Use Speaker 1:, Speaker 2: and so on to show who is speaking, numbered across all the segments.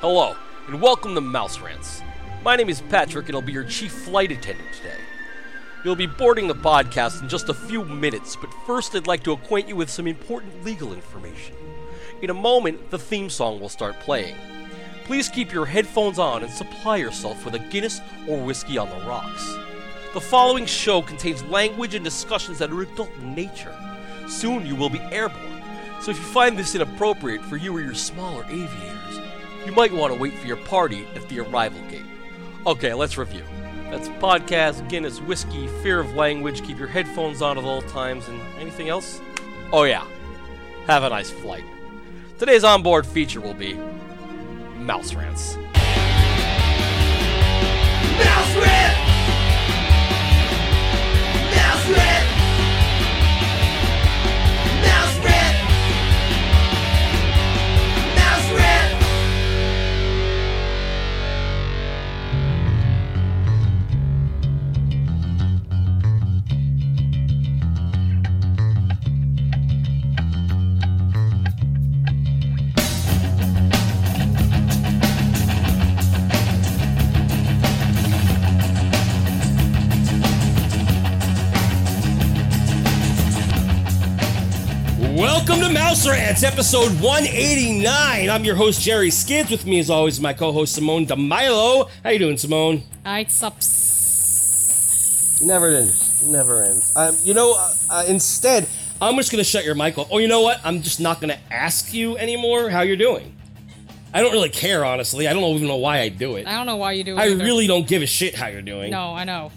Speaker 1: Hello, and welcome to Mouse Rants. My name is Patrick, and I'll be your chief flight attendant today. You'll be boarding the podcast in just a few minutes, but first I'd like to acquaint you with some important legal information. In a moment, the theme song will start playing. Please keep your headphones on and supply yourself with a Guinness or whiskey on the rocks. The following show contains language and discussions that are adult in nature. Soon you will be airborne, so if you find this inappropriate for you or your smaller aviators, you might want to wait for your party at the arrival gate. Okay, let's review. That's podcast, Guinness, whiskey, fear of language, keep your headphones on at all times, and anything else? Oh, yeah. Have a nice flight. Today's onboard feature will be Mouse Rants.
Speaker 2: Mouse Rant! Mouse Rant! Mouse Rant! Mouse Rant!
Speaker 1: Welcome to Mouse Rants, episode 189. I'm your host, Jerry Skids. With me, as always, my co-host, Simone DeMilo. How you doing, Simone?
Speaker 3: I sups.
Speaker 1: Never ends. Never ends. Um, you know, uh, uh, instead, I'm just gonna shut your mic off. Oh, you know what? I'm just not gonna ask you anymore how you're doing. I don't really care, honestly. I don't even know why I do it.
Speaker 3: I don't know why you do it.
Speaker 1: I
Speaker 3: either.
Speaker 1: really don't give a shit how you're doing.
Speaker 3: No, I know.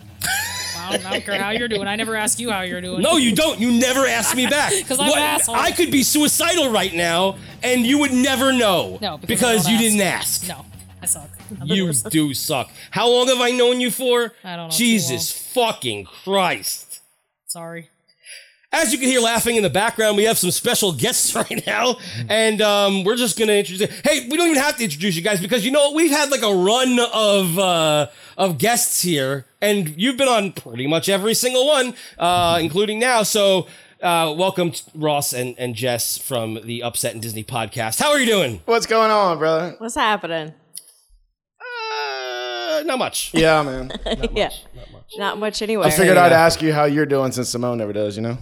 Speaker 3: I don't, I don't care how you're doing. I never ask you how you're doing.
Speaker 1: No, you don't. You never ask me back.
Speaker 3: 'Cause I'm an
Speaker 1: What-
Speaker 3: asshole.
Speaker 1: I could be suicidal right now, and you would never know.
Speaker 3: No,
Speaker 1: because,
Speaker 3: because I
Speaker 1: you
Speaker 3: don't
Speaker 1: didn't ask.
Speaker 3: No, I suck.
Speaker 1: You do suck. How long have I known you for?
Speaker 3: I don't know, too
Speaker 1: Jesus fucking Christ.
Speaker 3: Sorry.
Speaker 1: As you can hear laughing in the background, we have some special guests right now, and um, we're just gonna introduce. Hey, we don't even have to introduce you guys because you know what? We've had like a run of uh, of guests here, and you've been on pretty much every single one, uh, including now. So, uh, welcome t- Ross and and Jess from the Upset and Disney podcast. How are you doing?
Speaker 4: What's going on, brother?
Speaker 5: What's happening?
Speaker 1: Uh, not much.
Speaker 4: Yeah, man.
Speaker 5: yeah, not much. anyway.
Speaker 4: I figured I'd
Speaker 1: Yeah.
Speaker 4: ask you how you're doing since Simone never does, you know?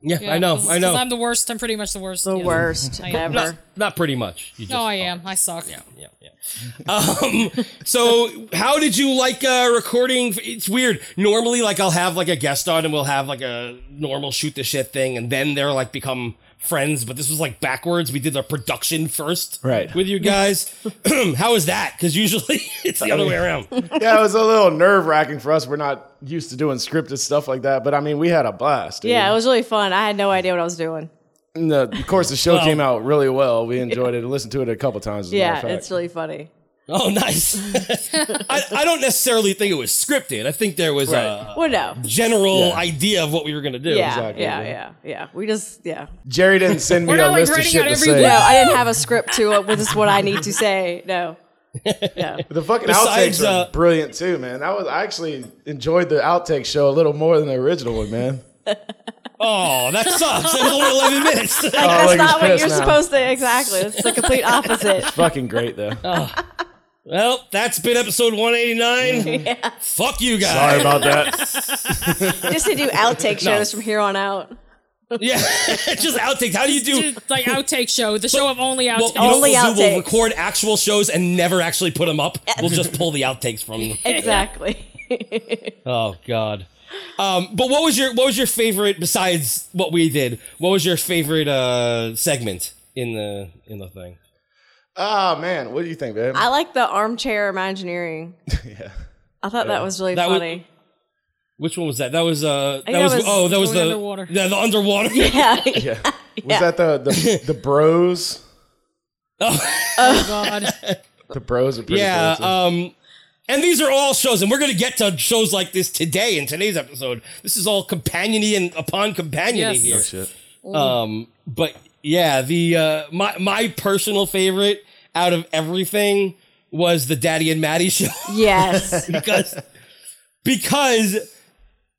Speaker 1: Yeah, I know. I know.
Speaker 3: I'm the worst. I'm pretty much the worst.
Speaker 5: the
Speaker 3: Yeah.
Speaker 5: worst ever.
Speaker 1: not, not pretty much. You
Speaker 3: No,
Speaker 1: just-
Speaker 3: I am. I suck.
Speaker 1: yeah, yeah. Um, so how did you like uh, recording? It's weird. Normally, like I'll have like a guest on, and we'll have like a normal shoot the shit thing, and then they're like become friends. But this was like backwards. We did the production first,
Speaker 4: Right.
Speaker 1: With you guys. how is that? Because usually it's the other way around.
Speaker 4: Yeah, it was a little nerve wracking for us. We're not used to doing scripted stuff like that, but I mean, we had a blast. dude.
Speaker 5: Yeah, it was really fun. I had no idea what I was doing.
Speaker 4: And the- of course, the show came out really well. We enjoyed it. Listened to it a couple times. As a matter
Speaker 5: Yeah,
Speaker 4: of fact.
Speaker 5: it's really funny.
Speaker 1: Oh, nice. I, I don't necessarily think it was scripted. I think there was a
Speaker 5: Well, no.
Speaker 1: general idea of what we were gonna do.
Speaker 5: Yeah,
Speaker 4: exactly,
Speaker 5: yeah,
Speaker 4: yeah.
Speaker 5: yeah, yeah. We just, yeah.
Speaker 4: Jerry didn't send me
Speaker 3: We're
Speaker 4: a
Speaker 3: not, like,
Speaker 4: list of
Speaker 3: writing
Speaker 4: shit
Speaker 3: out
Speaker 4: to
Speaker 3: every
Speaker 4: say.
Speaker 5: No, I didn't have a script to it. This is what I need to say. No. No.
Speaker 4: The fucking
Speaker 1: Besides,
Speaker 4: outtakes are
Speaker 1: uh,
Speaker 4: brilliant too, man. That was I actually enjoyed the outtake show a little more than the original one, man.
Speaker 1: Oh, that sucks. That was only eleven minutes.
Speaker 4: Oh,
Speaker 5: That's
Speaker 4: look, he's
Speaker 5: not what
Speaker 4: pissed
Speaker 5: you're
Speaker 4: now.
Speaker 5: supposed to. Exactly. It's the complete opposite.
Speaker 4: Fucking great though.
Speaker 5: Oh.
Speaker 1: Well, that's been episode 189. Fuck you guys.
Speaker 4: about that.
Speaker 5: Just to do outtake shows from here on out.
Speaker 1: Yeah, just outtakes. How do you do?
Speaker 3: Dude, like outtake show, the show of only
Speaker 1: Well,
Speaker 3: outtakes.
Speaker 1: you know
Speaker 5: Only
Speaker 1: what we'll do? We'll
Speaker 5: outtakes.
Speaker 1: record actual shows and never actually put them up. We'll just pull the outtakes from them.
Speaker 5: Exactly.
Speaker 1: Oh God. Um, but what was your what was your favorite besides what we did? What was your favorite uh, segment in the in the thing?
Speaker 4: Ah man, what do you think, babe?
Speaker 5: I like the armchair Imagineering.
Speaker 4: yeah.
Speaker 5: I thought that was really
Speaker 1: That was-
Speaker 5: funny.
Speaker 1: Which one was that? That was uh, that
Speaker 5: think
Speaker 1: was,
Speaker 5: that was
Speaker 1: oh that was
Speaker 3: going
Speaker 1: the
Speaker 3: underwater.
Speaker 1: Yeah, the underwater.
Speaker 5: yeah.
Speaker 4: Yeah. Was that the the, the bros?
Speaker 3: Oh, God.
Speaker 4: The bros are pretty
Speaker 1: Yeah.
Speaker 4: cool, too.
Speaker 1: Um, and these are all shows, and we're going to get to shows like this today in today's episode. This is all companiony and upon companiony
Speaker 3: Yes.
Speaker 1: here.
Speaker 4: shit.
Speaker 1: Um, but yeah, the uh, my my personal favorite out of everything was the Daddy and Maddie show
Speaker 5: Yes.
Speaker 1: because because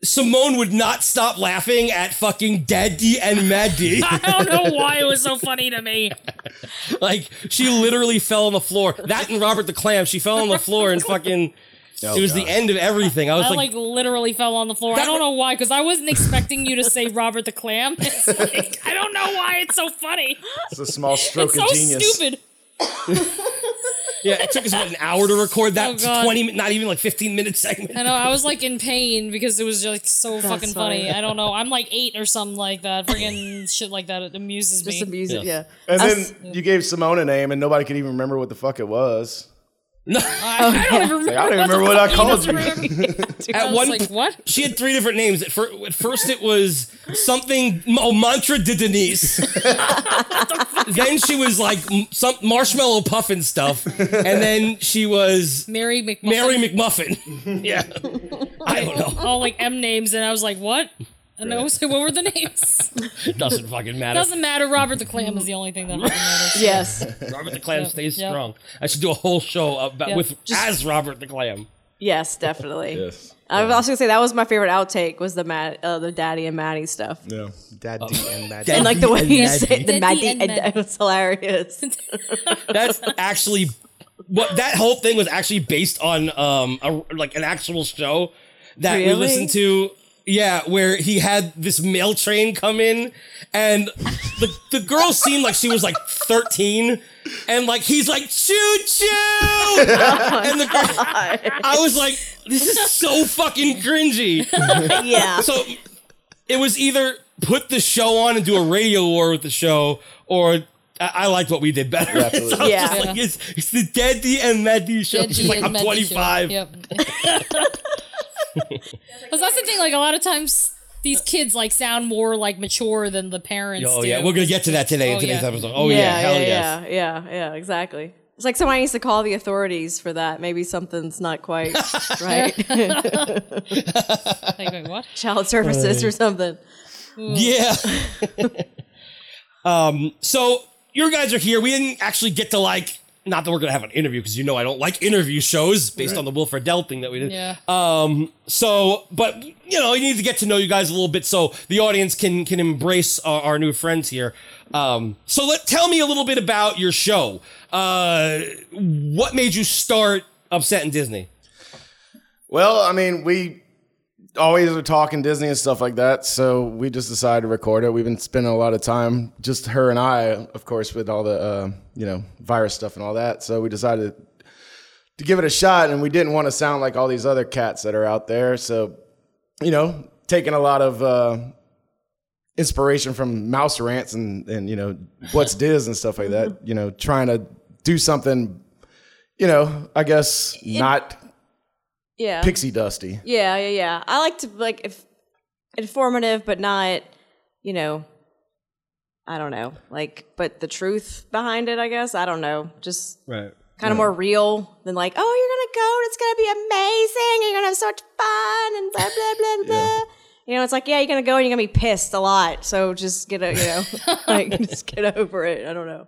Speaker 1: Simone would not stop laughing at fucking Daddy and Maddy.
Speaker 3: I don't know why it was so funny to me.
Speaker 1: like she literally fell on the floor. That and Robert the Clam, she fell on the floor and fucking. it was the end of everything. I was
Speaker 3: I
Speaker 1: like,
Speaker 3: like literally fell on the floor. I don't know why, because I wasn't expecting you to say Robert the Clam. It's like, I don't know why it's so funny.
Speaker 4: It's a small stroke
Speaker 3: It's so
Speaker 4: of genius.
Speaker 3: stupid.
Speaker 1: yeah, it took us what, an hour to record
Speaker 3: Oh,
Speaker 1: that
Speaker 3: God.
Speaker 1: twenty, min- not even like fifteen minute segment.
Speaker 3: I know. I was like in pain because it was just like, so fucking funny.
Speaker 5: funny.
Speaker 3: I don't know. I'm like eight or something like that. Freaking shit like that. It amuses
Speaker 5: Just
Speaker 3: me.
Speaker 5: abuse it. Yeah.
Speaker 4: And
Speaker 5: Us-
Speaker 4: then you gave Simone a name, and nobody could even remember what the fuck it was.
Speaker 3: I don't even remember.
Speaker 4: Like, I don't even remember what I called you.
Speaker 1: At
Speaker 3: I
Speaker 1: one,
Speaker 3: was like, what?
Speaker 1: she had three different names. At, fir- at first, it was something. Oh, mantra de Denise. then she was like m- some marshmallow puffin stuff, and then she was
Speaker 3: Mary McMuffin.
Speaker 1: Mary McMuffin. yeah, I don't know.
Speaker 3: all like M names, and I was like, what? And I was like, what were the names?
Speaker 1: It doesn't fucking matter.
Speaker 3: Doesn't matter. Robert the Clam is the only thing that fucking matters.
Speaker 5: Yes.
Speaker 1: Robert the Clam stays
Speaker 3: yeah.
Speaker 1: strong. I should do a whole show about
Speaker 3: Yeah.
Speaker 1: with
Speaker 5: Just-
Speaker 1: as Robert the Clam.
Speaker 5: Yes, definitely.
Speaker 4: Yes.
Speaker 5: I was also gonna say that was my favorite outtake was the Matt, uh, the Daddy and Maddie stuff,
Speaker 4: Yeah.
Speaker 6: Daddy and Maddie.
Speaker 5: and like the way you say
Speaker 3: Daddy
Speaker 5: the Maddie,
Speaker 3: and
Speaker 5: and
Speaker 3: Maddie.
Speaker 5: it was hilarious.
Speaker 1: That's actually what that whole thing was actually based on um a, like an actual show that we
Speaker 5: Really?
Speaker 1: listened to. Yeah, where he had this mail train come in, and the the girl seemed like she was like thirteen, and like he's like choo choo, and the girl, I was like, this is so fucking cringy.
Speaker 5: yeah,
Speaker 1: So it was either put the show on and do a radio war with the show, or I, I liked what we did better.
Speaker 4: Absolutely.
Speaker 1: So I was
Speaker 5: Yeah.
Speaker 1: just like, it's, it's the Daddy and Maddie show. She's like, I'm 25.
Speaker 3: Yep. Because that's the thing. Like a lot of times, these kids like sound more like mature than the parents.
Speaker 1: Oh
Speaker 3: do.
Speaker 1: yeah, we're gonna get to that today in
Speaker 3: Oh,
Speaker 1: today's
Speaker 3: yeah.
Speaker 1: episode. Oh yeah, hell
Speaker 5: yeah,
Speaker 1: yes.
Speaker 5: yeah, yeah, yeah, exactly. It's like somebody needs to call the authorities for that. Maybe something's not quite right.
Speaker 3: Like, wait, what?
Speaker 5: Child services or something.
Speaker 1: Yeah. um, so your guys are here. We didn't actually get to like not that we're gonna have an interview because you know I don't like interview shows based on the Will Friedle thing that we did.
Speaker 3: Yeah.
Speaker 1: Um. So, but you know, you need to get to know you guys a little bit so the audience can can embrace our, our new friends here. Um. So let tell me a little bit about your show. Uh, what made you start Upset in Disney?
Speaker 4: Well, I mean, we always are talking Disney and stuff like that, so we just decided to record it. We've been spending a lot of time, just her and I, of course, with all the uh, you know virus stuff and all that. So we decided to give it a shot, and we didn't want to sound like all these other cats that are out there. So you know, taking a lot of. Uh, inspiration from mouse rants and and you know what's diz and stuff like that you know trying to do something you know i guess not
Speaker 5: Yeah,
Speaker 4: pixie dusty
Speaker 5: yeah, yeah, yeah. I like to like if informative, but not you know, I don't know, like but the truth behind it. I guess I don't know. Just
Speaker 1: Right.
Speaker 5: kind of more real than like, oh, you're gonna go and it's gonna be amazing. You're gonna have so much fun and blah blah blah blah. You know, it's like, yeah, you're gonna go and you're gonna be pissed a lot. So just get a, you know, like just get over it. I don't know.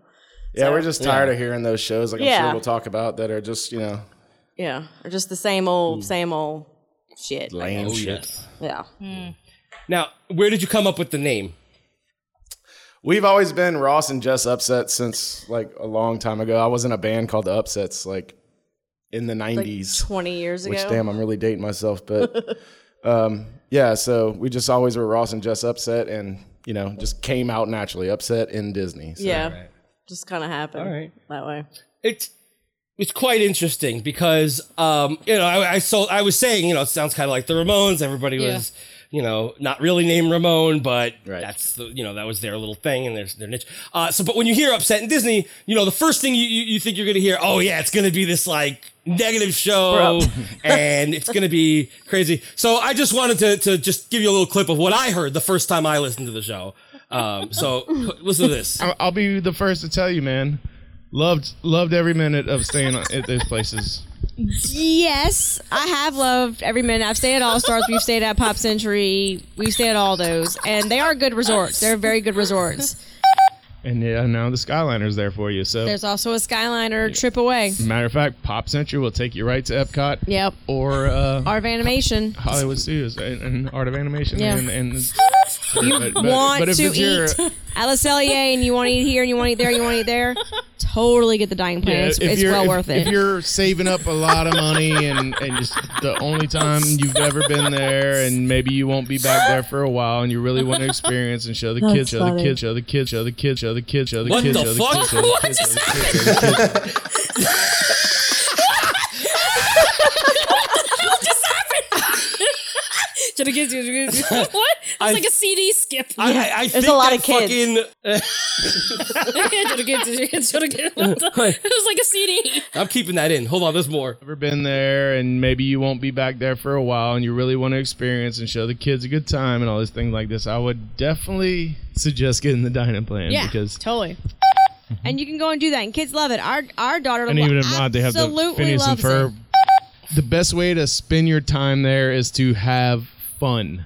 Speaker 4: Yeah, we're just tired of hearing those shows. Like I'm
Speaker 5: Yeah.
Speaker 4: sure we'll talk about that are just you know
Speaker 5: Yeah, or just the same old, same old shit. I
Speaker 4: lame
Speaker 5: guess.
Speaker 4: shit.
Speaker 5: Yeah.
Speaker 1: Now, where did you come up with the name?
Speaker 4: We've always been Ross and Jess upset since like a long time ago. I was in a band called the Upsets like in the
Speaker 5: Like
Speaker 4: '90s,
Speaker 5: 20 years ago.
Speaker 4: which damn, I'm really dating myself. But um, yeah, so we just always were Ross and Jess upset, and you know just came out naturally upset in Disney. So.
Speaker 5: yeah. Just kind of happened
Speaker 1: right.
Speaker 5: that way.
Speaker 1: it's it's quite interesting because um you know I, I so I was saying you know it sounds kind of like the Ramones everybody
Speaker 3: Yeah.
Speaker 1: was you know not really named Ramone but
Speaker 4: Right.
Speaker 1: that's the you know that was their little thing and their their niche uh so but when you hear upset in Disney you know the first thing you you, you think you're gonna hear oh yeah it's gonna be this like negative show and it's gonna be crazy so I just wanted to to just give you a little clip of what I heard the first time I listened to the show um so listen to this
Speaker 7: I- I'll be the first to tell you, man. Loved loved every minute of staying at those places.
Speaker 8: Yes, I have loved every minute. I've stayed at All Stars. We've stayed at Pop Century. We've stayed at all those, and they are good resorts. They're very good resorts.
Speaker 4: And yeah, now the Skyliner's there for you. So,
Speaker 9: There's also a Skyliner trip away.
Speaker 5: Mm-hmm.
Speaker 4: matter of fact, Pop Century will take you right to Epcot.
Speaker 9: Yep.
Speaker 4: Or uh,
Speaker 9: Art of Animation.
Speaker 4: Hollywood Studios and, and Art of Animation.
Speaker 9: Yeah.
Speaker 4: And, and
Speaker 9: You
Speaker 4: but- but
Speaker 9: want
Speaker 4: if
Speaker 9: to
Speaker 4: it's your-
Speaker 9: eat at Le Cellier and you want to eat here and you want to eat there and you want to eat there. Totally get the dining plan.
Speaker 4: Yeah,
Speaker 9: it's
Speaker 4: if
Speaker 9: it's
Speaker 4: you're-
Speaker 9: well
Speaker 4: if-
Speaker 9: worth it.
Speaker 4: If you're saving up a lot of money and, and just the only time you've ever been there, and maybe you won't be back there for a while, and you really want to experience and show the kids, show the kids, show the kids, show the kids, show the kids, show the
Speaker 1: What
Speaker 4: kids,
Speaker 1: the
Speaker 4: show the
Speaker 1: fuck?
Speaker 4: kids, show the
Speaker 1: What
Speaker 4: kids, show
Speaker 1: just
Speaker 4: the kids, show the kids.
Speaker 3: Should I give you- what? It's like a CD skip.
Speaker 1: I, I, I
Speaker 5: There's
Speaker 1: think
Speaker 5: a lot
Speaker 1: that
Speaker 5: of kids.
Speaker 1: Fucking,
Speaker 3: Shoulda give- shoulda give- it was like a CD.
Speaker 1: I'm keeping that in. Hold on, there's more.
Speaker 4: Ever been there, and maybe you won't be back there for a while, and you really want to experience and show the kids a good time and all these things like this. I would definitely suggest getting the dining plan
Speaker 9: yeah,
Speaker 4: because
Speaker 9: totally. And you can go and do that, and kids love it. Our our daughter
Speaker 4: And even if not, they have the
Speaker 9: absolutely
Speaker 4: Phineas and
Speaker 9: loves
Speaker 4: Ferb.
Speaker 9: it.
Speaker 4: The best way to spend your time there is to have fun.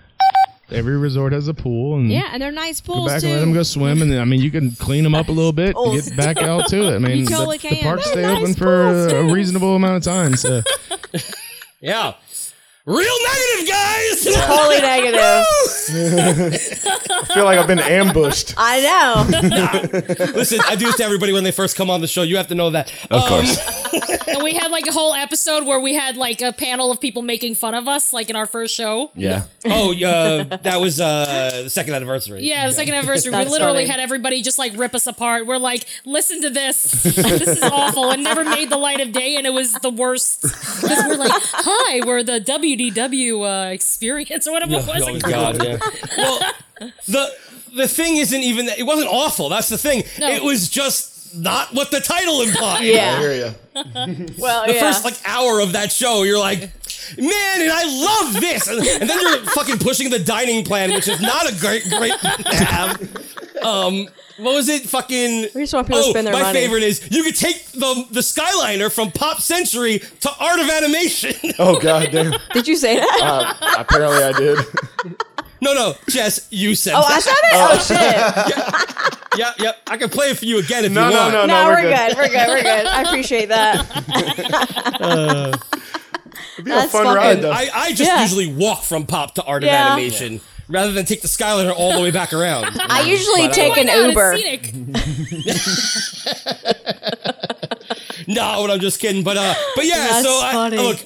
Speaker 4: Every resort has a pool, and
Speaker 9: Yeah, and they're nice
Speaker 4: go
Speaker 9: pools
Speaker 4: back
Speaker 9: too.
Speaker 4: and let them go swim. And then, I mean, you can clean them up a little bit, and get back out to it. I mean,
Speaker 9: You totally
Speaker 4: the, the
Speaker 9: can.
Speaker 4: parks
Speaker 9: They're
Speaker 4: stay
Speaker 9: nice
Speaker 4: open for
Speaker 9: pools,
Speaker 4: a
Speaker 9: too.
Speaker 4: reasonable amount of time. So
Speaker 1: Yeah. Real negative, guys!
Speaker 5: Totally negative.
Speaker 10: I feel like I've been ambushed.
Speaker 5: I know.
Speaker 1: Listen, I do this to everybody when they first come on the show. You have to know that. Um, Of course.
Speaker 3: And we had like a whole episode where we had like a panel of people making fun of us, like in our first show.
Speaker 10: Yeah.
Speaker 1: Oh, uh, that was uh, the second anniversary.
Speaker 3: Yeah, the second anniversary. we
Speaker 5: That's
Speaker 3: literally
Speaker 5: funny.
Speaker 3: had everybody just like rip us apart. We're like, listen to this. this is awful. It never made the light of day, and it was the worst. Because we're like, hi, we're the WDW uh, experience or whatever it was.
Speaker 1: Oh
Speaker 3: Like,
Speaker 1: God! Yeah. well, the the thing isn't even that it wasn't awful. That's the thing.
Speaker 3: No.
Speaker 1: It was just not what the title implied.
Speaker 10: I
Speaker 5: Yeah.
Speaker 10: hear ya.
Speaker 5: Well,
Speaker 1: The
Speaker 5: yeah.
Speaker 1: first like hour of that show, you're like, man, and I love this, and, and then you're fucking pushing the dining plan, which is not a great great thing to have. Um, what was it? Fucking. oh,
Speaker 5: We just want people to spend their
Speaker 1: my
Speaker 5: money.
Speaker 1: favorite is you could take the the Skyliner from Pop Century to Art of Animation.
Speaker 10: Oh god damn!
Speaker 5: Did you say that?
Speaker 10: Uh, apparently I did.
Speaker 1: no, no, Jess, you said.
Speaker 5: oh, I
Speaker 1: that.
Speaker 5: said it. Oh shit.
Speaker 1: yeah, yeah. I can play it for you again if
Speaker 10: No,
Speaker 1: you
Speaker 10: no,
Speaker 1: want.
Speaker 10: no, no.
Speaker 5: No,
Speaker 10: we're
Speaker 5: we're good. We're good. We're good. I appreciate that.
Speaker 10: It'd be a
Speaker 5: That's
Speaker 10: fun
Speaker 5: fucking-
Speaker 10: ride though.
Speaker 1: I, I just
Speaker 5: Yeah.
Speaker 1: usually walk from pop to art of
Speaker 5: Yeah.
Speaker 1: animation rather than take the Skyliner all the way back around.
Speaker 5: I usually take
Speaker 3: Why
Speaker 5: an
Speaker 3: not? It's
Speaker 5: Uber.
Speaker 3: scenic.
Speaker 1: no, but I'm just kidding. But uh, but yeah.
Speaker 5: That's
Speaker 1: so I,
Speaker 5: funny.
Speaker 1: look,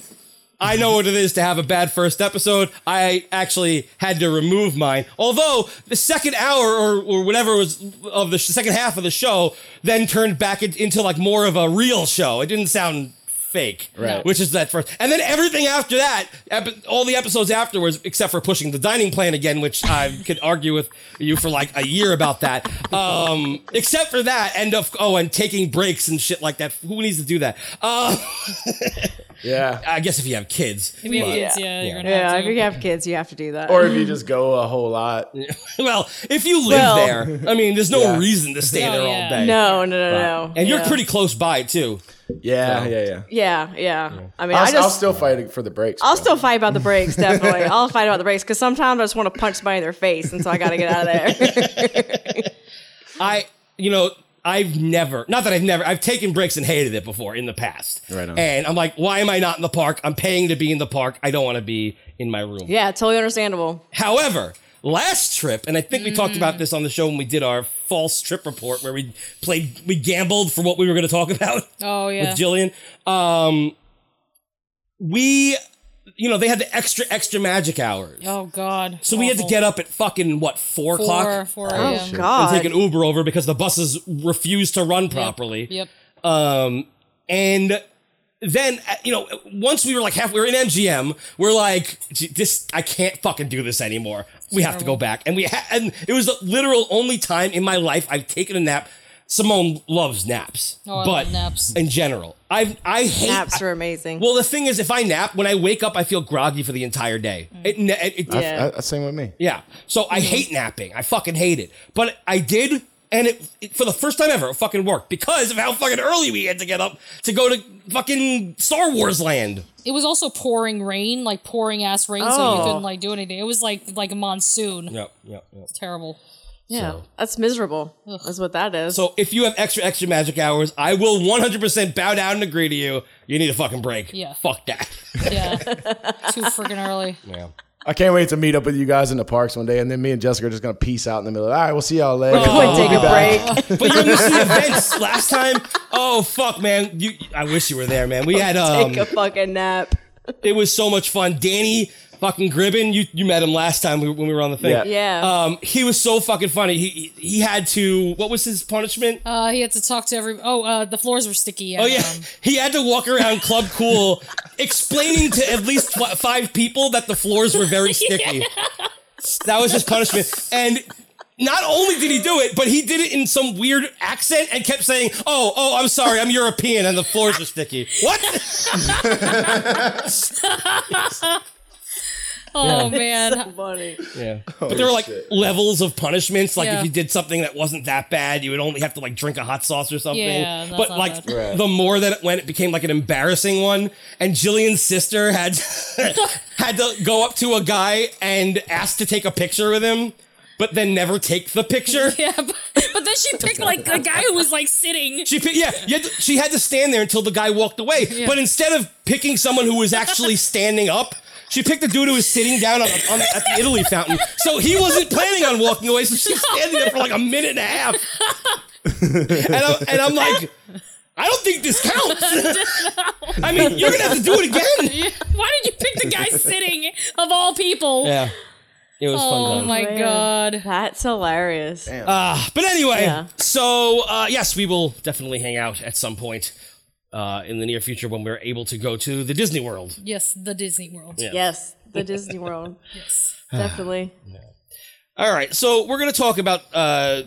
Speaker 1: I know what it is to have a bad first episode. I actually had to remove mine. Although the second hour or, or whatever was of the sh- second half of the show then turned back in- into like more of a real show. It didn't sound fake,
Speaker 10: Right.
Speaker 1: Which is that first, and then everything after that, epi- all the episodes afterwards, except for pushing the dining plan again, which I could argue with you for like a year about that. Um, except for that, and of oh, and taking breaks and shit like that. Who needs to do that? Uh,
Speaker 10: yeah.
Speaker 1: I guess if you have kids.
Speaker 3: If you have
Speaker 5: Yeah.
Speaker 3: kids, yeah, you're gonna
Speaker 5: Yeah,
Speaker 3: have
Speaker 5: if
Speaker 3: to.
Speaker 5: you have kids, you have to do that.
Speaker 10: Or if you just go a whole lot.
Speaker 1: Well, if you live
Speaker 5: Well-
Speaker 1: there, I mean, there's no
Speaker 10: Yeah.
Speaker 1: reason to stay
Speaker 3: Oh,
Speaker 1: there all
Speaker 3: yeah.
Speaker 1: day.
Speaker 5: no, no, no, no.
Speaker 1: And you're
Speaker 5: Yeah.
Speaker 1: pretty close by too.
Speaker 10: Yeah, yeah, yeah.
Speaker 5: Yeah, yeah. I mean,
Speaker 10: I'll,
Speaker 5: i
Speaker 10: I
Speaker 5: just.
Speaker 10: will still fight for the breaks.
Speaker 5: I'll still fight about the breaks, definitely. I'll fight about the breaks because sometimes I just want to punch somebody in their face, and so I got to get out of there.
Speaker 1: I, you know, I've never, not that I've never, I've taken breaks and hated it before in the past.
Speaker 10: Right on.
Speaker 1: And I'm like, why am I not in the park? I'm paying to be in the park. I don't want to be in my room.
Speaker 5: yeah, totally understandable.
Speaker 1: However, last trip, and I think we talked
Speaker 5: Mm.
Speaker 1: about this on the show when we did our false trip report where we played, we gambled for what we were going to talk about.
Speaker 3: Oh yeah.
Speaker 1: with Jillian. Um, we, you know, they had the extra extra magic hours,
Speaker 3: oh God.
Speaker 1: so we had to get up at fucking what four,
Speaker 3: four,
Speaker 1: o'clock
Speaker 3: four
Speaker 5: Oh
Speaker 3: a.m.
Speaker 5: God,
Speaker 1: and take an Uber over because the buses refused to run properly.
Speaker 3: Yep.
Speaker 1: Um, and then uh, you know, once we were like half, we were in MGM. We're like, "Gee, this, I can't fucking do this anymore. We have to go back, and we ha- and it was the literal only time in my life I've taken a nap. Simone loves naps,
Speaker 3: Oh, I
Speaker 1: but
Speaker 3: love naps.
Speaker 1: in general, I've I hate
Speaker 5: naps are amazing.
Speaker 1: well, the thing is, if I nap, when I wake up, I feel groggy for the entire day.
Speaker 3: Mm.
Speaker 1: It, ne- it, it- yeah.
Speaker 5: yeah.
Speaker 10: I, I, same with me.
Speaker 1: So I hate napping. I fucking hate it. But I did, and it, it- for the first time ever, it fucking worked because of how fucking early we had to get up to go to fucking Star Wars land.
Speaker 3: It was also pouring rain, like pouring ass rain, so
Speaker 5: Oh.
Speaker 3: you couldn't like do anything. It was like like a monsoon.
Speaker 1: Yep, yep, yep.
Speaker 3: Terrible. Yeah.
Speaker 1: So.
Speaker 5: That's miserable. That's what that is.
Speaker 1: So if you have extra extra magic hours, I will 100% bow down and agree to you. You need a fucking break.
Speaker 3: Yeah.
Speaker 1: Fuck that.
Speaker 3: Yeah. Too freaking early.
Speaker 1: Yeah.
Speaker 10: I can't wait to meet up with you guys in the parks one day, and then me and Jessica are just gonna peace out in the middle. All right, we'll see y'all
Speaker 1: uh,
Speaker 10: later.
Speaker 5: Come on, take a break.
Speaker 1: But you missed the events last time. Oh fuck, man! You, I wish you were there, man. We had um,
Speaker 5: Take a fucking nap.
Speaker 1: it was so much fun. Danny fucking Gribben, you you met him last time we, when we were on the thing.
Speaker 10: Yeah.
Speaker 5: Yeah.
Speaker 1: Um, he was so fucking funny. He he- he had to. What was his punishment?
Speaker 3: Uh, he had to talk to every. Oh, uh, the floors were sticky. Um,
Speaker 1: Oh yeah, he had to walk around Club Cool explaining to at least fi- five people that the floors were very sticky. That was his punishment. And not only did he do it, but he did it in some weird accent and kept saying, "Oh, oh, I'm sorry, I'm European, and the floors are sticky." What?
Speaker 3: Oh
Speaker 5: so
Speaker 3: man.
Speaker 5: funny.
Speaker 1: Yeah, but there were like levels of punishments. Like
Speaker 3: Yeah.
Speaker 1: if you did something that wasn't that bad, you would only have to like drink a hot sauce or something.
Speaker 3: Yeah, that's
Speaker 1: but
Speaker 3: not
Speaker 1: like
Speaker 3: bad.
Speaker 1: the more that it went, it became like an embarrassing one. And Jillian's sister had had to go up to a guy and ask to take a picture with him, but then never take the picture.
Speaker 3: Yeah, but, but then she picked like the guy who was like sitting.
Speaker 1: She pi- yeah, you had to- she had to stand there until the guy walked away. But instead of picking someone who was actually standing up, she picked a dude who was sitting down on, on, at the Italy fountain. So he wasn't planning on walking away. So she's standing there for like a minute and a half. And I'm, and I'm like, I don't think this counts. I mean, you're gonna have to do it again.
Speaker 3: Yeah. Why did you pick the guy sitting of all people?
Speaker 1: Yeah, it was fun.
Speaker 3: Oh
Speaker 1: times.
Speaker 3: my
Speaker 5: Man.
Speaker 3: god.
Speaker 5: That's hilarious.
Speaker 1: Uh, but anyway,
Speaker 5: Yeah.
Speaker 1: so uh, yes, we will definitely hang out at some point uh, in the near future when we're able to go to the Disney World.
Speaker 3: Yes, the Disney World.
Speaker 1: Yeah.
Speaker 5: Yes, the Disney World.
Speaker 3: Yes.
Speaker 5: Definitely.
Speaker 1: All right, so we're going to talk about, uh,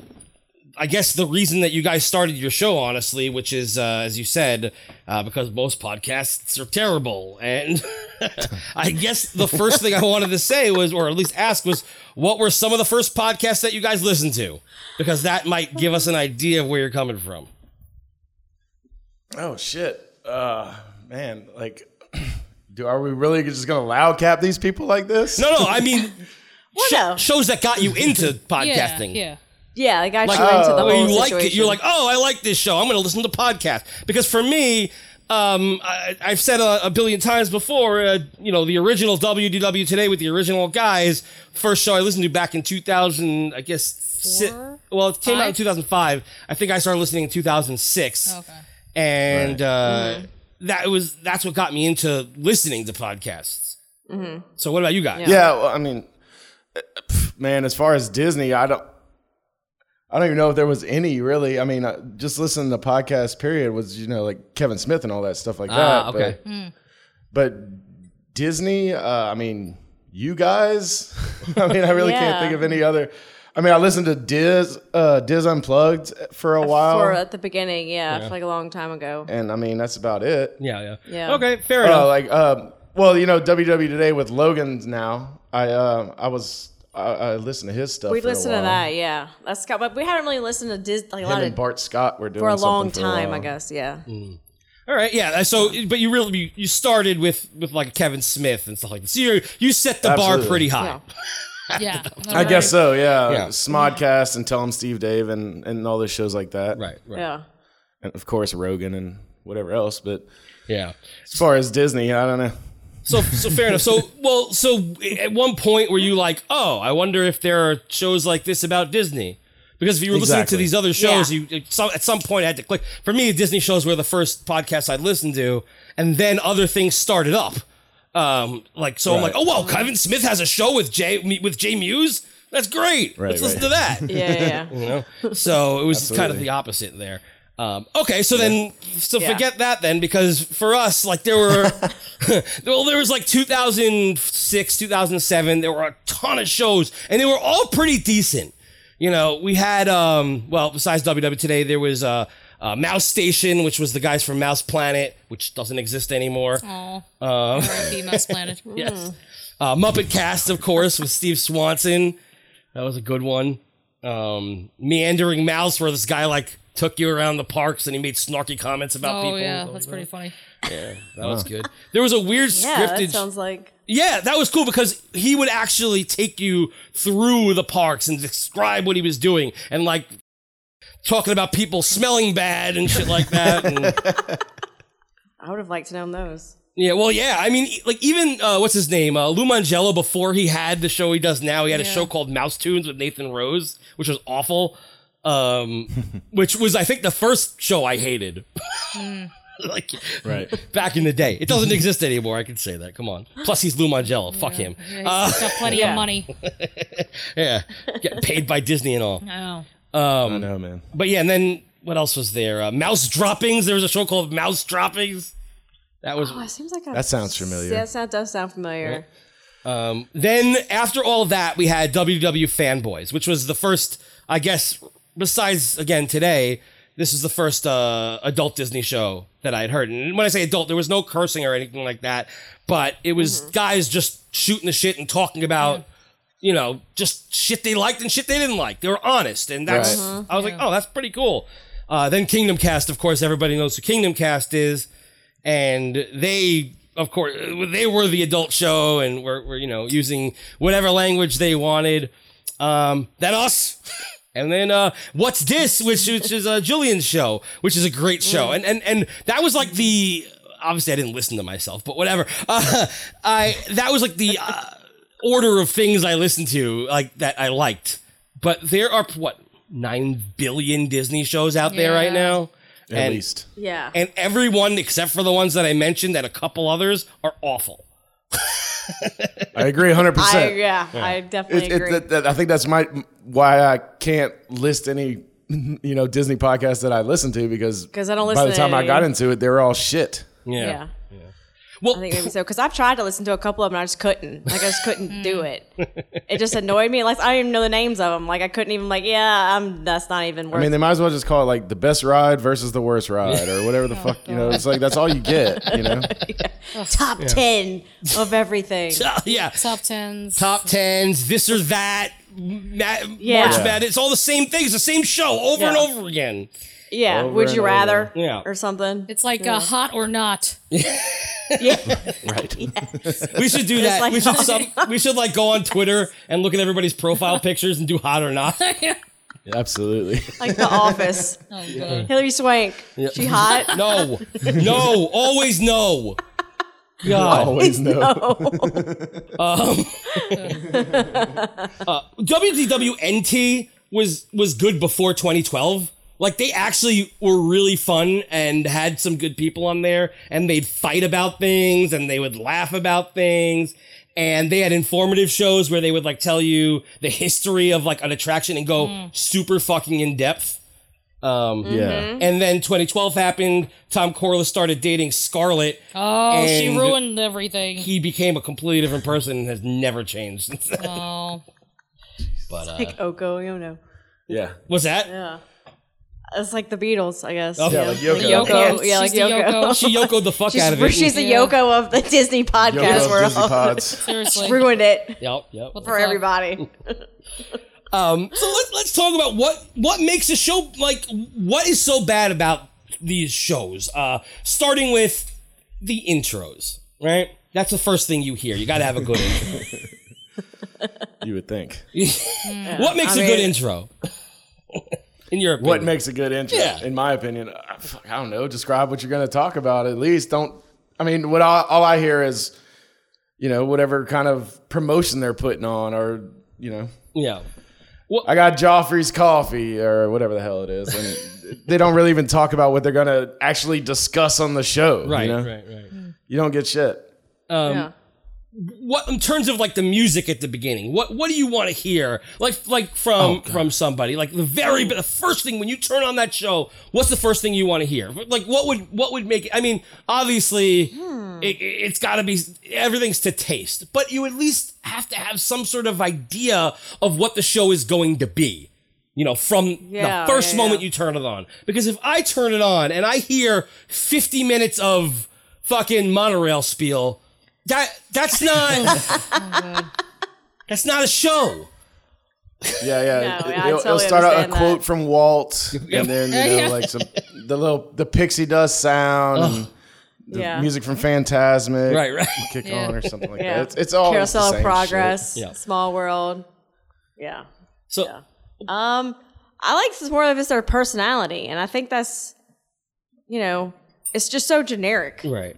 Speaker 1: I guess, the reason that you guys started your show, honestly, which is, uh, as you said, uh, because most podcasts are terrible. And I guess the first thing I wanted to say was, or at least ask, was what were some of the first podcasts that you guys listened to? Because that might give us an idea of where you're coming from.
Speaker 10: Oh shit, uh, man! Like, do are we really just gonna loud cap these people like this?
Speaker 1: No, no, I mean
Speaker 5: Well,
Speaker 1: sho-
Speaker 5: no.
Speaker 1: shows that got you into
Speaker 3: Oh. Yeah.
Speaker 1: podcasting.
Speaker 3: yeah.
Speaker 5: Yeah, like I got
Speaker 1: Like,
Speaker 5: you into the
Speaker 1: Well,
Speaker 5: whole
Speaker 1: Oh, you liked it.
Speaker 5: situation.
Speaker 1: You're like, oh, I like this show. I'm going to listen to podcast because for me, um, I, I've said a, a billion times before, uh, you know, the original WDW today with the original guys. First show I listened to back in 2000, I guess. si-
Speaker 3: Four?
Speaker 1: well, it came out in
Speaker 3: Five?
Speaker 1: 2005. I think I started listening in 2006,
Speaker 3: Okay.
Speaker 1: and uh, that was that's what got me into listening to podcasts. So, what about you guys?
Speaker 10: Yeah, well, I mean, uh, pff, man, as far as Disney, I don't, I don't even know if there was any really. I mean, uh, just listening to podcasts, period, was you know like Kevin Smith and all that stuff like
Speaker 1: Ah,
Speaker 10: that.
Speaker 1: okay.
Speaker 10: But,
Speaker 5: Hmm.
Speaker 10: but Disney, uh, I mean, you guys, I mean, I really
Speaker 5: Yeah.
Speaker 10: can't think of any other. I mean, I listened to Diz, uh, Diz Unplugged for a while,
Speaker 5: For at the beginning, yeah, for like a long time ago.
Speaker 10: and I mean that's about it.
Speaker 1: yeah, yeah.
Speaker 5: Yeah.
Speaker 1: Okay, fair
Speaker 10: Oh,
Speaker 1: enough.
Speaker 10: like um, well, you know, WW today with Logan's now. I um, I was I, I listened to his stuff.
Speaker 5: We
Speaker 10: for a
Speaker 5: listened to
Speaker 10: while.
Speaker 5: that, yeah. That's got, but we haven't really listened to Dis, like a
Speaker 10: Him
Speaker 5: lot
Speaker 10: and
Speaker 5: of
Speaker 10: Bart Scott were doing
Speaker 5: for a long
Speaker 10: something for
Speaker 5: time, I
Speaker 10: while. Mm.
Speaker 5: guess. Yeah,
Speaker 1: All right, yeah. uh, So, but you really you- you started with with like Kevin Smith and stuff like that. So you you set the bar
Speaker 10: Absolutely.
Speaker 1: pretty high.
Speaker 3: Yeah.
Speaker 5: yeah.
Speaker 10: I guess so. Yeah.
Speaker 1: Yeah.
Speaker 10: Smodcast and Tell Him Steve Dave and and all those shows like that.
Speaker 1: Right, right,
Speaker 5: yeah.
Speaker 10: And of course Rogan and whatever else. But
Speaker 1: yeah.
Speaker 10: as far as Disney, I don't know.
Speaker 1: So so fair enough. So well, so at one point were you like, oh, I wonder if there are shows like this about Disney? Because if you were listening to
Speaker 10: Exactly.
Speaker 1: these other shows,
Speaker 5: Yeah.
Speaker 1: you you some, at some point I had to click. For me, Disney shows were the first podcasts I listened to, and then other things started up. Um, like so, I'm like,
Speaker 10: Right.
Speaker 1: oh wow, Kevin Smith has a show with Jay with Jay Muse. That's great.
Speaker 10: Right,
Speaker 1: Let's listen
Speaker 10: right.
Speaker 1: to that.
Speaker 5: Yeah, yeah, yeah.
Speaker 1: you know so it was kind of
Speaker 10: Absolutely.
Speaker 1: the opposite there um, okay so then so
Speaker 5: Yeah.
Speaker 1: forget that then because for us like there were well there was like 2006 2007 there were a ton of shows and they were all pretty decent you know we had um well besides ww today there was uh, uh mouse station which was the guys from mouse planet which doesn't exist anymore Uh,
Speaker 3: Mouse Planet.
Speaker 1: Yes. Uh, Muppet Cast, of course, with Steve Swanson. That was a good one. Um, Meandering Mouse, where this guy like took you around the parks and he made snarky comments about
Speaker 3: Oh
Speaker 1: people.
Speaker 3: yeah, that's pretty funny.
Speaker 1: That was good. There was a weird
Speaker 5: yeah that
Speaker 1: scripted.
Speaker 5: sounds like
Speaker 1: yeah, that was cool because he would actually take you through the parks and describe what he was doing and like talking about people smelling bad and shit like that. And,
Speaker 5: I would have liked to know those.
Speaker 1: yeah, well, yeah. I mean, e- like even uh, what's his name, uh, Lou Mangello. Before he had the show he does now, he had a show called Mouse Tunes with Nathan Rose, which was awful. Um, which was, I think, the first show I hated. like
Speaker 10: Right.
Speaker 1: back in the day, it doesn't exist anymore. I can say that. Come on. Plus, he's Lou Mangello. Fuck him.
Speaker 3: Yeah, he's
Speaker 1: Uh,
Speaker 3: got plenty of money.
Speaker 1: Yeah, get paid by Disney and all.
Speaker 3: Oh.
Speaker 10: I know, man.
Speaker 1: But yeah, and then what else was there? Uh, Mouse Droppings. There was a show called Mouse Droppings. That was.
Speaker 5: Oh, it seems like I
Speaker 10: That sounds familiar.
Speaker 5: Yeah, that does sound familiar.
Speaker 1: Um, then after all that, we had WW Fanboys, which was the first, I guess, besides again today, this was the first uh, adult Disney show that I had heard. And when I say adult, there was no cursing or anything like that, but it was guys just shooting the shit and talking about. You know, just shit they liked and shit they didn't like. They were honest, and that's.
Speaker 10: Right.
Speaker 1: I was like, oh, that's pretty cool. Uh, then Kingdom Cast, of course, everybody knows who Kingdom Cast is and they of course they were the adult show and were, were you know using whatever language they wanted um then us and then uh what's this which which is uh julian's show which is a great show and and and that was like the obviously i didn't listen to myself but whatever uh, i that was like the uh, order of things i listened to like that i liked but there are what 9 billion disney shows out there right
Speaker 3: Yeah.
Speaker 1: now
Speaker 10: At
Speaker 1: And-
Speaker 10: least.
Speaker 5: Yeah.
Speaker 1: and everyone except for the ones that I mentioned and a couple others are awful.
Speaker 10: I agree 100%.
Speaker 5: I yeah, I definitely
Speaker 10: It,
Speaker 5: agree.
Speaker 10: it, that, that, I think that's my why I can't list any you know Disney podcasts that I listen to because
Speaker 5: 'Cause I don't
Speaker 10: by
Speaker 5: listen
Speaker 10: the
Speaker 5: to
Speaker 10: time I
Speaker 5: any.
Speaker 10: got into it they were all shit.
Speaker 5: yeah.
Speaker 1: Well,
Speaker 5: I think maybe so because I've tried to listen to a couple of them and I just couldn't. Like I just couldn't do it. It just annoyed me. Like I don't even know the names of them. Like I couldn't even like yeah, I'm that's not even worth.
Speaker 10: I mean they might as well just call it like the best ride versus the worst ride or whatever
Speaker 5: Oh,
Speaker 10: the fuck you know it's like that's all you get you know
Speaker 5: top ten of everything.
Speaker 1: yeah.
Speaker 3: Top tens.
Speaker 1: Top tens, this or that, ma-
Speaker 5: Yeah.
Speaker 1: March
Speaker 5: Yeah.
Speaker 1: Madness. It's all the same things, the same show over and
Speaker 5: Yeah.
Speaker 1: over again.
Speaker 5: Yeah, would
Speaker 10: and
Speaker 5: you
Speaker 10: over.
Speaker 5: rather?
Speaker 1: Yeah.
Speaker 5: or something.
Speaker 3: It's like uh, hot or not.
Speaker 5: yeah,
Speaker 1: We should do that.
Speaker 5: like-
Speaker 1: we should sub- we should like go on Twitter and look at everybody's profile pictures and do hot or not.
Speaker 10: absolutely
Speaker 5: like The Office. Hillary Swank. She hot.
Speaker 1: No. No, always no. God.
Speaker 10: always know
Speaker 1: WDWNT was was good before 2012. Like they actually were really fun and had some good people on there, and they'd fight about things and they would laugh about things. And they had informative shows where they would like tell you the history of like an attraction and go
Speaker 5: Hmm.
Speaker 1: super fucking in depth. Um,
Speaker 5: Hmm.
Speaker 10: yeah
Speaker 1: And then 2012 happened. Tom Corliss started dating Scarlett.
Speaker 3: Oh, she
Speaker 1: And-
Speaker 3: ruined everything.
Speaker 1: He became a completely different person and has never changed since then.
Speaker 3: Oh,
Speaker 1: But uh,
Speaker 5: Like Oko Ono.
Speaker 10: yeah
Speaker 1: what's that?
Speaker 5: Yeah. It's like the Beatles, I guess.
Speaker 1: Oh. Yeah,
Speaker 10: like Yoko.
Speaker 5: Yoko.
Speaker 3: Yoko.
Speaker 5: Yeah, like
Speaker 3: She's the
Speaker 5: Yoko.
Speaker 3: Yoko.
Speaker 1: She yokoed the fuck
Speaker 5: She's,
Speaker 1: out of it.
Speaker 5: she's the Yoko of the Disney podcast
Speaker 10: Yoko
Speaker 5: world.
Speaker 10: Disney pods
Speaker 3: seriously.
Speaker 5: Ruined it
Speaker 1: Yep, yep.
Speaker 5: for everybody.
Speaker 1: Um, so let's let's talk about what what makes a show like what is so bad about these shows. Uh, starting with the intros, right? That's the first thing you hear. You got to have a good intro.
Speaker 10: you would think
Speaker 1: what makes
Speaker 5: I
Speaker 1: a good
Speaker 5: mean-
Speaker 1: intro? In your opinion,
Speaker 10: what makes a good intro
Speaker 1: Yeah.
Speaker 10: in my opinion I, fuck, I don't know describe what you're going to talk about at least don't i mean what I, all i hear is you know whatever kind of promotion they're putting on or you know
Speaker 1: yeah.
Speaker 10: i got joffrey's coffee or whatever the hell it is and they don't really even talk about what they're going to actually discuss on the show
Speaker 1: Right,
Speaker 10: you know?
Speaker 1: right, right.
Speaker 10: you don't get shit Um,
Speaker 5: yeah.
Speaker 1: What in terms of like the music at the beginning? What what do you want to hear? Like like from from somebody like the very the first thing when you turn on that show. What's the first thing you want to hear? Like what would what would make? it I mean, obviously,
Speaker 5: Hmm.
Speaker 1: it, it's got to be everything's to taste, but you at least have to have some sort of idea of what the show is going to be. You know, from
Speaker 5: Yeah,
Speaker 1: the first
Speaker 5: yeah,
Speaker 1: moment
Speaker 5: yeah.
Speaker 1: you turn it on. Because if I turn it on and I hear 50 minutes of fucking monorail spiel, that that's not that's not a show.
Speaker 5: No,
Speaker 10: yeah yeah It-
Speaker 5: I
Speaker 10: it'll, it'll
Speaker 5: totally
Speaker 10: start out a
Speaker 5: understand that.
Speaker 10: quote from um, walt and then you know like some the little the pixie dust sound and the
Speaker 5: Yeah.
Speaker 10: music from Phantasmic,
Speaker 1: Right, right.
Speaker 10: Kick
Speaker 3: Yeah.
Speaker 10: on or something like
Speaker 5: Yeah.
Speaker 10: that. It's, it's all it's the
Speaker 5: Carousel
Speaker 10: same
Speaker 5: of Progress,
Speaker 1: Yeah.
Speaker 5: Small World. Yeah.
Speaker 1: So
Speaker 5: Um, I like this more of it's their personality, and I think that's, you know, it's just so generic.
Speaker 1: right.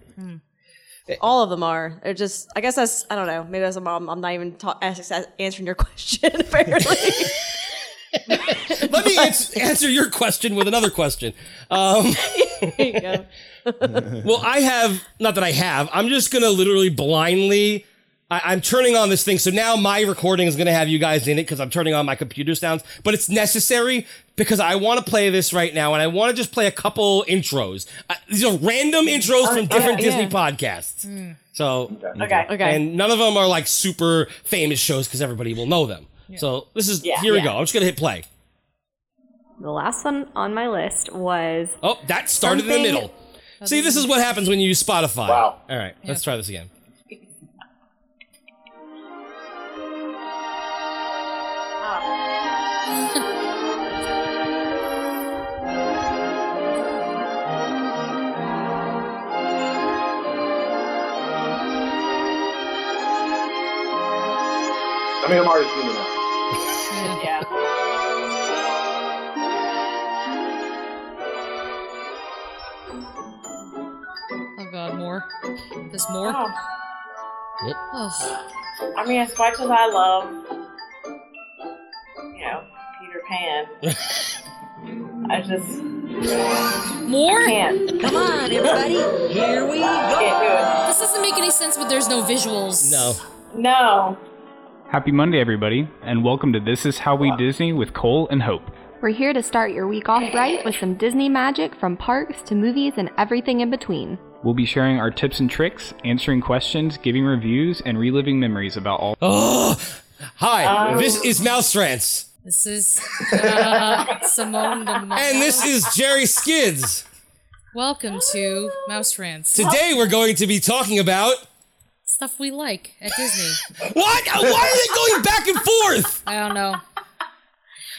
Speaker 5: All of them are. They're just. I guess that's. I don't know. Maybe that's a mom. I'm not even ta- as- as- answering your question. Apparently,
Speaker 1: Let me ans- answer your question with another question. Um,
Speaker 5: There you go.
Speaker 1: well, I have not that I have. I'm just gonna literally blindly. I, I'm turning on this thing, so now my recording is gonna have you guys in it because I'm turning on my computer sounds. But it's necessary because I want to play this right now, and I want to just play a couple intros. Uh, these are random intros from different Disney podcasts. So
Speaker 5: okay. Okay.
Speaker 1: and none of them are like super famous shows because everybody will know them. So this is here we go. I'm just gonna hit play.
Speaker 11: The last one on my list was
Speaker 1: Oh, that started in the
Speaker 11: Something-
Speaker 1: middle. See, this is what happens when you use Spotify. Wow. All right, let's try this again.
Speaker 10: I mean, I'm already seeing that.
Speaker 3: Oh god, more. There's more.
Speaker 1: Yep.
Speaker 3: Ugh.
Speaker 12: I mean, as much as I love, you know, Peter Pan, I just
Speaker 3: More?
Speaker 12: can't,
Speaker 9: Come on, everybody. Here we go.
Speaker 12: can't
Speaker 3: This doesn't make any sense when there's no visuals.
Speaker 1: No.
Speaker 12: do it. No.
Speaker 13: Happy Monday, everybody, and welcome to This Is How We Disney with Cole and Hope.
Speaker 11: We're here to start your week off right with some Disney magic from parks to movies and everything in between.
Speaker 13: We'll be sharing our tips and tricks, answering questions, giving reviews, and reliving memories about all.
Speaker 1: Oh, hi. this is Mouse Rants,
Speaker 3: This is uh, Simone the Mouse.
Speaker 1: and this is Jerry Skids.
Speaker 3: Welcome to Mouse Rants.
Speaker 1: Today we're going to be talking about
Speaker 3: Stuff we like at Disney.
Speaker 1: what? Why are they going back and forth?
Speaker 3: I don't know.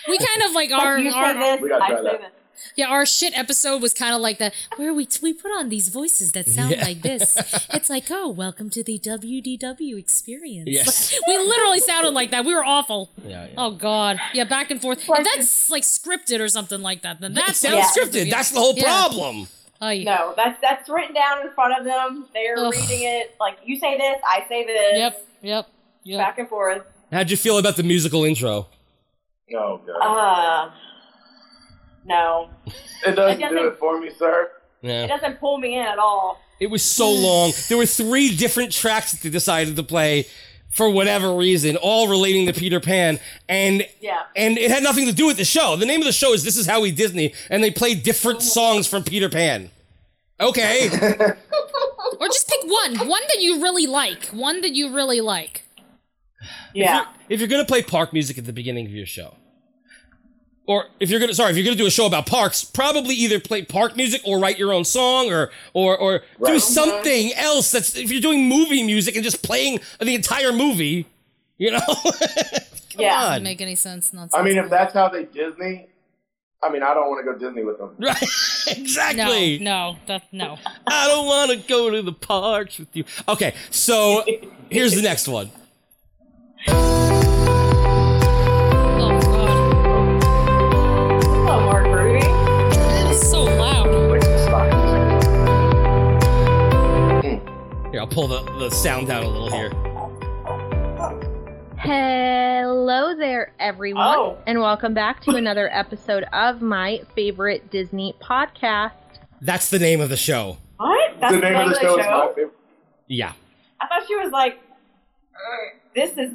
Speaker 3: We kind of like our,
Speaker 12: You say
Speaker 3: our
Speaker 12: this, I say this.
Speaker 3: Yeah, our shit episode was kind of like that, where we we put on these voices that sound
Speaker 1: Yeah.
Speaker 3: like this. It's like, oh, welcome to the WDW experience.
Speaker 1: Yes.
Speaker 3: Like, we literally sounded like that. We were awful.
Speaker 1: Yeah, yeah.
Speaker 3: Oh God, yeah, back and forth. If that's like scripted or something like that, then
Speaker 1: That
Speaker 3: that's
Speaker 1: sounds scripted. That's the whole
Speaker 3: Yeah.
Speaker 1: problem.
Speaker 3: Oh, yeah.
Speaker 12: No, that's that's written down in front of them. They're
Speaker 3: Ugh.
Speaker 12: reading it. Like you say this, I say this.
Speaker 3: Yep, yep, yep.
Speaker 12: Back and forth.
Speaker 1: How'd you feel about the musical intro?
Speaker 10: Oh god,
Speaker 12: Uh, no,
Speaker 10: it doesn't
Speaker 12: it
Speaker 10: do
Speaker 12: doesn't-
Speaker 10: it for me, sir.
Speaker 12: it
Speaker 1: Yeah.
Speaker 12: doesn't pull me in at all.
Speaker 1: It was so long. There were three different tracks that they decided to play for whatever reason, all relating to Peter Pan, and
Speaker 12: Yeah.
Speaker 1: and it had nothing to do with the show. The name of the show is "This Is How We Disney," and they play different songs from Peter Pan. Okay,
Speaker 3: Or just pick one, one that you really like, one that you really like.
Speaker 12: Yeah.
Speaker 1: if you're gonna play park music at the beginning of your show, or if you're gonna sorry, if you're gonna do a show about parks, probably either play park music or write your own song or or or do something else. That's if you're doing movie music and just playing the entire movie, you know.
Speaker 12: Yeah.
Speaker 1: on.
Speaker 3: Doesn't make any sense.
Speaker 10: I mean, if
Speaker 3: nonsensical.
Speaker 10: that's how they Disney, I mean, I don't want to go Disney with them.
Speaker 1: Right. Exactly.
Speaker 3: no, no, that no.
Speaker 1: I don't want to go to the parks with you. Okay, so here's the next one.
Speaker 3: Oh God,
Speaker 12: Hello, Oh, Mark Ruby.
Speaker 3: it's so loud.
Speaker 10: Like stock music.
Speaker 1: Here, I'll pull the, the sound down a little here.
Speaker 11: Hello there, everyone,
Speaker 12: Oh.
Speaker 11: and welcome back to another episode of my favorite Disney podcast.
Speaker 1: That's the name of the show.
Speaker 12: What? That's
Speaker 10: The name of the show is my favorite.
Speaker 1: Yeah.
Speaker 12: I thought she was like, "Er, this is.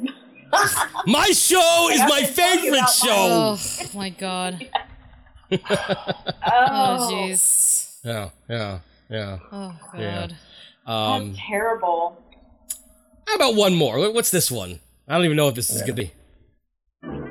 Speaker 1: My show is
Speaker 12: I've
Speaker 1: my
Speaker 12: been talking
Speaker 1: favorite
Speaker 12: about
Speaker 1: show.
Speaker 3: Oh my God. Oh
Speaker 12: Oh,
Speaker 3: jeez.
Speaker 1: Yeah, yeah, yeah.
Speaker 3: Oh
Speaker 1: Yeah.
Speaker 3: god.
Speaker 1: Um,
Speaker 12: that's terrible.
Speaker 1: how about one more? What- What's this one? I don't even know what this is going to be.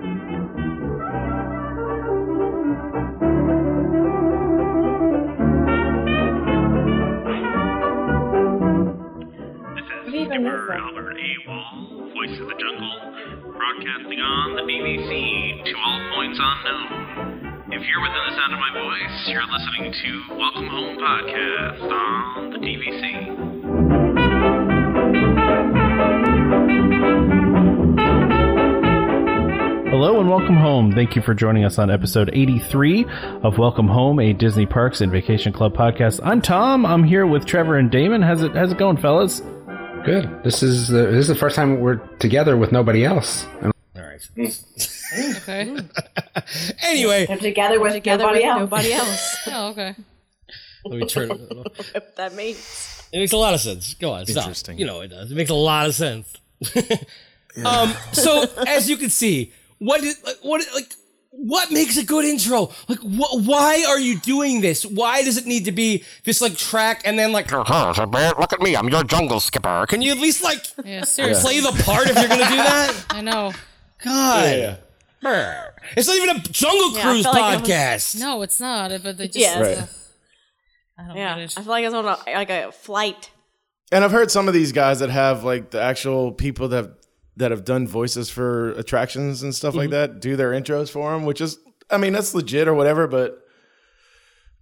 Speaker 12: What even is this?
Speaker 2: Robert Wall, voice of the jungle, broadcasting on the BBC to all points unknown. If If you're within the sound of my voice, you're listening to Welcome Home Podcast on the DVC.
Speaker 14: Hello and welcome home. Thank you for joining us on episode 83 of Welcome Home, a Disney Parks and Vacation Club podcast. I'm Tom. I'm here with Trevor and Damon. How's it How's it going, fellas?
Speaker 15: Good. This is the, this is the first time we're together with nobody else. And-
Speaker 1: All right.
Speaker 3: okay.
Speaker 1: Anyway,
Speaker 12: They're together with
Speaker 5: Together
Speaker 12: nobody
Speaker 5: with
Speaker 12: else.
Speaker 5: nobody else.
Speaker 3: oh, okay.
Speaker 1: Let me turn. It
Speaker 5: If that means.
Speaker 1: makes a lot of sense. Go on. Stop.
Speaker 5: Interesting.
Speaker 1: You know it does. It makes a lot of sense. um. So as you can see, what is like, what like what makes a good intro? Like, wh- why are you doing this? Why does it need to be this like track and then like?
Speaker 16: Uh-huh, Look at me, I'm your jungle skipper.
Speaker 1: Can you at least like
Speaker 3: Yeah,
Speaker 1: play
Speaker 3: seriously.
Speaker 1: the part if you're gonna do that?
Speaker 3: I know.
Speaker 1: God. Brr. It's not even a Jungle
Speaker 5: Yeah, I
Speaker 1: Cruise
Speaker 5: felt like it was-
Speaker 1: podcast.
Speaker 3: No, it's not. But they just.
Speaker 5: Yeah.
Speaker 10: Right.
Speaker 3: I don't
Speaker 5: yeah. I feel like I was on a, like a flight.
Speaker 10: And I've heard some of these guys that have like the actual people that have, that have done voices for attractions and stuff like
Speaker 16: Mm-hmm.
Speaker 10: that do their intros for them, which is, I mean, that's legit or whatever, but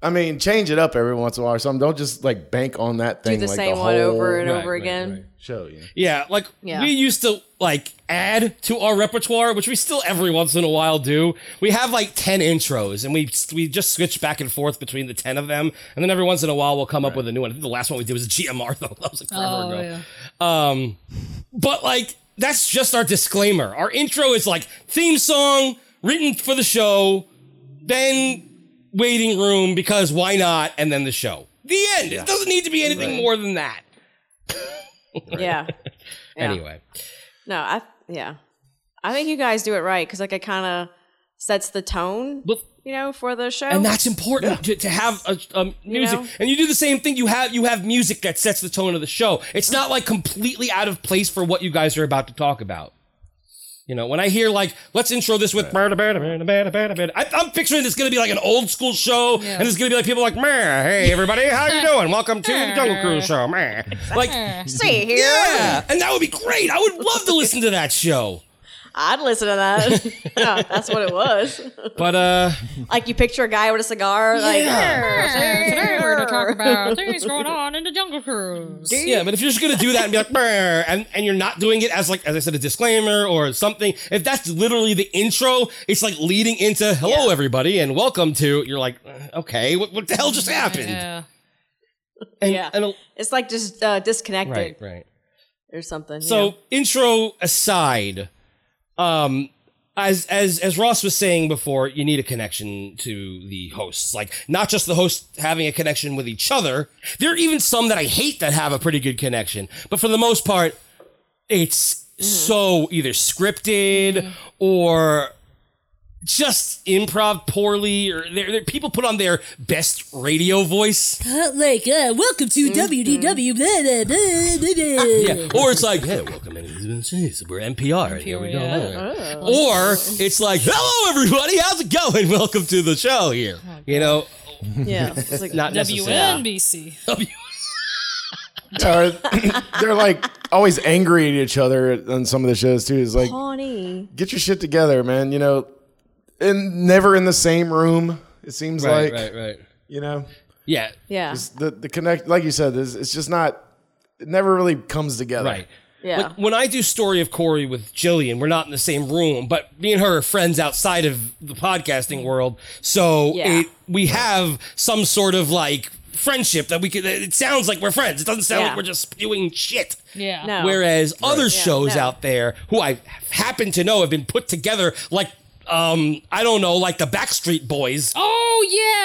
Speaker 10: I mean, change it up every once in a while or something. Don't just like bank on that
Speaker 5: Do
Speaker 10: thing.
Speaker 5: the
Speaker 10: like,
Speaker 5: same one over
Speaker 10: whole
Speaker 5: and over again.
Speaker 10: Show you.
Speaker 1: Yeah, like
Speaker 5: Yeah.
Speaker 1: we used to like add to our repertoire, which we still every once in a while do. We have like ten intros, and we we just switch back and forth between the ten of them, and then every once in a while we'll come up with a new one. I think the last one we did was GMR though. That was like forever
Speaker 3: Oh,
Speaker 1: ago.
Speaker 3: yeah.
Speaker 1: Um, but like that's just our disclaimer. Our intro is like theme song written for the show, then waiting room because why not, and then the show. The end. It doesn't need to be anything more than that.
Speaker 5: Yeah. Yeah.
Speaker 1: Anyway,
Speaker 5: No, I yeah. I think you guys do it right because like it kind of sets the tone, you know, for the show.
Speaker 1: and that's important to, to have a, um, music.
Speaker 5: know?
Speaker 1: And you do the same thing. You have you have music that sets the tone of the show. It's not like completely out of place for what you guys are about to talk about. You know, when I hear like, let's intro this with, I, I'm picturing this going to be like an old school show, and it's going to be like people like, "Meh, hey everybody, how you doing? Welcome to the Jungle Cruise show. meh." Like,
Speaker 5: See here,
Speaker 1: yeah, and that would be great. I would love to listen to that show.
Speaker 5: I'd listen to that. no, that's what it was.
Speaker 1: But uh,
Speaker 5: Like you picture a guy with a cigar, like
Speaker 3: Yeah. Today we're going to talk about things going on in the Jungle Cruise.
Speaker 1: Yeah, but if you're just gonna do that and be like, "Brr," and and you're not doing it as like as I said a disclaimer or something, if that's literally the intro, it's like leading into "Hello, everybody, and welcome to." You're like, "Uh, "Okay, what, what the hell just happened?"
Speaker 5: Yeah,
Speaker 1: And-
Speaker 5: yeah.
Speaker 1: and a-
Speaker 5: it's like just uh, disconnected
Speaker 1: Right, right.
Speaker 5: or something.
Speaker 1: So
Speaker 5: yeah.
Speaker 1: intro aside, um, as as as Ross was saying before, you need a connection to the hosts. Like not just the hosts having a connection with each other. There are even some that I hate that have a pretty good connection, but for the most part, it's so either scripted or just improv poorly or they're, they're- people put on their best radio voice
Speaker 3: like, uh, welcome to WDW. Blah, blah, blah, blah,
Speaker 1: Mm-hmm. Ah, yeah. Or it's like, hey, welcome in. We're NPR. and Here we go.
Speaker 3: yeah.
Speaker 13: oh.
Speaker 1: Or it's like, hello, everybody. How's it going? Welcome to the show here.
Speaker 13: Oh,
Speaker 1: you know?
Speaker 5: Yeah.
Speaker 10: It's like
Speaker 1: not necessarily.
Speaker 3: WNBC.
Speaker 10: Or they're like always angry at each other on some of the shows too. It's like,
Speaker 5: Pawnee.
Speaker 10: get your shit together, man. You know, and never in the same room. It seems like
Speaker 1: right.
Speaker 10: you know.
Speaker 1: Yeah.
Speaker 5: Yeah.
Speaker 10: Just the the connect, like you said, it's, it's just not. It never really comes together.
Speaker 1: Right. Like, when I do Story of Corey with Jillian, we're not in the same room, but me and her are friends outside of the podcasting world. So
Speaker 13: Yeah.
Speaker 1: it, we have some sort of like friendship that we could, it sounds like we're friends. It doesn't sound
Speaker 13: Yeah.
Speaker 1: like we're just spewing shit.
Speaker 3: Yeah.
Speaker 1: Whereas other
Speaker 3: Yeah,
Speaker 1: shows
Speaker 3: no.
Speaker 1: out there who I happen to know have been put together like um I don't know, like the Backstreet Boys.
Speaker 3: Oh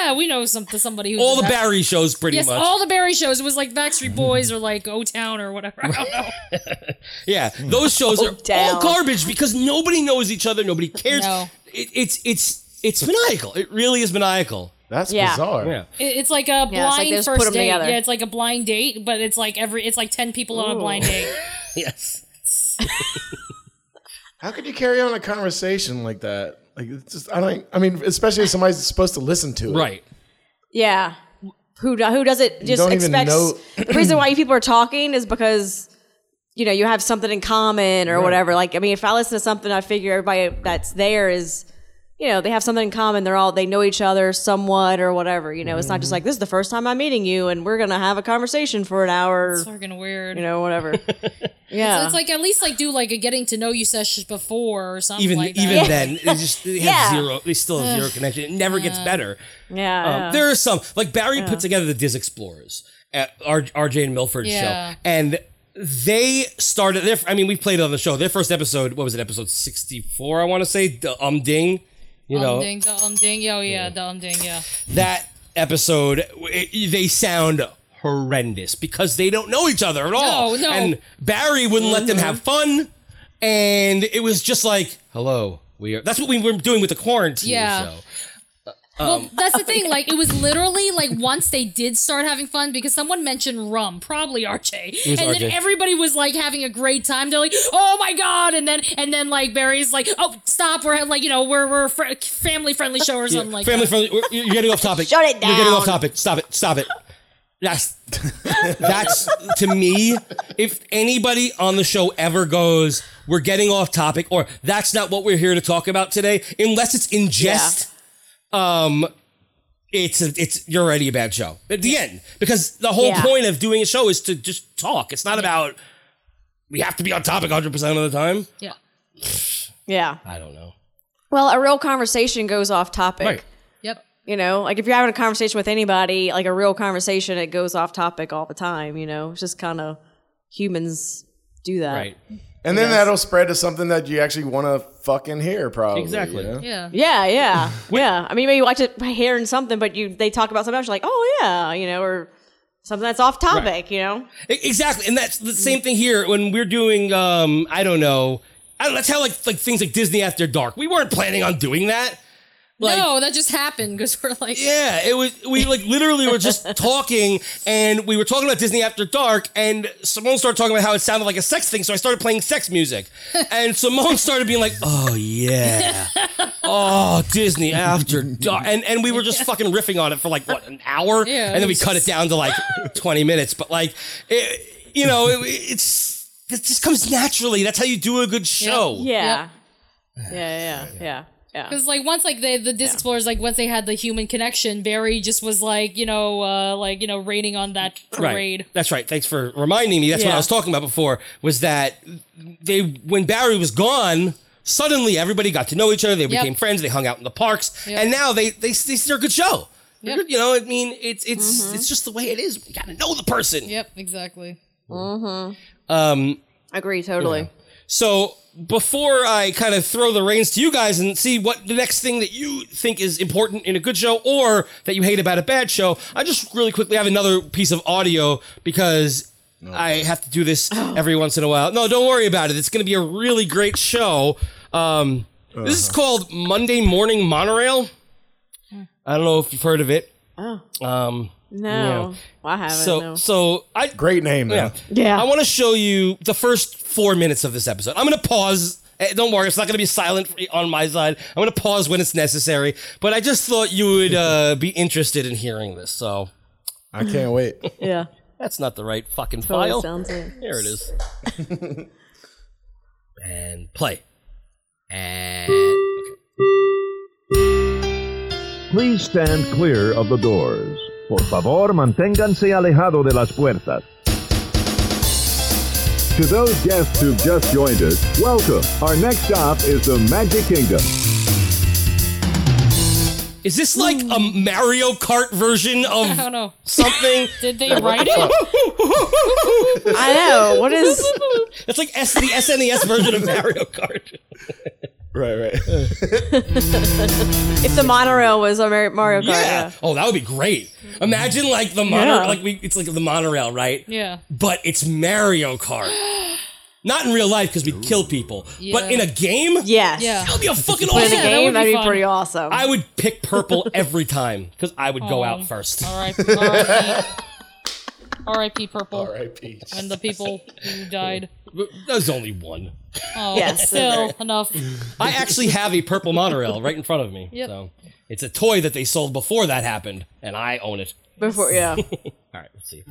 Speaker 3: yeah, we know something. Somebody who
Speaker 1: all the
Speaker 3: did that.
Speaker 1: Barry shows pretty
Speaker 3: yes,
Speaker 1: much.
Speaker 3: all the Barry shows. It was like Backstreet Boys or like O Town or whatever. I don't know.
Speaker 1: yeah. Those shows
Speaker 3: Oh,
Speaker 1: are all garbage because nobody knows each other, nobody cares.
Speaker 3: No.
Speaker 1: It, it's it's it's maniacal. It really is maniacal.
Speaker 10: That's
Speaker 3: Yeah. bizarre.
Speaker 1: Yeah.
Speaker 3: It- It's like a blind
Speaker 5: Yeah, it's like they just put
Speaker 3: first
Speaker 5: 'em
Speaker 3: date.
Speaker 5: together.
Speaker 3: Yeah, it's like a blind date, but it's like every it's like ten people on a
Speaker 10: Ooh.
Speaker 3: blind date.
Speaker 1: yes.
Speaker 10: How could you carry on a conversation like that? Like it's just I don't. I mean, especially if somebody's supposed to listen to it.
Speaker 1: Right.
Speaker 5: Yeah. Who do- who does it
Speaker 10: You
Speaker 5: just
Speaker 10: don't even
Speaker 5: expects
Speaker 10: know-
Speaker 5: the reason why you people are talking is because you know you have something in common or
Speaker 10: Right.
Speaker 5: whatever. Like I mean, if I listen to something, I figure everybody that's there is you know, they have something in common. They're all, they know each other somewhat or whatever. You know, it's not just
Speaker 10: Mm-hmm.
Speaker 5: like, this is the first time I'm meeting you and we're going to have a conversation for an hour.
Speaker 3: It's fucking weird.
Speaker 5: You know, whatever. yeah.
Speaker 3: So it's like at least like do like a getting to know you session before or something
Speaker 1: even
Speaker 3: like that.
Speaker 1: even then, they just they have
Speaker 3: Yeah.
Speaker 1: zero. They still have zero
Speaker 3: Ugh.
Speaker 1: connection. It never gets
Speaker 3: Yeah.
Speaker 1: better.
Speaker 5: Yeah,
Speaker 1: Um,
Speaker 5: yeah.
Speaker 1: there are some like Barry
Speaker 5: Yeah.
Speaker 1: put together the Diz Explorers at R- RJ and Milford's
Speaker 5: Yeah.
Speaker 1: show, and they started. Their, I mean, we played it on the show. Their first episode, what was it? Episode sixty four, I want to say. The Um Ding, you know
Speaker 3: um ding, the um ding, oh yeah, the um ding, yeah.
Speaker 1: that episode. it- they sound horrendous because they don't know each other at all.
Speaker 3: No, Mm-hmm. no.
Speaker 1: And Barry wouldn't let them have fun, and it was just like, "Hello, we are." That's what we were doing with the quarantine
Speaker 3: Yeah.
Speaker 1: show.
Speaker 3: well, that's the thing. Like, it was literally like once they did start having fun because someone mentioned rum, probably RJ,
Speaker 1: It was
Speaker 3: and
Speaker 1: RJ.
Speaker 3: then everybody was like having a great time. They're like, "Oh my god!" And then and then like Barry's like, "Oh, stop! We're like you know we're we're a fr- family friendly show or something like
Speaker 1: family
Speaker 3: that."
Speaker 1: friendly. we're- You're getting off topic.
Speaker 3: Shut it
Speaker 1: You're getting
Speaker 3: down.
Speaker 1: off topic. Stop it. Stop it. That's that's to me. If anybody on the show ever goes, we're getting off topic, or that's not what we're here to talk about today, unless it's in jest. Um, it's a, it's you're already a bad show at the end because the whole
Speaker 17: Yeah.
Speaker 1: point of doing a show is to just talk. It's not about we have to be on topic 100 percent of the time.
Speaker 3: Yeah.
Speaker 5: Yeah.
Speaker 1: I don't know.
Speaker 5: Well, a real conversation goes off topic.
Speaker 1: Right.
Speaker 3: Yep.
Speaker 5: You know, like if you're having a conversation with anybody, like a real conversation, it goes off topic all the time. You know, it's just kind of humans do that.
Speaker 1: Right.
Speaker 10: And then that'll spread to something that you actually want to fucking hear, probably.
Speaker 1: Exactly.
Speaker 10: you know?
Speaker 3: Yeah.
Speaker 5: Yeah, yeah, yeah. I mean, maybe you watch it by hearing something, but you they talk about something else. You're like, oh yeah, you know, or something that's off topic. You know,
Speaker 1: E- Exactly, and that's the same thing here when we're doing. Um, I don't know. I don't, that's how like like things like Disney After Dark. We weren't planning on doing that. Like,
Speaker 3: no, that just happened because we're like,
Speaker 1: yeah, it was we like literally were just talking, and we were talking about Disney After Dark, and Simone started talking about how it sounded like a sex thing, so I started playing sex music, and Simone started being like, "Oh yeah, oh Disney After Dark," and and we were just fucking riffing on it for like what an hour,
Speaker 17: Yeah,
Speaker 1: and then
Speaker 17: it
Speaker 1: we
Speaker 17: was
Speaker 1: cut it
Speaker 17: just-
Speaker 1: down to like twenty minutes, but like it, you know, it, it's. It just comes naturally. That's how you do a good show.
Speaker 5: yeah, yeah, yeah, yeah, yeah.
Speaker 3: Because like once like the the Disc Explorers like once they had the human connection, Barry just was like you know uh like you know raining on that parade.
Speaker 1: Right. That's right. Thanks for reminding me. That's what
Speaker 3: Yeah.
Speaker 1: I was talking about before. Was that they when Barry was gone, suddenly everybody got to know each other. They
Speaker 17: Yep.
Speaker 1: became friends. They hung out in the parks,
Speaker 17: Yep.
Speaker 1: and now they they they they're a good show. They're good- You know, I mean, it's it's it's just the way it is. You got to know the person.
Speaker 3: Yep, exactly.
Speaker 5: Mm-hmm.
Speaker 1: Um,
Speaker 5: Agree totally.
Speaker 1: Yeah. So before I kind of throw the reins to you guys and see what the next thing that you think is important in a good show or that you hate about a bad show, I just really quickly have another piece of audio because I have to do this
Speaker 5: Oh.
Speaker 1: every once in a while. No, don't worry about it. It's going to be a really great show. Um, This is called Monday Morning Monorail. I don't know if you've heard of it.
Speaker 5: Hmm. Oh.
Speaker 1: Um,
Speaker 5: No,
Speaker 1: yeah.
Speaker 5: Well, I haven't.
Speaker 1: So,
Speaker 5: no.
Speaker 1: so I
Speaker 10: great name.
Speaker 1: Yeah,
Speaker 5: yeah.
Speaker 1: I want to show you the first four minutes of this episode. I'm going to pause. Eh, Don't worry, it's not going to be silent on my side. I'm going to pause when it's necessary. But I just thought you would uh, be interested in hearing this. So
Speaker 10: I can't wait.
Speaker 5: yeah,
Speaker 1: that's not the right fucking
Speaker 5: Totally
Speaker 1: file.
Speaker 5: sounds it.
Speaker 1: There it is. and play. And
Speaker 18: Please stand clear of the doors. Por favor, manténganse alejado de las puertas. To those guests who've just joined us, welcome. Our next stop is the Magic Kingdom.
Speaker 1: is this like a Mario Kart version of
Speaker 3: I don't know.
Speaker 1: something?
Speaker 3: Did they write it?
Speaker 5: I know. What is?
Speaker 1: That's like S- the SNES version of Mario Kart.
Speaker 10: Right, right.
Speaker 5: if the monorail was a Mar- Mario Kart, yeah. Mm-hmm.
Speaker 1: Oh, that would be great. Imagine like the monorail,
Speaker 5: Yeah.
Speaker 1: like we, it's like the monorail, right?
Speaker 3: Yeah.
Speaker 1: But it's Mario Kart. Not in real life because we'd kill people, but in a game,
Speaker 5: yes,
Speaker 3: Yeah.
Speaker 1: that would be a fucking
Speaker 5: Play
Speaker 1: awesome.
Speaker 5: the game, that'd be pretty awesome.
Speaker 1: I would pick purple every time because I would go out first.
Speaker 3: All right. R.I.P. R.I.P. Purple.
Speaker 10: R.I.P.
Speaker 3: And the people who died.
Speaker 1: There's only one.
Speaker 3: Oh,
Speaker 1: Yes.
Speaker 3: still enough.
Speaker 1: I actually have a purple monorail right in front of me.
Speaker 3: Yep.
Speaker 1: So it's a toy that they sold before that happened, and I own it.
Speaker 5: Before, yeah.
Speaker 1: All right, let's see.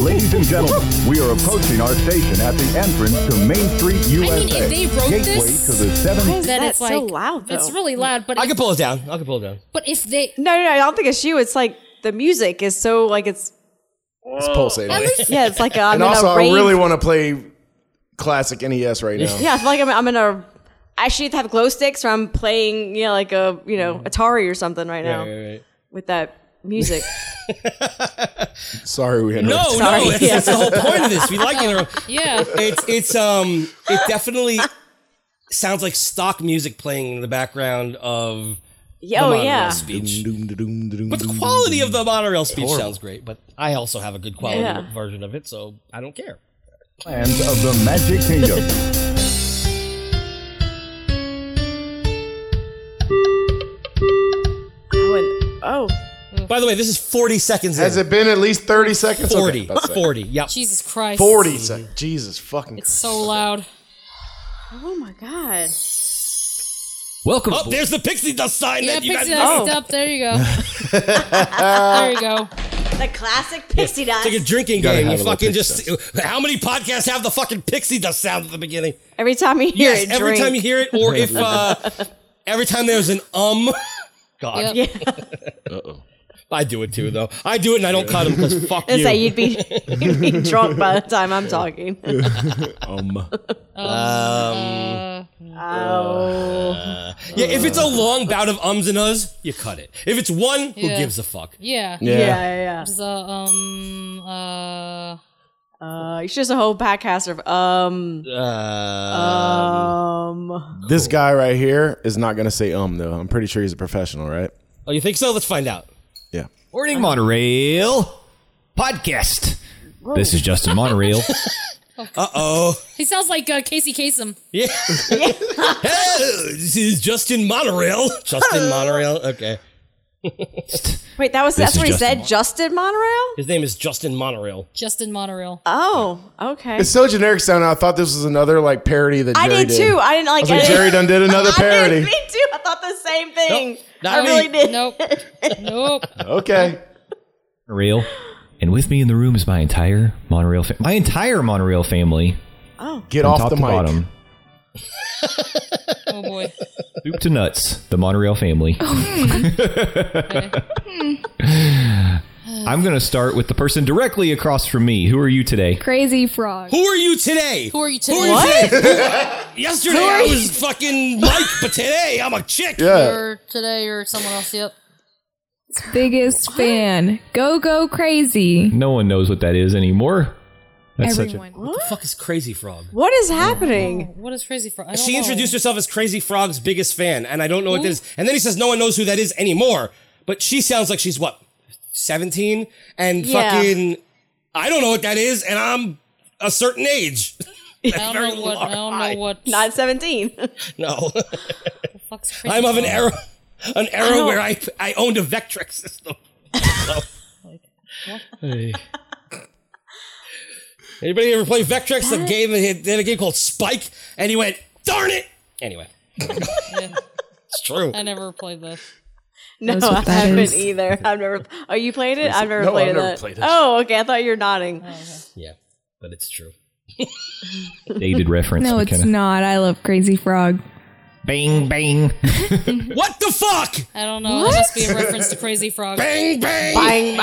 Speaker 18: Ladies and gentlemen, we are approaching our station at the entrance to Main Street, USA.
Speaker 3: if they wrote
Speaker 18: gateway
Speaker 3: this-
Speaker 18: to the seven.
Speaker 5: is
Speaker 3: Then
Speaker 5: that
Speaker 3: it's
Speaker 5: so
Speaker 3: like-
Speaker 5: loud, though?
Speaker 3: It's really loud, but
Speaker 1: I
Speaker 3: it-
Speaker 1: can pull it down. I can pull it down.
Speaker 3: But if they
Speaker 5: No, no, no, I don't think it's you. It's like the music is so like it's
Speaker 10: It's pulsating.
Speaker 5: yeah, it's like i I'm
Speaker 10: and
Speaker 5: in
Speaker 10: also,
Speaker 5: a
Speaker 10: I
Speaker 5: rave.
Speaker 10: really want to play classic NES right now.
Speaker 5: yeah, I feel like I'm, I'm in a. I should have glow sticks, or I'm playing you know like a you know Atari or something right now with that music.
Speaker 10: Sorry, we
Speaker 1: No,
Speaker 10: interrupted.
Speaker 1: no, that's, that's the whole point of this. We like it.
Speaker 3: Yeah.
Speaker 1: It's it's um it definitely sounds like stock music playing in the background of
Speaker 5: Yeah,
Speaker 1: the
Speaker 5: oh,
Speaker 1: monorail
Speaker 5: yeah.
Speaker 1: speech. But the quality of the monorail speech
Speaker 18: Horrible.
Speaker 1: sounds great, but I also have a good quality
Speaker 18: Yeah.
Speaker 1: version of it, so I don't care.
Speaker 18: Lands of the Magic Kingdom.
Speaker 5: Oh, and oh,
Speaker 1: By the way, this is 40 seconds
Speaker 10: Has
Speaker 1: in.
Speaker 10: it been at least 30 seconds?
Speaker 1: 40.
Speaker 10: about that.
Speaker 1: 40, yeah.
Speaker 3: Jesus Christ.
Speaker 10: 40 seconds. Jesus fucking
Speaker 3: It's so loud.
Speaker 5: oh my god!
Speaker 1: Welcome. Oh, there's the pixie dust sign.
Speaker 3: Yeah,
Speaker 1: that you Oh,
Speaker 3: pixie
Speaker 1: guys
Speaker 3: dust
Speaker 1: know.
Speaker 3: up. There you go. there you go.
Speaker 5: The classic pixie
Speaker 1: Yeah,
Speaker 5: dust.
Speaker 1: It's like a drinking
Speaker 5: You gotta
Speaker 1: game. You
Speaker 5: have a little
Speaker 1: fucking
Speaker 5: pixie
Speaker 1: just. How many podcasts have the fucking pixie dust sound at the beginning?
Speaker 5: Every time you hear
Speaker 1: Yes,
Speaker 5: it,
Speaker 1: every
Speaker 5: drink.
Speaker 1: time you hear it, or if uh, every time there's an um. God.
Speaker 5: Yep.
Speaker 1: Uh-oh. I do it too, though. I do it and I don't cut them because fuck
Speaker 5: I
Speaker 1: you.
Speaker 5: say you'd be you'd be drunk by the time I'm talking.
Speaker 1: um.
Speaker 3: Uh,
Speaker 5: oh.
Speaker 1: yeah, if it's a long bout of ums and uhs, you cut it. If it's one, who
Speaker 3: Yeah.
Speaker 1: gives a fuck?
Speaker 3: Yeah.
Speaker 1: Yeah. Yeah, yeah,
Speaker 5: yeah.
Speaker 3: Just, uh, um, uh,
Speaker 5: Uh, it's just a whole podcast of um
Speaker 17: Uh,
Speaker 5: um.
Speaker 10: This guy right here is not going to say um, though. I'm pretty sure he's a professional, right?
Speaker 1: Oh, you think so? Let's find out.
Speaker 10: Yeah.
Speaker 17: Morning Monorail podcast. This is Justin Monorail.
Speaker 1: Uh oh.
Speaker 3: he sounds like uh, Casey Kasem.
Speaker 1: Yeah. Hey, this is Justin Monorail. Justin Monorail. Okay.
Speaker 5: Wait, that was
Speaker 1: This
Speaker 5: that's
Speaker 1: is
Speaker 5: what he
Speaker 1: Justin
Speaker 5: said.
Speaker 1: Mon-
Speaker 5: Justin Monorail.
Speaker 1: His name is Justin Monorail.
Speaker 3: Justin Monorail.
Speaker 5: Oh, okay.
Speaker 10: It's so generic sounding. I thought this was another like parody that
Speaker 5: I
Speaker 10: Jerry
Speaker 5: did too. I didn't like.
Speaker 10: I was like,
Speaker 5: I didn't-
Speaker 10: Jerry done did another
Speaker 5: I did,
Speaker 10: parody.
Speaker 5: me too. I thought the same thing.
Speaker 1: not
Speaker 5: I
Speaker 1: me.
Speaker 5: really did.
Speaker 3: Nope. nope.
Speaker 10: Okay.
Speaker 17: Monorail. And with me in the room is my entire Monorail fa- my entire Monorail family.
Speaker 5: Oh.
Speaker 10: Get
Speaker 17: From
Speaker 10: off
Speaker 17: top
Speaker 10: the
Speaker 17: to
Speaker 10: mic.
Speaker 17: Bottom.
Speaker 3: Oh boy.
Speaker 17: Soup to nuts, the Monorail family. I'm going to start with the person directly across from me. Who are you today?
Speaker 11: Crazy frog.
Speaker 1: Who are you today?
Speaker 3: Who are you
Speaker 1: Who are you today? Who- Yesterday I was fucking Mike, but today I'm a chick.
Speaker 3: Or today or someone else. Yep.
Speaker 11: Biggest fan. Go go crazy.
Speaker 17: No one knows what that is anymore. That's such
Speaker 1: What the fuck is Crazy Frog?
Speaker 5: What is happening?
Speaker 3: What is crazy for? I don't
Speaker 1: She
Speaker 3: know.
Speaker 1: introduced herself as Crazy Frog's biggest fan, and I don't know what that is. And then he says no one knows who that is anymore. But she sounds like she's what, 17? And
Speaker 3: Yeah.
Speaker 1: fucking, I don't know what that is, and I'm a certain age.
Speaker 3: I don't know what. I don't know what.
Speaker 5: Not seventeen.
Speaker 1: No.
Speaker 3: Fuck's crazy
Speaker 1: I'm of an
Speaker 3: for.
Speaker 1: era, an era
Speaker 3: don't-
Speaker 1: where I, I owned a Vectrex system. So- Anybody ever play Vectrex? That game, they had they had a game called Spike, and he went, darn it! Anyway, it's true.
Speaker 3: I never played this.
Speaker 5: No,
Speaker 3: That's what
Speaker 5: I
Speaker 3: that
Speaker 5: haven't
Speaker 3: is.
Speaker 5: either. I've never. Oh, you played it? I've never
Speaker 1: No,
Speaker 5: played
Speaker 1: I've never
Speaker 5: that.
Speaker 1: played it.
Speaker 5: Oh, okay. I thought you were nodding.
Speaker 1: Yeah, but it's true.
Speaker 17: a dated reference.
Speaker 11: No, it's
Speaker 17: McKenna.
Speaker 11: not. I love crazy frog.
Speaker 17: Bang, bang.
Speaker 1: What the fuck?
Speaker 3: I don't know. It must be a reference to Crazy Frog.
Speaker 1: Bang, bang.
Speaker 5: Bang,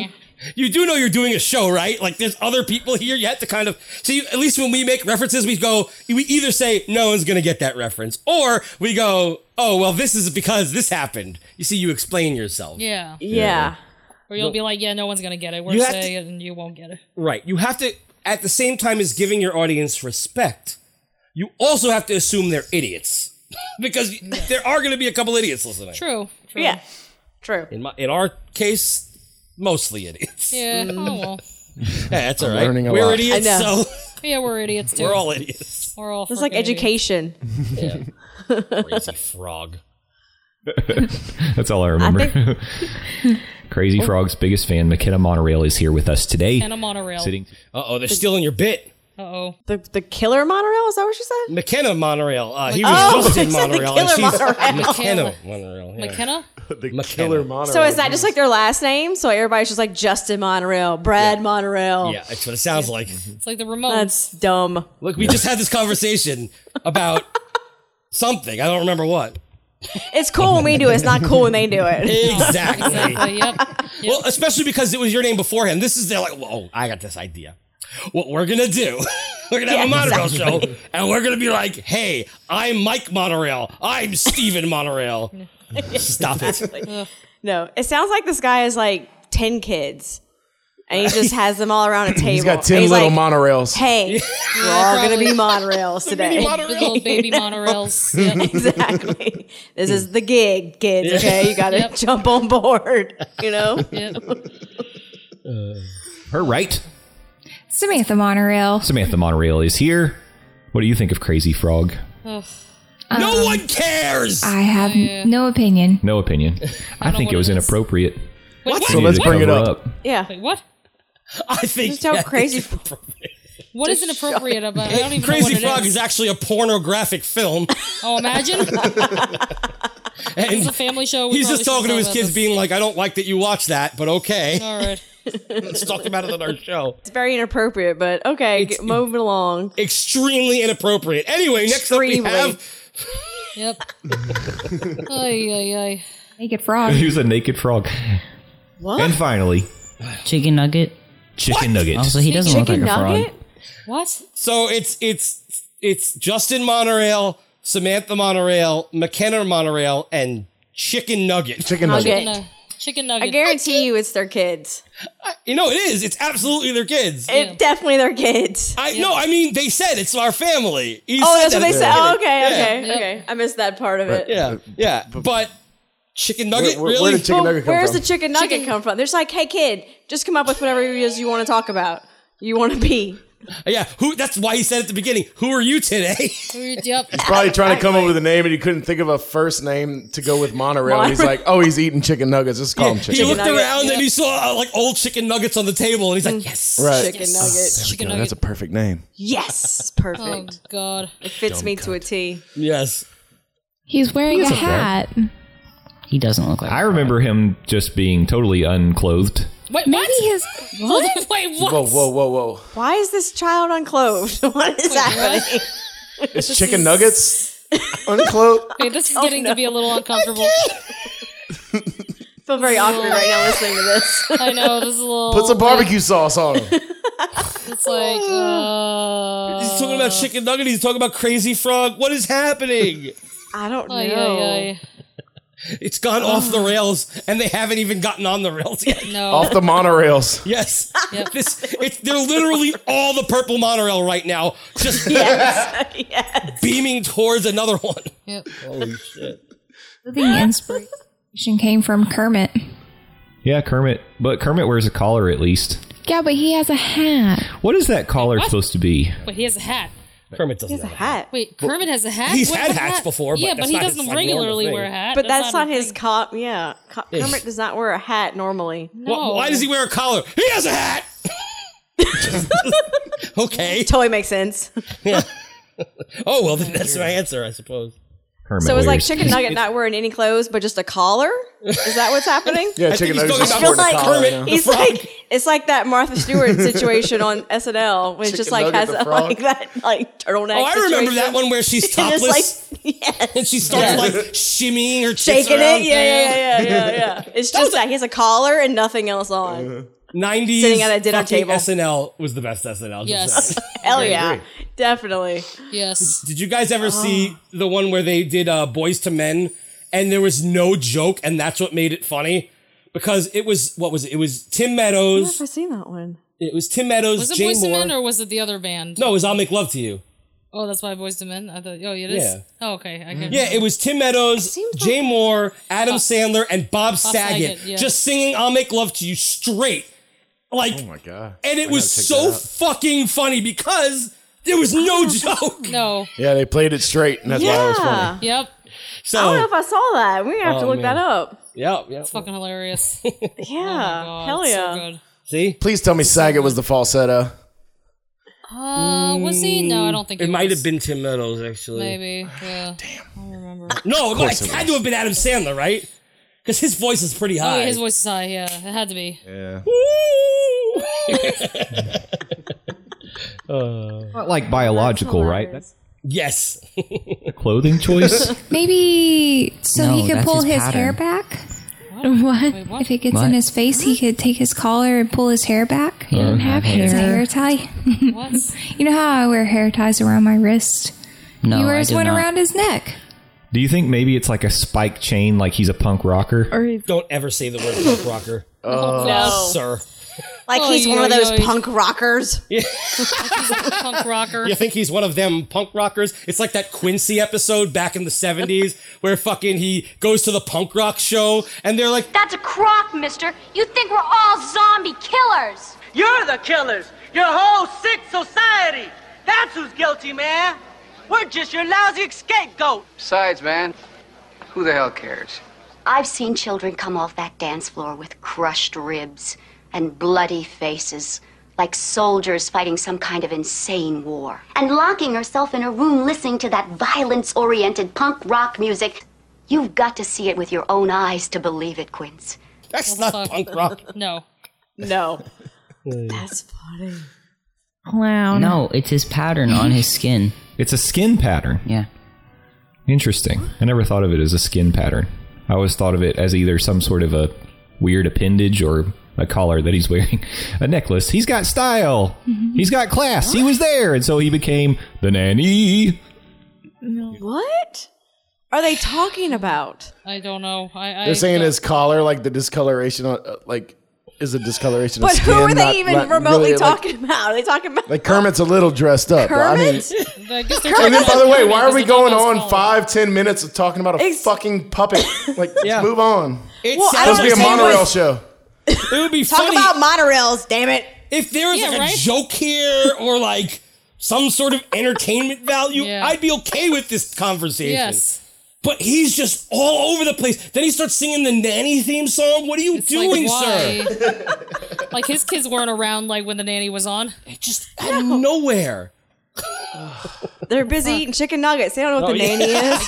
Speaker 1: bang. You do know you're doing a show, right? Like there's other people here. You have to kind of see. At least when we make references, we go. We either say no one's gonna get that reference, or we go, oh well, this is because this happened. You see, you explain yourself.
Speaker 3: Yeah.
Speaker 5: Yeah.
Speaker 3: Or you'll be like, yeah, no one's gonna get it. We're
Speaker 1: You have
Speaker 3: saying it, and you won't get it.
Speaker 1: Right. You have to, at the same time as giving your audience respect, you also have to assume they're idiots because there are going to be a couple idiots listening.
Speaker 3: True. True.
Speaker 5: Yeah. True.
Speaker 1: In my, in our case, mostly idiots.
Speaker 3: Yeah. Oh well.
Speaker 1: Yeah, that's all
Speaker 10: I'm
Speaker 1: right.
Speaker 10: learning a
Speaker 1: We're
Speaker 10: lot.
Speaker 1: idiots,
Speaker 5: I know.
Speaker 1: so
Speaker 3: Yeah, we're idiots too.
Speaker 1: we're all idiots.
Speaker 3: We're all.
Speaker 5: It's like
Speaker 3: frickin' idiots.
Speaker 5: education.
Speaker 1: Crazy frog.
Speaker 17: That's all I remember. Crazy Frog's biggest fan, McKenna Monorail, is here with us today.
Speaker 3: And a monorail.
Speaker 17: Sitting.
Speaker 1: Uh oh, they're stealing your bit.
Speaker 3: Uh oh.
Speaker 5: The the killer monorail is that what you said?
Speaker 1: McKenna Monorail. Uh, he
Speaker 5: Oh,
Speaker 1: was
Speaker 5: I
Speaker 1: Justin
Speaker 5: said the
Speaker 1: Monorail, and
Speaker 5: killer
Speaker 1: she's
Speaker 5: monorail.
Speaker 1: McKenna
Speaker 3: McKenna.
Speaker 1: Monorail. yeah.
Speaker 3: McKenna.
Speaker 10: the killer monorail.
Speaker 5: So is that just like their last name? So everybody's just like Justin Monorail, Brad Monorail.
Speaker 1: Yeah, that's what it sounds like.
Speaker 3: It's like the remote.
Speaker 5: That's dumb.
Speaker 1: Look, we just had this conversation about something. I don't remember what.
Speaker 5: It's cool when we do it. It's not cool when they do it.
Speaker 1: Exactly.
Speaker 3: yep.
Speaker 1: Well, especially because it was your name beforehand. This is they're like, whoa, I got this idea. What we're gonna do? We're gonna have
Speaker 2: Yeah,
Speaker 1: a monorail
Speaker 2: exactly.
Speaker 1: show, and we're gonna be like, "Hey, I'm Mike Monorail. I'm Steven Monorail." Stop it.
Speaker 5: Exactly. no, it sounds like this guy is like ten kids, and he just has them all around a table.
Speaker 10: He's got
Speaker 5: And
Speaker 10: 10
Speaker 5: he's
Speaker 10: little
Speaker 5: like,
Speaker 10: monorails.
Speaker 5: Hey, we're all gonna be monorails today.
Speaker 3: Big old baby monorails.
Speaker 5: exactly. This is the gig, kids. Okay, you gotta
Speaker 3: Yep.
Speaker 5: jump on board. You know.
Speaker 17: Her right.
Speaker 19: Samantha Monorail.
Speaker 17: Samantha Monorail is here. What do you think of Crazy Frog?
Speaker 19: no
Speaker 1: one cares.
Speaker 19: I have no opinion.
Speaker 17: No opinion. I, think it was inappropriate.
Speaker 3: What?
Speaker 17: They
Speaker 3: So
Speaker 17: needed
Speaker 3: let's
Speaker 17: to
Speaker 3: bring it
Speaker 17: cover
Speaker 3: up.
Speaker 5: Yeah.
Speaker 3: Wait, what?
Speaker 1: I think
Speaker 3: Just how
Speaker 1: yeah,
Speaker 3: crazy-
Speaker 1: it's appropriate.
Speaker 3: What is inappropriate about it? I don't even know what
Speaker 1: Crazy
Speaker 3: it
Speaker 1: Frog is.
Speaker 3: is.
Speaker 1: actually a pornographic film.
Speaker 3: Oh, imagine. it's a family show. we
Speaker 1: He's just
Speaker 3: probably
Speaker 1: talking to his
Speaker 3: shouldn't
Speaker 1: kids, being like, "I don't like that you watch that, but okay."
Speaker 3: All right.
Speaker 1: Let's talk about it on our show.
Speaker 5: It's very inappropriate, but okay, get, moving along.
Speaker 1: Extremely inappropriate. Anyway, next up we have
Speaker 3: Yep. ay, ay, ay.
Speaker 19: Naked frog.
Speaker 17: He was a naked frog.
Speaker 5: What?
Speaker 17: And finally,
Speaker 20: Chicken nugget.
Speaker 17: Chicken nugget.
Speaker 3: oh,
Speaker 20: Also, he doesn't look like a frog.
Speaker 3: What?
Speaker 1: So it's it's it's Justin Monorail, Samantha Monorail, McKenna Monorail, and Chicken Nugget. Chicken
Speaker 5: Nugget.
Speaker 3: Chicken nugget.
Speaker 5: I guarantee you, it's their kids.
Speaker 1: You know it is. It's absolutely their kids.
Speaker 5: It definitely their kids.
Speaker 1: I no. I mean, they said it's our family. He
Speaker 5: oh,
Speaker 1: said
Speaker 5: that's
Speaker 1: that
Speaker 5: what they
Speaker 1: at the
Speaker 5: said. Oh,
Speaker 1: beginning.
Speaker 5: okay, okay,
Speaker 1: Yeah.
Speaker 5: okay. I missed that part of it.
Speaker 1: Yeah, yeah. But, Chicken Nugget,
Speaker 10: Where- where-
Speaker 1: really?
Speaker 10: where did Chicken Well, Nugget come
Speaker 5: Where's the chicken nugget come from? They're just like, hey, kid, just come up with whatever it is you want to talk about. You want to be.
Speaker 1: Yeah, who? That's why he said at the beginning, "Who are you today?"
Speaker 3: yep.
Speaker 10: He's probably trying to come up with a name, and he couldn't think of a first name to go with monorail. And he's
Speaker 1: Monorail.
Speaker 10: like, "Oh, he's eating chicken nuggets. Just call him
Speaker 1: He
Speaker 10: chicken."
Speaker 1: looked
Speaker 10: nuggets.
Speaker 1: around and he saw uh, like old chicken nuggets on the table, and he's
Speaker 5: Mm.
Speaker 1: like, "Yes,
Speaker 10: Right.
Speaker 5: Chicken
Speaker 10: Yes.
Speaker 5: nugget.
Speaker 10: There we
Speaker 5: Chicken
Speaker 10: go.
Speaker 5: nugget.
Speaker 10: That's a perfect name.
Speaker 5: Yes, perfect.
Speaker 3: Oh God,
Speaker 5: it fits
Speaker 10: Dumb
Speaker 5: me to a T.
Speaker 1: Yes.
Speaker 19: He's wearing
Speaker 5: He's
Speaker 19: a
Speaker 5: a frog.
Speaker 19: hat.
Speaker 17: He doesn't look like. I remember him just being totally unclothed.
Speaker 3: Wait, maybe
Speaker 19: his.
Speaker 3: What? Wait, what?
Speaker 10: whoa, whoa, whoa!
Speaker 5: Why is this child unclothed? What is happening?
Speaker 10: It's chicken nuggets. Unclothed.
Speaker 3: Okay, this is getting to be a little uncomfortable.
Speaker 5: I feel very awkward right now listening to this.
Speaker 3: I know this is a little.
Speaker 10: Put some barbecue sauce on him.
Speaker 3: It's like uh,
Speaker 1: He's talking about chicken nugget. He's talking about crazy frog. What is happening?
Speaker 5: I don't know.
Speaker 3: Ay, ay,
Speaker 1: it's gone off the rails, and they haven't even gotten on the rails yet.
Speaker 3: No.
Speaker 10: Off the monorails.
Speaker 1: Yes. This. It's. They're literally all the purple monorail right now, just
Speaker 5: yes. yes.
Speaker 1: beaming towards another one.
Speaker 3: Yep.
Speaker 1: Holy shit.
Speaker 19: The inspiration came from Kermit.
Speaker 17: Yeah, Kermit. But Kermit wears a collar at least.
Speaker 19: Yeah, but he has a hat.
Speaker 17: What is that collar
Speaker 3: What?
Speaker 17: supposed to be?
Speaker 3: Wait, he has a hat.
Speaker 1: Kermit
Speaker 5: He
Speaker 1: doesn't.
Speaker 5: has a hat.
Speaker 3: Wait, Kermit has a hat.
Speaker 1: He's
Speaker 3: What-
Speaker 1: had
Speaker 3: what
Speaker 1: hats
Speaker 3: hat?
Speaker 1: before, but
Speaker 3: yeah,
Speaker 1: that's
Speaker 3: but he
Speaker 1: not his,
Speaker 3: doesn't
Speaker 1: like, normal
Speaker 3: regularly
Speaker 1: thing.
Speaker 3: wear a hat.
Speaker 5: But that's, not,
Speaker 3: a
Speaker 5: his cop. Yeah, Co-
Speaker 1: Yes.
Speaker 5: Kermit does not wear a hat normally.
Speaker 1: Why, why does he wear a collar? He has a hat. okay.
Speaker 5: Totally makes sense.
Speaker 1: Oh well, then that's my answer, I suppose.
Speaker 17: Kermit
Speaker 5: So it's like
Speaker 17: wears-
Speaker 5: chicken nugget not wearing any clothes, but just a collar. Is that what's happening?
Speaker 17: Yeah, I think Chicken he's Nugget's talking just about
Speaker 5: feels
Speaker 17: wearing a
Speaker 5: like
Speaker 17: collar now.
Speaker 5: he's
Speaker 17: The frog.
Speaker 5: like it's like that Martha Stewart situation on SNL, when it just
Speaker 1: Chicken
Speaker 5: like
Speaker 1: Nugget
Speaker 5: has
Speaker 1: the
Speaker 5: a,
Speaker 1: frog.
Speaker 5: like that like turtleneck.
Speaker 1: Oh, I remember
Speaker 5: situation.
Speaker 1: that one where she's
Speaker 5: And it's
Speaker 1: topless
Speaker 5: like, yes.
Speaker 1: and she starts like shimmying her tits
Speaker 5: shaking
Speaker 1: around.
Speaker 5: it. Yeah, yeah, yeah, yeah, yeah. yeah. It's just that he has a collar and nothing else
Speaker 1: Uh-huh.
Speaker 5: on.
Speaker 1: Nineties
Speaker 5: Sitting at a dinner table.
Speaker 1: SNL was the best SNL. just
Speaker 5: Yes.
Speaker 1: saying.
Speaker 5: Hell
Speaker 1: I
Speaker 5: yeah,
Speaker 1: agree.
Speaker 5: definitely.
Speaker 3: Yes.
Speaker 1: Did you guys ever
Speaker 5: Oh.
Speaker 1: see the one where they did uh, Boys to Men and there was no joke and that's what made it funny because it was what was it? It was Tim
Speaker 5: I've
Speaker 1: Meadows.
Speaker 5: never seen that one.
Speaker 1: It was Tim Meadows.
Speaker 3: Was it
Speaker 1: Jane
Speaker 3: Boys to
Speaker 1: Moore.
Speaker 3: Men or was it the other band?
Speaker 1: no, it was I'll Make Love to You.
Speaker 3: Oh, that's why Boys to Men. I thought. Oh, it is.
Speaker 1: Yeah.
Speaker 3: Oh, okay. I can
Speaker 1: Yeah, it was Tim Meadows, Jay Moore, Adam Sandler, and Bob, Saget,
Speaker 3: Saget, yeah.
Speaker 1: just singing "I'll Make Love to You" straight, like,
Speaker 10: Oh my god!
Speaker 1: and
Speaker 10: I
Speaker 1: it
Speaker 10: gotta
Speaker 1: was
Speaker 10: check
Speaker 1: so
Speaker 10: that out.
Speaker 1: fucking funny because there was no joke.
Speaker 3: No.
Speaker 10: Yeah, they played it straight, and that's why it was funny.
Speaker 3: Yep.
Speaker 1: So
Speaker 5: I don't know if I saw that. We are gonna have to
Speaker 1: Oh,
Speaker 5: look
Speaker 1: man.
Speaker 5: that up.
Speaker 1: Yeah, yeah.
Speaker 3: It's fucking hilarious. Oh,
Speaker 5: Yeah, hell yeah.
Speaker 1: See,
Speaker 10: please tell me Saget was the falsetto.
Speaker 3: Uh, was he? No, I don't think
Speaker 1: it
Speaker 3: he
Speaker 1: might
Speaker 3: was.
Speaker 1: have been Tim Meadows actually.
Speaker 3: Maybe. Yeah. Damn. I don't remember.
Speaker 1: No,
Speaker 3: Of
Speaker 1: it might-
Speaker 3: course it
Speaker 1: had to have been Adam Sandler, right? because his voice is pretty
Speaker 3: Oh,
Speaker 1: high.
Speaker 3: yeah, his voice is high. Yeah, it had to be.
Speaker 10: Yeah.
Speaker 17: Not like biological, right? That's
Speaker 1: yes.
Speaker 17: a clothing choice.
Speaker 19: Maybe so
Speaker 17: No,
Speaker 19: he could
Speaker 17: that's
Speaker 19: pull
Speaker 17: his
Speaker 19: his, hair
Speaker 17: pattern.
Speaker 19: back. What? If it gets in
Speaker 17: What?
Speaker 19: his face, he could take his collar and pull his hair back.
Speaker 17: He doesn't have
Speaker 19: It's a
Speaker 17: hair.
Speaker 19: hair tie. you know how I wear hair ties around my wrist?
Speaker 17: No,
Speaker 19: he
Speaker 17: I
Speaker 19: wears
Speaker 17: do
Speaker 19: one
Speaker 17: not.
Speaker 19: around his neck.
Speaker 17: Do you think maybe it's like a spike chain, like he's a punk rocker?
Speaker 1: Don't ever say the word punk rocker.
Speaker 17: Oh.
Speaker 5: No.
Speaker 1: sir.
Speaker 5: Like
Speaker 3: Oh,
Speaker 5: he's
Speaker 3: yeah,
Speaker 5: one of those
Speaker 3: yeah, yeah.
Speaker 5: punk rockers.
Speaker 3: Punk rocker.
Speaker 1: You think he's one of them punk rockers? It's like that Quincy episode back in the 70s where fucking he goes to the punk rock show and they're like,
Speaker 21: That's a crock, mister. You think we're all zombie killers.
Speaker 22: You're the killers. Your whole sick society. That's who's guilty, man. We're just your lousy scapegoat.
Speaker 23: Besides, man, who the hell cares?
Speaker 21: I've seen children come off that dance floor with crushed ribs and bloody faces, like soldiers fighting some kind of insane war. And locking herself in a room listening to that violence oriented punk rock music. You've got to see it with your own eyes to believe it, Quince.
Speaker 1: That's not punk rock.
Speaker 3: No.
Speaker 5: No. That's funny.
Speaker 19: Clown.
Speaker 20: No, it's his pattern on his skin.
Speaker 17: It's a skin pattern.
Speaker 20: Yeah.
Speaker 17: Interesting. I never thought of it as a skin pattern. I always thought of it as either some sort of a weird appendage or a collar that he's wearing, a necklace. He's got style.
Speaker 5: Mm-hmm.
Speaker 17: He's got class. He was there, and so he became the nanny.
Speaker 5: What are they talking about?
Speaker 3: I don't know. I, I
Speaker 10: They're saying
Speaker 3: don't-
Speaker 10: his collar, like the discoloration, on- uh, like is a discoloration.
Speaker 5: But
Speaker 10: of
Speaker 5: who
Speaker 10: skin,
Speaker 5: are they
Speaker 10: not-
Speaker 5: even
Speaker 10: not
Speaker 5: remotely
Speaker 10: really, like-
Speaker 5: talking about? Are they talking about
Speaker 10: Like, Kermit's a little dressed up. but I mean,
Speaker 5: Kermit?
Speaker 3: I guess they're
Speaker 10: and then, by the way, why are we going
Speaker 3: Because
Speaker 10: on five, ten minutes of talking about a fucking puppet? Like, let's move on.
Speaker 1: It
Speaker 5: Well, I
Speaker 10: supposed to be a
Speaker 5: understand
Speaker 10: monorail
Speaker 5: why-
Speaker 10: show.
Speaker 1: it would be
Speaker 5: Talk
Speaker 1: funny
Speaker 5: about monorails, damn it.
Speaker 1: if there was like a joke here or like some sort of entertainment value. I'd be okay with this conversation.
Speaker 3: Yes.
Speaker 1: But he's just all over the place. Then he starts singing the nanny theme song. What are you
Speaker 3: like,
Speaker 1: doing,
Speaker 3: why?
Speaker 1: sir?
Speaker 3: like his kids weren't around like when the nanny was on. It
Speaker 1: just out of nowhere.
Speaker 5: They're busy eating chicken nuggets. They don't know what
Speaker 1: Oh,
Speaker 5: the
Speaker 1: yeah.
Speaker 5: nanny is.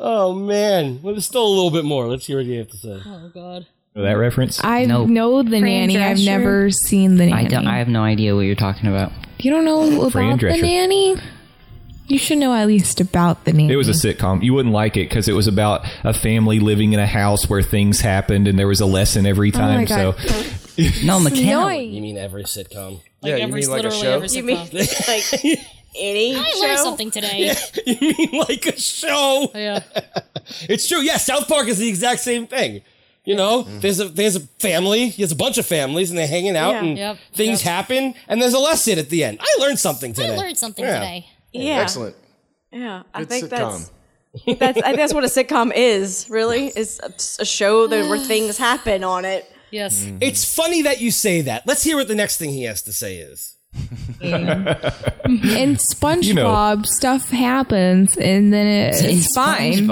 Speaker 1: Oh man. Well, there's still a little bit more. Let's hear what you have to say.
Speaker 3: Oh god.
Speaker 17: That reference?
Speaker 19: I
Speaker 20: Nope.
Speaker 19: know the
Speaker 20: Fran
Speaker 19: nanny. I've
Speaker 20: Drescher?
Speaker 19: never seen the nanny.
Speaker 20: I don't. I have no idea what you're talking about.
Speaker 19: you don't know
Speaker 17: Fran
Speaker 19: about the
Speaker 17: Drescher.
Speaker 19: nanny? You should know at least about the nanny.
Speaker 17: It was a sitcom. You wouldn't like it because it was about a family living in a house where things happened and there was a lesson every
Speaker 19: Oh my
Speaker 17: time.
Speaker 19: God.
Speaker 17: So, no,
Speaker 1: You mean every sitcom?
Speaker 17: Like Yeah, you every- mean like a literally show? every
Speaker 5: You mean like any
Speaker 3: I
Speaker 5: show?
Speaker 3: learned something today.
Speaker 1: you mean like a show?
Speaker 3: Yeah.
Speaker 1: it's true. Yeah, South Park is the exact same thing. You know, there's a there's a family, there's a bunch of families, and they're hanging out,
Speaker 3: Mm-hmm. Yeah.
Speaker 1: and
Speaker 3: Yep,
Speaker 1: things
Speaker 3: yep.
Speaker 1: happen, and there's a lesson at the end. I learned something today.
Speaker 3: I learned something
Speaker 1: Yeah.
Speaker 3: today.
Speaker 5: Yeah.
Speaker 10: Excellent.
Speaker 5: Yeah, I
Speaker 10: Good
Speaker 5: think
Speaker 10: sitcom.
Speaker 5: that's that's I think that's what a sitcom is. Really, is a, a show that where things happen on it.
Speaker 3: Yes.
Speaker 1: It's funny that you say that. Let's hear what the next thing he has to say is.
Speaker 19: in SpongeBob,
Speaker 17: You know.
Speaker 19: stuff happens, and then it, it's fine.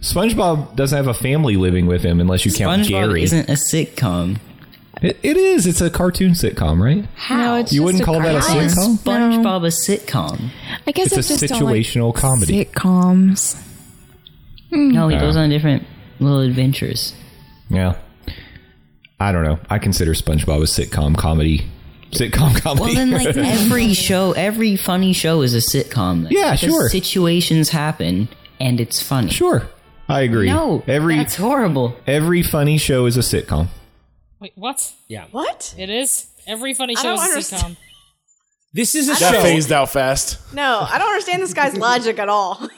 Speaker 17: SpongeBob doesn't have a family living with him unless you count
Speaker 20: SpongeBob
Speaker 17: Gary.
Speaker 20: isn't a sitcom.
Speaker 17: It, it is. It's a cartoon sitcom, right?
Speaker 19: How
Speaker 17: You wouldn't call that a
Speaker 20: How is
Speaker 17: sitcom?
Speaker 20: SpongeBob a sitcom?
Speaker 19: I guess
Speaker 17: It's
Speaker 19: I
Speaker 17: a
Speaker 19: just don't like
Speaker 17: situational comedy.
Speaker 19: Sitcoms. Mm.
Speaker 20: No, he
Speaker 17: Uh.
Speaker 20: goes on different little adventures.
Speaker 17: Yeah. I don't know. I consider SpongeBob a sitcom comedy. Sitcom comedy.
Speaker 20: Well, then, like every show, every funny show is a sitcom. Like,
Speaker 17: Yeah,
Speaker 20: because
Speaker 17: sure.
Speaker 20: Situations happen, and it's funny.
Speaker 17: Sure, I agree.
Speaker 20: No,
Speaker 17: every
Speaker 20: that's horrible.
Speaker 17: every funny show is a sitcom.
Speaker 3: Wait, what?
Speaker 1: Yeah.
Speaker 5: What?
Speaker 3: It is. Every funny
Speaker 5: I
Speaker 3: show
Speaker 5: don't
Speaker 3: is a sitcom.
Speaker 1: This is a
Speaker 10: That
Speaker 1: show.
Speaker 10: phased out fast.
Speaker 5: No, I don't understand this guy's logic at all.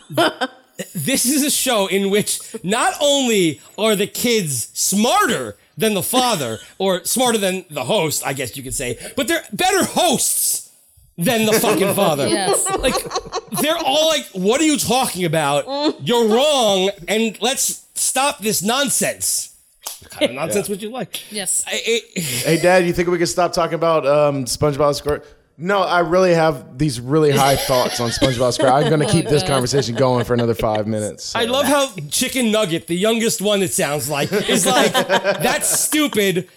Speaker 1: This is a show in which not only are the kids smarter than the father, or smarter than the host, I guess you could say, but they're better hosts than the fucking father.
Speaker 22: Yes.
Speaker 1: Like, they're all like, what are you talking about? You're wrong, and let's stop this nonsense. What kind of nonsense
Speaker 10: Yeah.
Speaker 1: would you like?
Speaker 3: Yes.
Speaker 1: I,
Speaker 10: hey, Dad, you think we could stop talking about um, SpongeBob Square? No, I really have these really high thoughts on SpongeBob Square. I'm going to keep
Speaker 17: Oh,
Speaker 10: this conversation going for another five minutes.
Speaker 1: I love how Chicken Nugget, the youngest one, it sounds like, is like, that's stupid.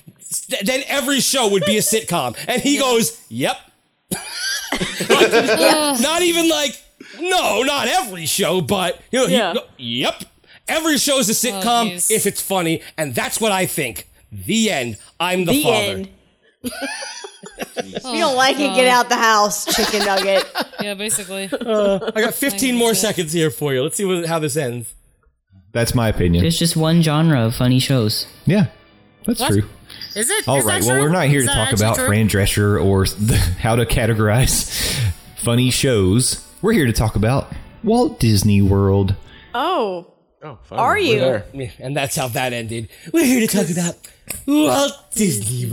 Speaker 1: Th- Then every show would be a sitcom. And he goes, yep. Like, not even like, no, not every show, but, you know, he-
Speaker 22: Yeah.
Speaker 1: yep. Every show is a sitcom if it's funny, and that's what I think. The end. I'm the,
Speaker 5: The
Speaker 1: father.
Speaker 5: end. If you don't like it, get out the house, chicken nugget.
Speaker 3: yeah, basically.
Speaker 1: Uh, I got 15 more seconds here for you. Let's see what, how this ends.
Speaker 17: That's my opinion.
Speaker 20: There's just one genre of funny shows.
Speaker 17: Yeah, that's
Speaker 3: What?
Speaker 17: true.
Speaker 3: Is it?
Speaker 17: All
Speaker 3: Is that
Speaker 17: right. Well,
Speaker 3: true?
Speaker 17: we're not here
Speaker 3: Is
Speaker 17: to
Speaker 3: that
Speaker 17: talk
Speaker 3: actually
Speaker 17: about
Speaker 3: true?
Speaker 17: Fran Drescher or the, how to categorize funny shows. We're here to talk about Walt Disney World.
Speaker 5: Oh. Are you?
Speaker 1: Yeah, And that's how that ended. We're here to talk about Walt Disney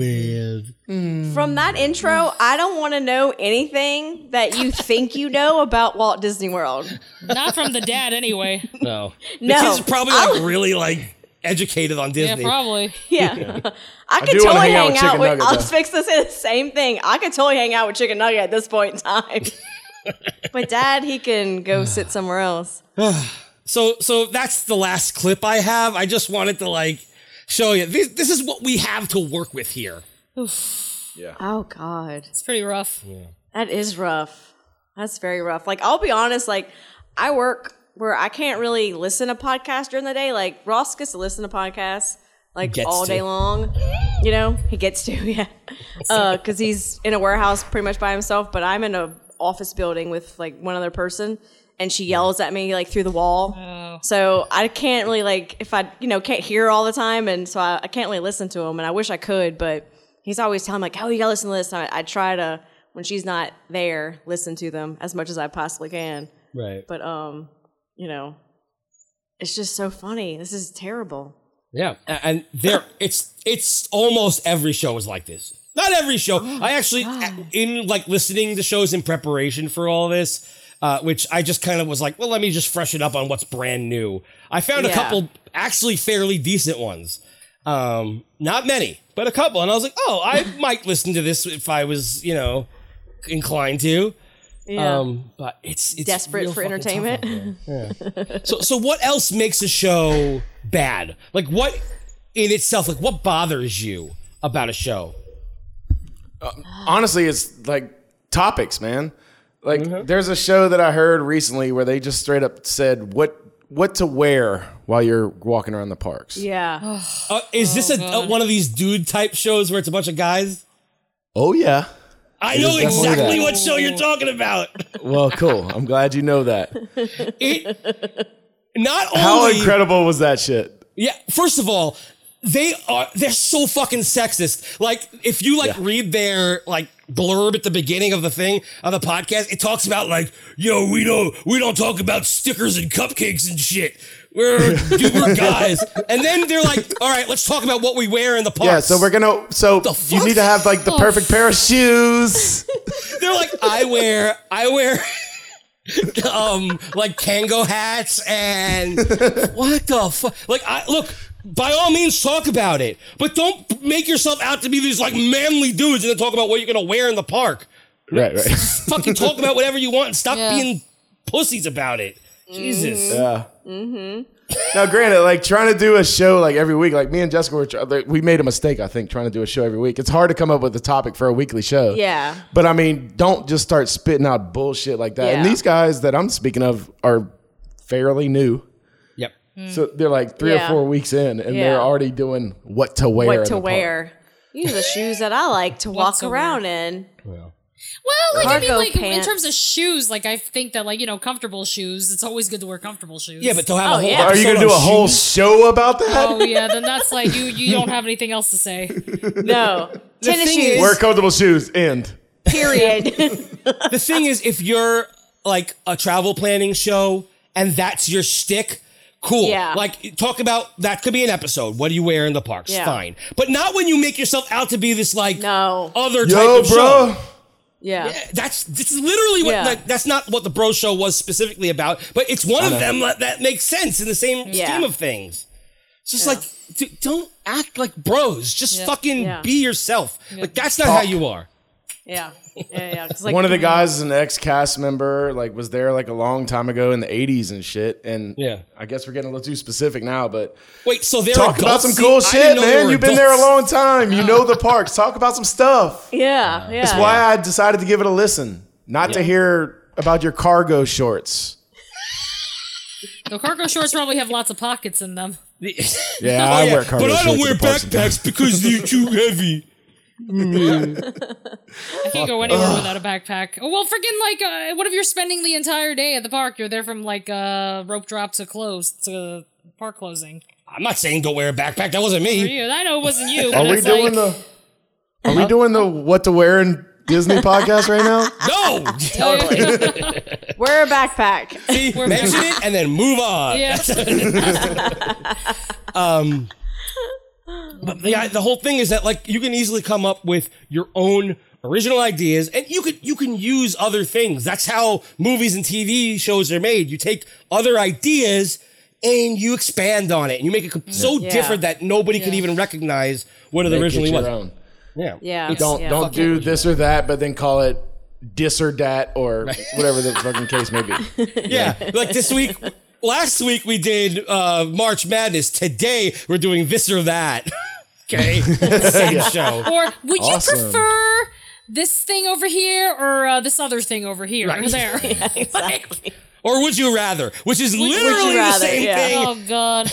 Speaker 1: World.
Speaker 5: From that intro, I don't want to know anything that you think you know about Walt Disney World.
Speaker 3: Not from the dad, anyway.
Speaker 1: No.
Speaker 5: No.
Speaker 1: The kids are probably like really like educated on Disney.
Speaker 3: Yeah, probably.
Speaker 5: Yeah. I
Speaker 1: I
Speaker 5: could
Speaker 1: do wanna
Speaker 5: totally
Speaker 1: hang out with
Speaker 5: hang out
Speaker 1: Chicken
Speaker 5: with,
Speaker 1: Nugget,
Speaker 5: I'll
Speaker 1: though.
Speaker 5: fix this in the same thing. I could totally hang out with Chicken Nugget at this point in time. but dad, he can go sit somewhere else.
Speaker 1: so so that's the last clip I have. I just wanted to like show you this this is what we have to work with here.
Speaker 5: Yeah. Oh God. It's
Speaker 3: pretty rough.
Speaker 5: That is rough. That's very rough. Like I'll be honest, like I work where I can't really listen to podcasts during the day. Like Ross gets to listen to podcasts like
Speaker 9: Gets
Speaker 5: all
Speaker 9: to.
Speaker 5: day long. You know, he gets to, yeah. Uh, cuz he's in a warehouse pretty much by himself, but I'm in a office building with like one other person and she yells at me like through the wall. So I can't really like if I, you know, can't hear all the time and so I, I can't really listen to him and I wish I could, but he's always telling me like, "Oh, you got to listen to this." And I, I try to when she's not there, listen to them as much as I possibly can.
Speaker 1: Right.
Speaker 5: But um, you know, it's just so funny. This is terrible.
Speaker 1: Yeah. A- And there it's it's almost every show is like this. Not every show.
Speaker 5: Oh
Speaker 1: I actually in like listening to shows in preparation for all this, uh, which I just kind of was like, well, let me just freshen up on what's brand new. I found a
Speaker 24: Yeah.
Speaker 1: couple actually fairly decent ones. Um, not many, but a couple. And I was like, oh, I might listen to this if I was, you know, inclined to.
Speaker 5: Yeah.
Speaker 1: Um, but it's it's
Speaker 5: Desperate
Speaker 1: real
Speaker 5: for
Speaker 1: fucking tough out
Speaker 5: entertainment.
Speaker 1: so so what else makes a show bad? Like what in itself, like what bothers you about a show?
Speaker 10: honestly, it's like topics, man. Like
Speaker 17: Mm-hmm.
Speaker 10: there's a show that I heard recently where they just straight up said what what to wear while you're walking around the parks.
Speaker 5: yeah.
Speaker 1: Uh, is this a, a- one of these dude type shows where it's a bunch of guys?
Speaker 10: Oh yeah.
Speaker 1: I
Speaker 10: It is
Speaker 1: know
Speaker 10: definitely
Speaker 1: exactly
Speaker 10: that.
Speaker 1: what show you're talking about.
Speaker 10: Well, cool. I'm glad you know that.
Speaker 1: It- not only
Speaker 10: How incredible was that shit?
Speaker 1: Yeah, first of all, they are they're so fucking sexist. Like if you like read their like blurb at the beginning of the thing of the podcast, it talks about like, yo, we don't we don't talk about stickers and cupcakes and shit. We're, dude, we're guys. And then they're like, all right, let's talk about what we wear in the park.
Speaker 10: Yeah, so we're gonna. So you need to have like the
Speaker 1: Oh.
Speaker 10: perfect pair of shoes.
Speaker 1: They're like, I wear, I wear, um, like Kango hats and what the fuck? Like, I look. By all means, talk about it, but don't make yourself out to be these like manly dudes and then talk about what you're gonna wear in the park.
Speaker 10: Right, right.
Speaker 1: Fucking talk about whatever you want and stop being pussies about it. Jesus.
Speaker 10: Yeah. Now, granted, like trying to do a show like every week, like me and Jessica were, try- like, we made a mistake, I think, trying to do a show every week. It's hard to come up with a topic for a weekly show.
Speaker 5: Yeah.
Speaker 10: But I mean, don't just start spitting out bullshit like that. And
Speaker 5: Yeah.
Speaker 10: these guys that I'm speaking of are fairly new.
Speaker 1: Yep.
Speaker 10: So they're like three
Speaker 5: Mm. Yeah.
Speaker 10: or four weeks in, and
Speaker 5: Yeah.
Speaker 10: they're already doing what to wear. in
Speaker 5: what to
Speaker 10: the park.
Speaker 5: wear. These are the shoes that I like to walk around in.
Speaker 3: Well, like I mean,
Speaker 5: Cargo
Speaker 3: like
Speaker 5: pants.
Speaker 3: in terms of shoes, like I think that like you know, comfortable shoes. It's always good to wear comfortable shoes.
Speaker 1: Yeah, but they'll have a whole.
Speaker 10: Are you gonna do a whole show about that?
Speaker 3: Oh yeah, then that's like you you don't have anything else to say.
Speaker 5: No. Tennis
Speaker 1: thing is-
Speaker 5: shoes.
Speaker 10: Wear comfortable shoes. End.
Speaker 5: Period.
Speaker 1: the thing is, if you're like a travel planning show and that's your shtick, cool.
Speaker 24: Yeah.
Speaker 1: Like talk about that could be an episode. What do you wear in the parks?
Speaker 24: Yeah.
Speaker 1: Fine. But not when you make yourself out to be this like
Speaker 5: no.
Speaker 1: other
Speaker 24: Yo,
Speaker 1: type of
Speaker 24: bro.
Speaker 1: show.
Speaker 5: Yeah.
Speaker 1: That's that's literally what
Speaker 24: Yeah.
Speaker 1: like, that's not what the bro show was specifically about, but it's one
Speaker 24: I
Speaker 1: of
Speaker 24: know.
Speaker 1: them that, that makes sense in the same
Speaker 24: Yeah.
Speaker 1: scheme of things. It's just like d- don't act like bros. Just
Speaker 24: Yeah.
Speaker 1: fucking
Speaker 24: Yeah.
Speaker 1: be yourself. Like that's not
Speaker 10: Talk.
Speaker 1: how you are.
Speaker 5: Yeah. Yeah. yeah. 'Cause, like,
Speaker 10: One of the guys is an ex cast member, like was there like a long time ago in the '80s and shit. And
Speaker 1: yeah,
Speaker 10: I guess we're getting a little too specific now, but
Speaker 1: Wait, so they're
Speaker 10: talk about
Speaker 1: adults?
Speaker 10: some
Speaker 1: See,
Speaker 10: cool
Speaker 1: I didn't
Speaker 10: shit,
Speaker 1: know they
Speaker 10: man.
Speaker 1: were
Speaker 10: You've been there a
Speaker 1: adults.
Speaker 10: long time. You know the parks. Talk about some stuff.
Speaker 5: Yeah. Yeah.
Speaker 10: That's why I decided to give it a listen, not to hear about your cargo shorts.
Speaker 3: The cargo shorts probably have lots of pockets in them.
Speaker 10: Yeah, I wear cargo
Speaker 1: Oh, But I don't
Speaker 10: shorts
Speaker 1: wear
Speaker 10: to the parks and
Speaker 1: backpacks because they're too heavy.
Speaker 3: I can't go anywhere without a backpack. Oh, Well, freaking like, uh, what if you're spending the entire day at the park? You're there from like uh, rope drop to close to park closing.
Speaker 1: I'm not saying don't wear a backpack. That wasn't
Speaker 3: For
Speaker 1: me.
Speaker 3: you, I know it wasn't you.
Speaker 10: Are
Speaker 3: but
Speaker 10: we
Speaker 3: it's like,
Speaker 10: doing the? Are we doing the what to wear in Disney podcast right now?
Speaker 1: No,
Speaker 5: Totally. Wear a backpack.
Speaker 1: See, mention it and then move on. um, but the, the whole thing is that like you can easily come up with your own original ideas, and you could you can use other things. That's how movies and TV shows are made. You take other ideas and you expand on it, and you make it com- so
Speaker 5: Yeah.
Speaker 1: different that nobody could even recognize what it
Speaker 10: Make it
Speaker 1: originally
Speaker 10: your
Speaker 1: was.
Speaker 10: own.
Speaker 1: Yeah,
Speaker 5: Yeah.
Speaker 1: It's-
Speaker 10: Don't
Speaker 5: Yeah.
Speaker 10: don't
Speaker 5: Fuck
Speaker 10: do this or that, but then call it dis or dat or whatever the fucking case may be.
Speaker 1: Yeah, like this week. Last week we did uh, March Madness. Today we're doing this or that. okay, same
Speaker 10: Yeah.
Speaker 1: show.
Speaker 3: Or would
Speaker 1: Awesome.
Speaker 3: you prefer this thing over here or uh, this other thing over here or there? exactly.
Speaker 1: Or would you rather? Which is literally the same thing.
Speaker 3: Oh God.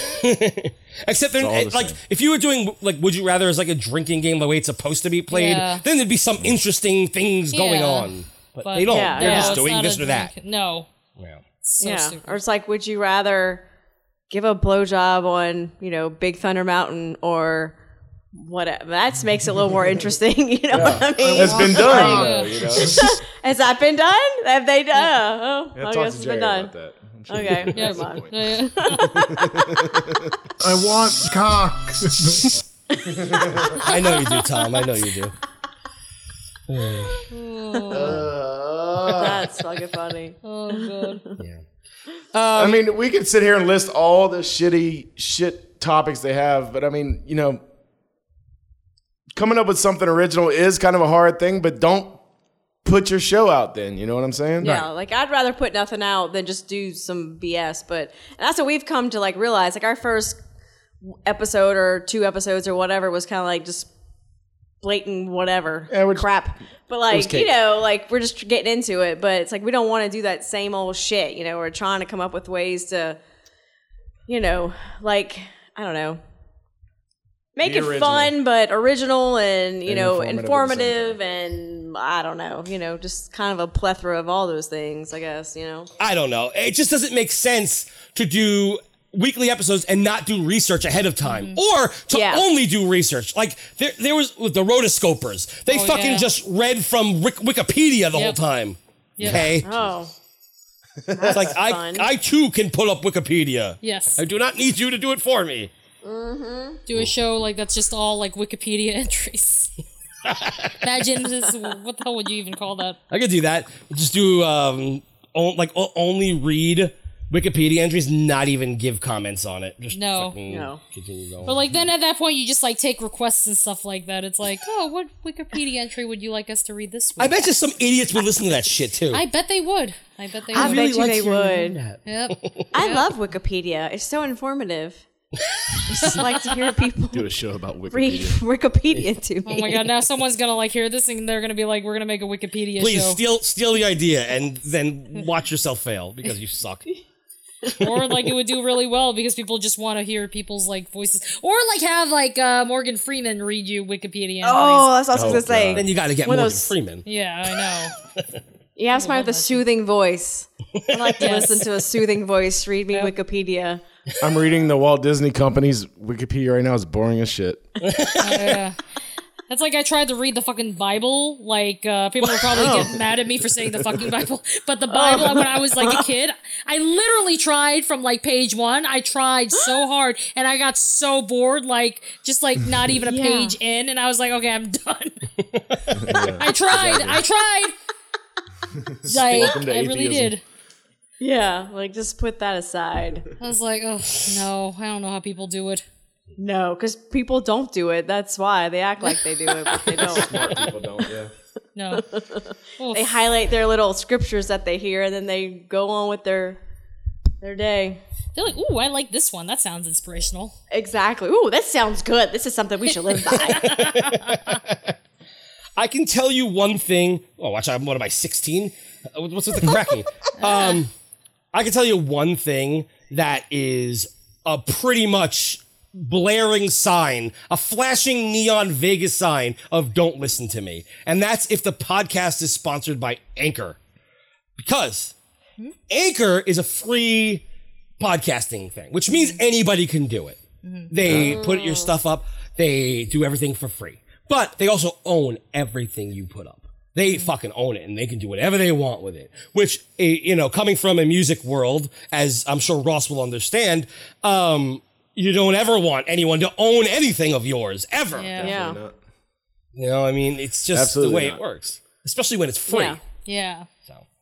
Speaker 1: Except then, eh,
Speaker 3: all the
Speaker 1: like, if you were doing like, would you rather as like a drinking game the way it's supposed to be played,
Speaker 3: Yeah.
Speaker 1: then there'd be some interesting things going
Speaker 3: Yeah.
Speaker 1: on. But, they don't. They're
Speaker 5: no,
Speaker 1: just
Speaker 5: it's
Speaker 1: doing
Speaker 5: not
Speaker 1: this
Speaker 5: a
Speaker 1: or that.
Speaker 3: drink. No.
Speaker 1: Well.
Speaker 3: So
Speaker 5: yeah.
Speaker 3: stupid.
Speaker 5: Or it's like, would you rather give a blowjob on, you know, Big Thunder Mountain or whatever? That makes it a little more interesting. You know what I mean?
Speaker 10: It's been done. though, you know?
Speaker 5: Has that been done? Have they done? Oh,
Speaker 10: Yeah,
Speaker 5: I
Speaker 10: talk
Speaker 5: guess
Speaker 10: to
Speaker 5: it's
Speaker 10: Jerry
Speaker 5: been
Speaker 10: about
Speaker 5: done.
Speaker 10: that. I'm sure
Speaker 5: Okay,
Speaker 10: he
Speaker 5: never
Speaker 10: has a
Speaker 5: mind.
Speaker 10: point.
Speaker 3: Yeah,
Speaker 24: I want cocks.
Speaker 1: I know you do, Tom. I know you do.
Speaker 10: Uh.
Speaker 5: That's fucking funny.
Speaker 3: Oh god.
Speaker 1: Yeah.
Speaker 10: I mean, we could sit here and list all the shitty shit topics they have, but I mean, you know, coming up with something original is kind of a hard thing, but don't put your show out then. You know what I'm saying?
Speaker 5: Yeah, Uh, like I'd rather put nothing out than just do some BS. But and that's what we've come to like realize. Like our first episode or two episodes or whatever was kind of like just blatant whatever crap. But like
Speaker 9: cake.
Speaker 5: you know, like we're just getting into it. But it's like we don't want to do that same old shit. You know, we're trying to come up with ways to, you know, like I don't know. Make
Speaker 9: Be
Speaker 5: it
Speaker 9: original.
Speaker 5: fun, but original and you
Speaker 9: And
Speaker 5: know
Speaker 9: informative
Speaker 5: informative, and I don't know, you know, just kind of a plethora of all those things, I guess, you know.
Speaker 1: I don't know. It just doesn't make sense to do weekly episodes and not do research ahead of
Speaker 5: Mm-hmm.
Speaker 1: time or to only do research. Like there, there was with the rotoscopers. They
Speaker 5: Oh,
Speaker 1: fucking
Speaker 5: yeah.
Speaker 1: just read from Wik- Wikipedia the whole
Speaker 5: Yep.
Speaker 1: time.
Speaker 5: Yeah.
Speaker 1: Okay.
Speaker 5: Oh.
Speaker 1: It's like I,
Speaker 5: fun.
Speaker 1: I too can pull up Wikipedia.
Speaker 3: Yes.
Speaker 1: I do not need you to do it for me.
Speaker 3: Mm-hmm. Do a show like that's just all like Wikipedia entries. Imagine this. What the hell would you even call that?
Speaker 1: I could do that. Just do um on, like o- only read Wikipedia entries, not even give comments on it. Just
Speaker 3: No.
Speaker 1: fucking
Speaker 3: No.
Speaker 1: Continue going.
Speaker 3: But like then at that point you just like take requests and stuff like that. It's like, oh, what Wikipedia entry would you like us to read this week?
Speaker 1: I bet you some idiots would listen to that shit too.
Speaker 3: I bet they would. I bet they
Speaker 5: I
Speaker 3: would.
Speaker 5: bet you they would.
Speaker 3: Yep.
Speaker 5: I love Wikipedia. It's so informative. I just like to hear people
Speaker 10: Do a show about
Speaker 5: read
Speaker 10: Wikipedia.
Speaker 5: Wikipedia to me.
Speaker 3: Oh my god, now someone's gonna like hear this and they're gonna be like, We're gonna make a Wikipedia
Speaker 1: Please
Speaker 3: show.
Speaker 1: steal steal the idea and then watch yourself fail because you suck.
Speaker 3: or like it would do really well because people just want to hear people's like voices. Or like have like uh, Morgan Freeman read you Wikipedia entries.
Speaker 5: Oh, that's what I was gonna say.
Speaker 1: Then you got to get
Speaker 5: One of
Speaker 1: Morgan
Speaker 5: those-
Speaker 1: Freeman.
Speaker 3: Yeah, I know.
Speaker 5: You have somebody with a soothing voice. I like to
Speaker 3: Yes.
Speaker 5: listen to a soothing voice read me Wikipedia.
Speaker 10: I'm reading the Walt Disney Company's Wikipedia right now. It's boring as shit.
Speaker 3: Oh, yeah. That's like I tried to read the fucking Bible. Like uh, people will probably get mad at me for saying the fucking Bible, but the Bible when I was like a kid, I literally tried from like page one. I tried so hard, and I got so bored, like just like not even a
Speaker 9: Yeah.
Speaker 3: page in, and I was like, okay, I'm done. I tried. I tried. Like
Speaker 5: Welcome to
Speaker 3: I really
Speaker 5: atheism.
Speaker 3: did.
Speaker 5: Yeah, like just put that aside.
Speaker 3: I was like, oh no, I don't know how people do it.
Speaker 5: No, because people don't do it. That's why they act like they do it, but they don't.
Speaker 10: Smart people don't. Yeah.
Speaker 3: No.
Speaker 5: they highlight their little scriptures that they hear, and then they go on with their their day.
Speaker 3: They're like, ooh, I like this one. That sounds inspirational.
Speaker 5: Exactly. Ooh, that sounds good. This is something we should live by.
Speaker 1: I can tell you one thing. Oh, watch! I'm what am I? 16? Uh, What's with the cracking? um, I can tell you one thing that is a pretty much blaring sign, a flashing neon Vegas sign of don't listen to me. And that's if the podcast is sponsored by Anchor. Because Anchor is a free podcasting thing, which means anybody can do it.
Speaker 10: Oh.
Speaker 1: They put your stuff up, they do everything for free. But they also own everything you put up. They fucking own it and they can do whatever they want with it. Which, eh, you know, coming from a music world, as I'm sure Ross will understand, um, you don't ever want anyone to own anything of yours, ever.
Speaker 3: Yeah.
Speaker 1: You know, I mean, it's just
Speaker 10: Absolutely
Speaker 1: the way
Speaker 10: not.
Speaker 1: it works, especially when it's free.
Speaker 5: Yeah.
Speaker 3: Yeah.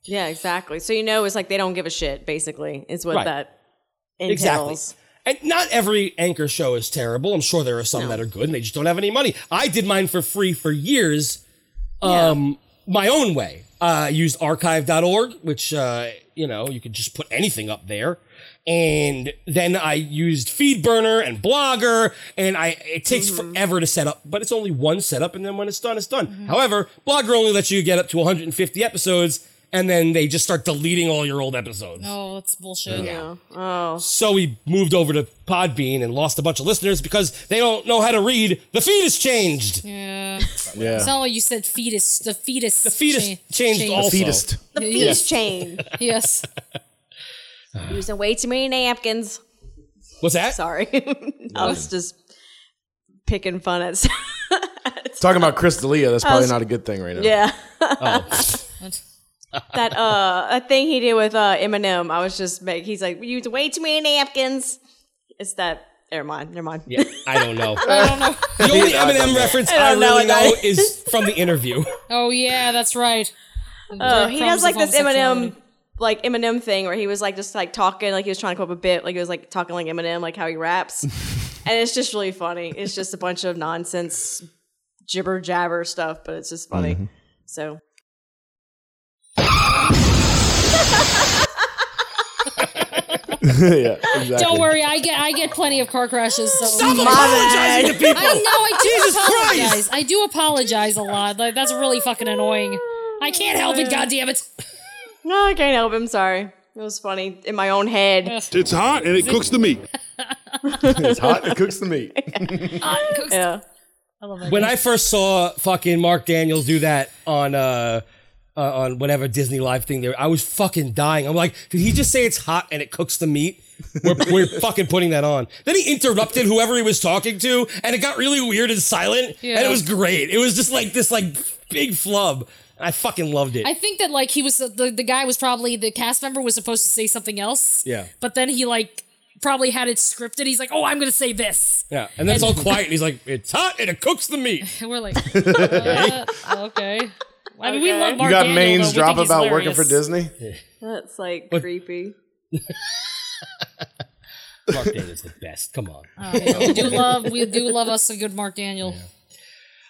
Speaker 5: Yeah, exactly. So you know, it's like they don't give a shit. Basically, is what
Speaker 1: Right.
Speaker 5: that
Speaker 1: Exactly.
Speaker 5: entails.
Speaker 1: And not every anchor show is terrible. I'm sure there are some that are good and they just don't have any money. I did mine for free for years, um, my own way. Uh, I used archive.org, which, uh, you know, you could just put anything up there. And then I used Feedburner and Blogger, and I it takes forever to set up, but it's only one setup, and then when it's done, it's done. However, Blogger only lets you get up to 150 episodes, and then they just start deleting all your old episodes.
Speaker 3: No, Oh, that's bullshit.
Speaker 5: Yeah. Oh.
Speaker 1: So we moved over to Podbean and lost a bunch of listeners because they don't know how to read. The feed has changed.
Speaker 3: Yeah.
Speaker 1: Yeah.
Speaker 3: It's not like you said fetus. The fetus. The
Speaker 1: fetus changed also. The fetus.
Speaker 5: The fetus chain.
Speaker 3: yes.
Speaker 5: Using way too many napkins.
Speaker 1: What's that?
Speaker 5: Sorry, I was just picking fun at.
Speaker 10: Talking about Chris D'Elia, that's
Speaker 5: I
Speaker 10: probably
Speaker 5: was-
Speaker 10: not a good thing right now.
Speaker 5: Yeah.
Speaker 10: Oh.
Speaker 5: that uh a thing he did with uh Eminem. I was just make he's like, you use way too many napkins. It's that never mind, never mind.
Speaker 1: Yeah, I don't know.
Speaker 5: I don't know.
Speaker 1: The only
Speaker 5: I don't
Speaker 1: Eminem
Speaker 5: know.
Speaker 1: reference
Speaker 5: I don't
Speaker 1: I,
Speaker 5: know
Speaker 1: really
Speaker 5: what
Speaker 1: know
Speaker 5: that
Speaker 1: is from the interview.
Speaker 3: Oh yeah, that's right.
Speaker 5: Oh, he does
Speaker 3: Breadcrumbs
Speaker 5: like
Speaker 3: of
Speaker 5: this Eminem
Speaker 3: homosexuality.
Speaker 5: like Eminem thing where he was like just like talking like he was trying to come up a bit like he was like talking like Eminem like how he raps. and it's just really funny. It's just a bunch of nonsense jibber jabber stuff, but it's just funny.
Speaker 10: Mhm.
Speaker 5: So
Speaker 10: yeah, exactly.
Speaker 3: Don't worry, I get I get plenty of car crashes. So
Speaker 1: Stop My apologizing bad. to people.
Speaker 3: I know I do
Speaker 1: Jesus
Speaker 3: apologize.
Speaker 1: Christ.
Speaker 3: I do apologize a lot. Like that's really fucking annoying. I can't help it. God damn it.
Speaker 5: no, I can't help him, sorry. It was funny in my own head.
Speaker 4: It's hot and it cooks the meat.
Speaker 10: it's hot. It cooks the meat.
Speaker 5: yeah.
Speaker 1: when I first saw fucking Mark Daniels do that on uh, uh on whatever Disney Live thing there, I was fucking dying. I'm like, did he just say it's hot and it cooks the meat? We're, we're fucking putting that on. Then he interrupted whoever he was talking to, and it got really weird and silent. And
Speaker 3: Yeah.
Speaker 1: it was great. It was just like this like big flub. I fucking loved it.
Speaker 3: I think that like he was the the guy was probably the cast member was supposed to say something else,
Speaker 1: yeah.
Speaker 3: but then he like probably had it scripted. He's like, oh, I'm gonna say this.
Speaker 1: Yeah, and then it's all quiet, and he's like, "It's hot, and it cooks the meat."
Speaker 3: And we're like, uh, okay. I mean, we
Speaker 5: Okay.
Speaker 3: love
Speaker 10: You
Speaker 3: Mark
Speaker 10: got
Speaker 3: Daniel, though.
Speaker 10: mains
Speaker 3: We
Speaker 10: drop
Speaker 3: think he's
Speaker 10: about working for
Speaker 3: hilarious.
Speaker 10: Disney.
Speaker 5: That's like
Speaker 1: But-
Speaker 5: creepy.
Speaker 1: Mark Daniels the best. Come on.
Speaker 3: Oh, yeah. we do love we do love us a good Mark Daniel.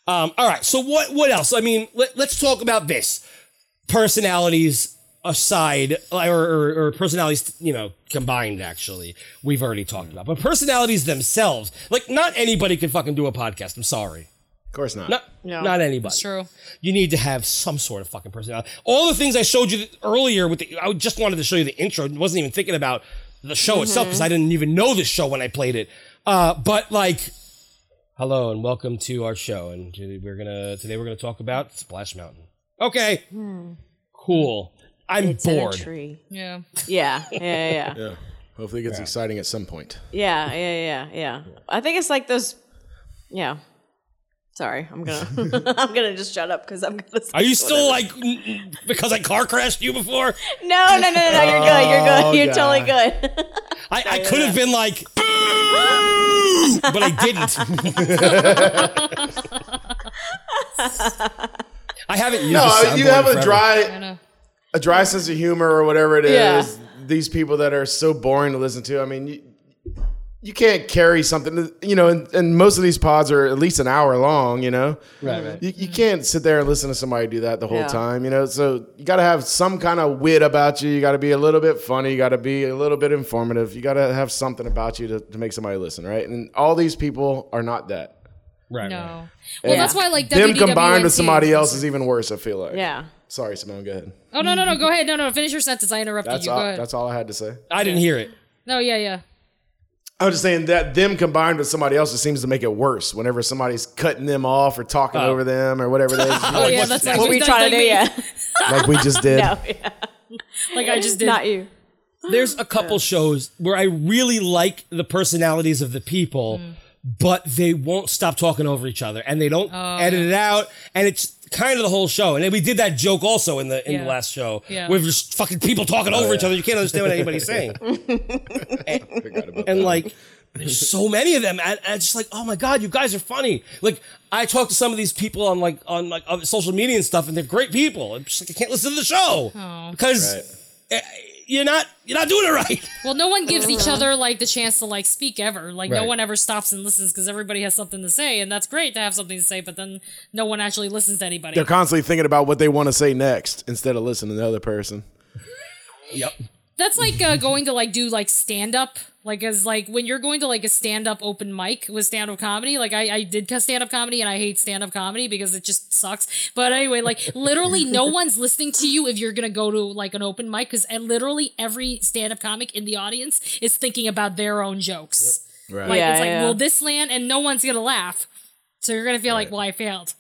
Speaker 1: Um, all right. So what? What else? I mean, let, let's talk about this. Personalities aside, or, or, or personalities, you know, combined. Actually, we've already talked about, but personalities themselves, like not anybody can fucking do a podcast. I'm sorry.
Speaker 10: Of course not.
Speaker 1: Not, not anybody.
Speaker 3: It's true.
Speaker 1: You need to have some sort of fucking personality. All the things I showed you earlier with the, I just wanted to show you the intro. Wasn't even thinking about the show itself because I didn't even know this show when I played it. Uh, but like, hello and welcome to our show. And today we're gonna today we're gonna talk about Splash Mountain. Okay, cool. I'm bored.
Speaker 3: Yeah.
Speaker 5: Yeah. Yeah. Yeah. yeah.
Speaker 10: Yeah. Hopefully, it gets exciting at some point.
Speaker 5: Yeah, yeah, yeah, yeah. I think it's like those. Yeah. Sorry, I'm gonna. I'm gonna just shut up because I'm gonna.
Speaker 1: Are you still like because I car crashed you before?
Speaker 5: No, no, no, no, no. You're good. You're good.
Speaker 1: Oh,
Speaker 5: you're
Speaker 1: God.
Speaker 5: totally good.
Speaker 1: I, I could have been like, "Boo!" but I didn't. I haven't used.
Speaker 10: No,
Speaker 1: a
Speaker 10: I- you
Speaker 1: soundboard
Speaker 10: have a
Speaker 1: forever.
Speaker 10: dry, a dry sense of humor or whatever it is.
Speaker 1: Yeah.
Speaker 10: These people that are so boring to listen to. I mean, you, you can't carry something. that- You know, and, and most of these pods are at least an hour long. You know,
Speaker 1: Right, right.
Speaker 10: You, you can't sit there and listen to somebody do that the whole
Speaker 1: Yeah.
Speaker 10: time. You know, so you got to have some kind of wit about you. You got to be a little bit funny. You got to be a little bit informative. You got to have something about you to, to make somebody listen, right? And all these people are not that.
Speaker 1: Right.
Speaker 3: No. Well,
Speaker 10: And
Speaker 3: that's why like E
Speaker 10: them combined
Speaker 3: WWNT
Speaker 10: with somebody else is even worse. I feel like.
Speaker 3: Yeah.
Speaker 10: Sorry, Simone. Go ahead.
Speaker 3: Oh no no no! Go ahead. No no. Finish your sentence. I interrupted
Speaker 10: That's
Speaker 3: you.
Speaker 10: all.
Speaker 3: Go ahead.
Speaker 10: That's all I had to say.
Speaker 1: I didn't hear it.
Speaker 3: No, yeah, yeah.
Speaker 10: I was just saying that them combined with somebody else, it seems to make it worse. Whenever somebody's cutting them off or talking
Speaker 5: Oh.
Speaker 10: over them or whatever it is,
Speaker 5: Oh, yeah,
Speaker 10: what's
Speaker 5: that's
Speaker 10: next?
Speaker 5: what we trying to do. Yeah,
Speaker 10: like we just did.
Speaker 5: no,
Speaker 3: E Like I just did.
Speaker 5: Not you.
Speaker 1: There's a couple shows where I really like the personalities of the people,
Speaker 4: Mm.
Speaker 1: but they won't stop talking over each other and they don't
Speaker 4: Oh,
Speaker 1: edit
Speaker 4: yeah.
Speaker 1: it out. And it's kind of the whole show. And then we did that joke also in the in
Speaker 4: Yeah.
Speaker 1: the last show
Speaker 4: Yeah.
Speaker 1: with just fucking people talking
Speaker 4: Oh,
Speaker 1: over each
Speaker 4: yeah.
Speaker 1: other. You can't understand what anybody's saying. and like there's so many of them and, and it's just like oh my god you guys are funny like i talk to some of these people on like on like on social media and stuff and they're great people i'm just like i can't listen to the show
Speaker 3: Oh.
Speaker 1: because eh, you're not you're not doing it right
Speaker 3: Well, no one gives
Speaker 5: Uh-huh.
Speaker 3: each other like the chance to like speak ever. Like no
Speaker 1: Right.
Speaker 3: one ever stops and listens because everybody has something to say, and that's great to have something to say. But then no one actually listens to anybody.
Speaker 10: They're constantly thinking about what they want to say next instead of listening to the other person.
Speaker 1: Yep.
Speaker 3: That's like uh, going to like do like stand up. Like as like when you're going to like a stand up open mic with stand up comedy. Like I, I did stand up comedy and I hate stand up comedy because it just sucks. But anyway, like literally no one's listening to you if you're gonna go to like an open mic because literally every stand up comic in the audience is thinking about their own jokes.
Speaker 10: Right.
Speaker 3: Like
Speaker 4: Yeah,
Speaker 3: it's like
Speaker 4: yeah.
Speaker 3: will this land and no one's gonna laugh. So you're gonna feel like well I failed.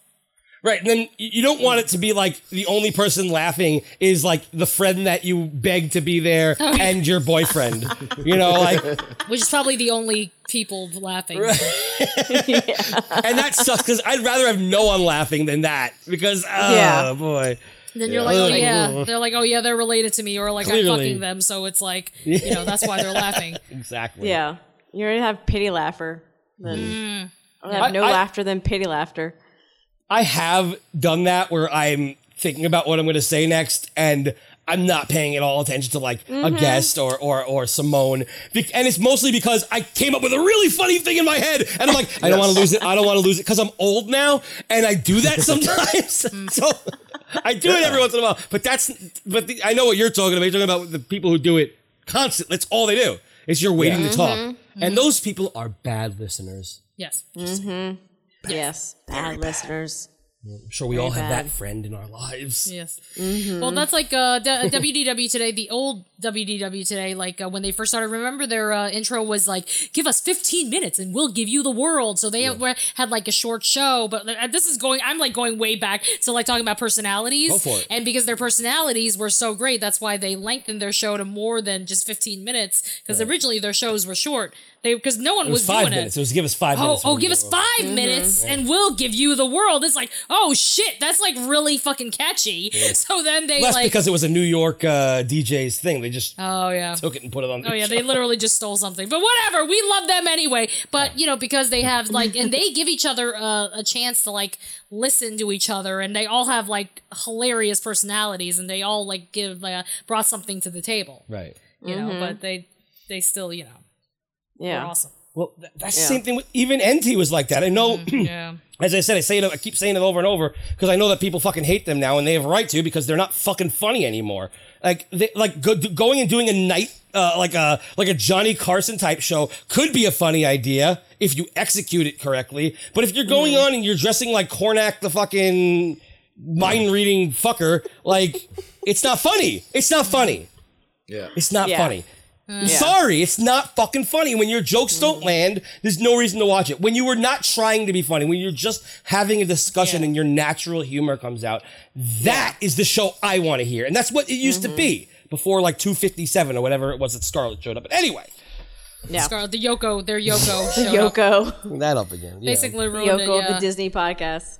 Speaker 1: right and then y- you don't want it to be like the only person laughing is like the friend that you begged to be there
Speaker 3: Oh, yeah.
Speaker 1: and your boyfriend you know like
Speaker 3: Which is probably the only people laughing.
Speaker 1: and that sucks because i'd rather have no one laughing than that because oh
Speaker 3: Yeah.
Speaker 1: boy
Speaker 3: Then you're like, oh
Speaker 1: Ugh.
Speaker 3: yeah. They're like, oh yeah, they're related to me, or like I'm
Speaker 1: Clearly.
Speaker 3: fucking them. So it's like, you know, that's why they're laughing.
Speaker 1: exactly.
Speaker 5: Yeah, you're gonna have pity laugher. Then I'm gonna have
Speaker 1: Mm. I-
Speaker 5: no
Speaker 1: I-
Speaker 5: laughter than pity laughter.
Speaker 1: I have done that where I'm thinking about what I'm going to say next and I'm not paying at all attention to like a
Speaker 5: Mm-hmm.
Speaker 4: Mhm.
Speaker 1: guest or or or Simone, Be- and it's mostly because I came up with a really funny thing in my head, and I'm like, I don't want to lose it, I don't want to lose it, because I'm old now, and I do that sometimes. so I do it every once in a while, but that's but the, I know what you're talking about. You're talking about the people who do it constant. That's all they do is you're waiting
Speaker 4: Yeah.
Speaker 1: to talk,
Speaker 4: Mhm.
Speaker 1: and those people are bad listeners.
Speaker 3: Yes.
Speaker 5: Mm-hmm. Yes. Bad listeners.
Speaker 1: I'm sure we
Speaker 5: Very
Speaker 1: all have
Speaker 5: bad.
Speaker 1: that friend in our lives.
Speaker 3: Yes.
Speaker 5: Mhm.
Speaker 3: Well, that's like uh, D- WDW today, the old WDW today. Like uh, when they first started, remember their uh, intro was like, "Give us 15 minutes and we'll give you the world." So they were- had like a short show, but uh, this is going. I'm like going way back to like talking about personalities,
Speaker 4: Go for it.
Speaker 3: and because their personalities were so great, that's why they lengthened their show to more than just 15 minutes. Because originally their shows were short. They because no one
Speaker 1: It was, five
Speaker 3: doing
Speaker 1: minutes.
Speaker 3: it.
Speaker 1: It was give us five
Speaker 3: oh,
Speaker 1: minutes.
Speaker 3: oh, give us 5
Speaker 5: Mm-hmm.
Speaker 3: minutes and we'll give you the world. It's like, oh shit, that's like really fucking catchy.
Speaker 1: Yeah.
Speaker 3: So then they
Speaker 1: Less
Speaker 3: like,
Speaker 1: because it was a New York uh, DJ's thing. They just
Speaker 3: oh yeah,
Speaker 1: took it and put it on.
Speaker 3: oh
Speaker 1: the
Speaker 3: yeah,
Speaker 1: show.
Speaker 3: they literally just stole something. But whatever, we love them anyway. But you know, because they have like, and they give each other uh, a chance to like listen to each other, and they all have like hilarious personalities, and they all like give uh, brought something to the table.
Speaker 1: Right.
Speaker 3: You know,
Speaker 5: Mhm.
Speaker 3: but they they still you know
Speaker 5: Yeah.
Speaker 3: were awesome.
Speaker 1: Well, th- that's
Speaker 3: Yeah. Mm-hmm.
Speaker 1: the same thing. With, even NT was like that. I know.
Speaker 3: yeah.
Speaker 1: As I said, I say it. I keep saying it over and over because I know that people fucking hate them now, and they have a right to because they're not fucking funny anymore. Like, they, like go, going and doing a night, uh, like a like a Johnny Carson type show could be a funny idea if you execute it correctly. But if you're going on and you're dressing like Cornack, the fucking mind reading fucker, like it's not funny. It's not funny.
Speaker 10: Yeah,
Speaker 1: it's not
Speaker 4: Yeah.
Speaker 1: funny. I'm
Speaker 4: Yeah.
Speaker 1: sorry, it's not fucking funny. When your jokes
Speaker 3: Mm-hmm.
Speaker 1: don't land, there's no reason to watch it. When you were not trying to be funny, when you're just having a discussion and your natural humor comes out, that is the show I want to hear. And that's what it used to be
Speaker 3: Mm-hmm.
Speaker 1: before like 257 or whatever it was that Scarlett showed up. But anyway,
Speaker 3: Yeah. Scar- the Yoko, their Yoko
Speaker 5: Oh,
Speaker 3: showed up.
Speaker 5: Yoko.
Speaker 1: that up again. yeah.
Speaker 3: Basically ruined it,
Speaker 5: Yoko of
Speaker 3: yeah.
Speaker 5: the Disney podcast.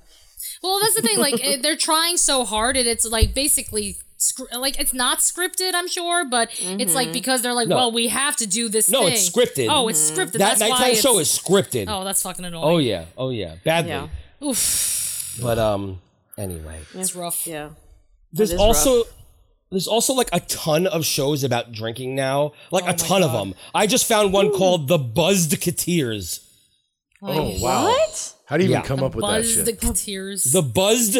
Speaker 3: Well, that's the thing. Like it- they're trying so hard, and it's like basically scr- like it's not scripted. I'm sure, but it's like
Speaker 1: Mhm.
Speaker 3: because they're like,
Speaker 1: No.
Speaker 3: well, we have to do this.
Speaker 1: No,
Speaker 3: thing.
Speaker 1: it's scripted.
Speaker 3: Oh, it's scripted.
Speaker 1: That
Speaker 3: that's why
Speaker 1: nighttime
Speaker 3: it's-
Speaker 1: show is scripted.
Speaker 3: Oh, that's fucking annoying.
Speaker 1: Oh, yeah. Oh, yeah. Badly.
Speaker 3: Yeah. Oof,
Speaker 1: But, um, anyway.
Speaker 3: it's rough.
Speaker 5: Yeah.
Speaker 1: there's also there's also like a ton of shows about drinking now
Speaker 3: Oh
Speaker 1: like a ton of them i just found one called the buzzed kateers
Speaker 5: Oh,
Speaker 1: Oh,
Speaker 3: Like,
Speaker 5: What?
Speaker 10: How do you
Speaker 1: Yeah.
Speaker 10: even come up with that
Speaker 3: Buzz
Speaker 10: shit?
Speaker 3: the Kateers.
Speaker 1: the buzzed